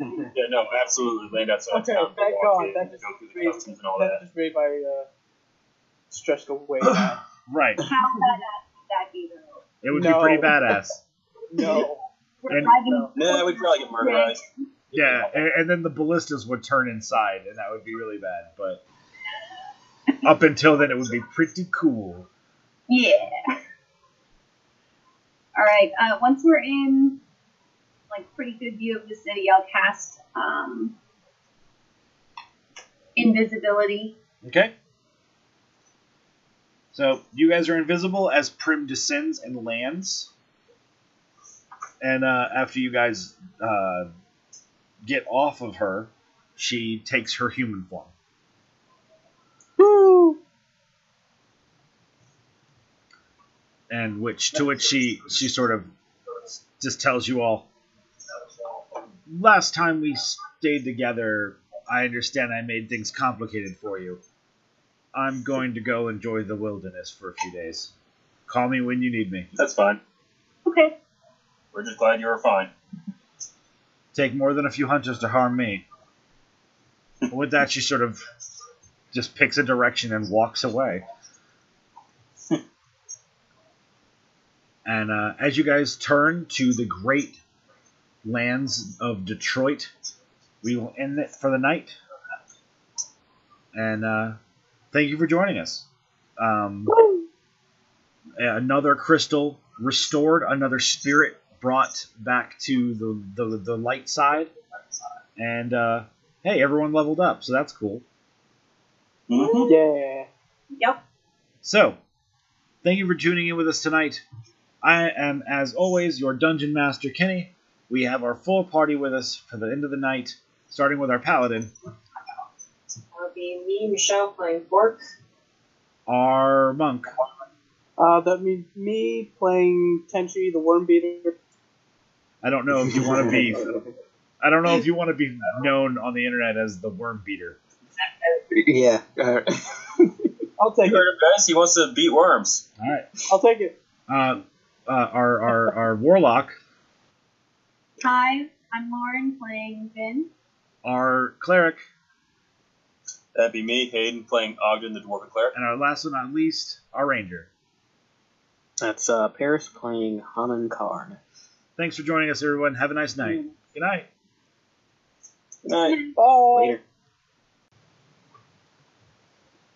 S5: no.
S3: Yeah, no, absolutely. Land outside
S4: Okay,
S3: town.
S4: thank
S3: walk
S4: God,
S3: in,
S4: that just
S3: go through the
S4: creates-
S3: customs and all
S4: That
S3: that.
S4: just made my uh, stress go way down.
S1: Right.
S5: How badass would that be though?
S1: It would
S4: No.
S1: be pretty badass.
S4: No.
S5: We're
S1: And-
S5: driving.
S4: No.
S3: Nah, we'd probably get murderized.
S1: Yeah, and, and then the ballistas would turn inside, and that would be really bad. But up until then, it would be pretty cool.
S5: Yeah. [laughs] All right. Uh, once we're in, like, pretty good view of the city, I'll cast um, invisibility.
S1: Okay. So you guys are invisible as Prim descends and lands. And uh, after you guys uh, get off of her, she takes her human form.
S4: Woo!
S1: and which to which she she sort of s- just tells you all last time we stayed together i understand i made things complicated for you i'm going to go enjoy the wilderness for a few days call me when you need me
S3: That's fine.
S5: Okay.
S3: We're just glad you were fine.
S1: take more than a few hunters to harm me with that she sort of just picks a direction and walks away and uh, as you guys turn to the great lands of detroit we will end it for the night and uh, thank you for joining us um, another crystal restored, another spirit brought back to the the, the light side, and uh, hey, everyone leveled up, so that's cool.
S3: Mm-hmm.
S4: [laughs] Yeah.
S5: Yep.
S1: So, thank you for tuning in with us tonight. I am, as always, your dungeon master, Kenny. We have our full party with us for the end of the night, starting with our paladin,
S2: That'll be me, Michelle, playing Bork.
S1: our monk,
S4: Uh, that means me playing Tenchi the Worm Beater.
S1: I don't know if Um, you want to be. I don't know if you want to be known on the internet as the worm beater.
S6: yeah. Uh,
S4: I'll
S3: You
S4: take it.
S3: heard him, guys. He wants to beat worms.
S1: All right.
S4: I'll take it.
S1: Uh, uh, our, our our warlock,
S5: Hi, I'm Lauren playing Vin.
S1: our cleric,
S3: That'd be me, Hayden, playing Ogden the Dwarven Cleric.
S1: and our last but not least, our ranger.
S6: that's uh, Paris playing Hanan Karn.
S1: Thanks for joining us, everyone. Have a nice night. Good night.
S3: Good night.
S4: Bye.
S6: Later.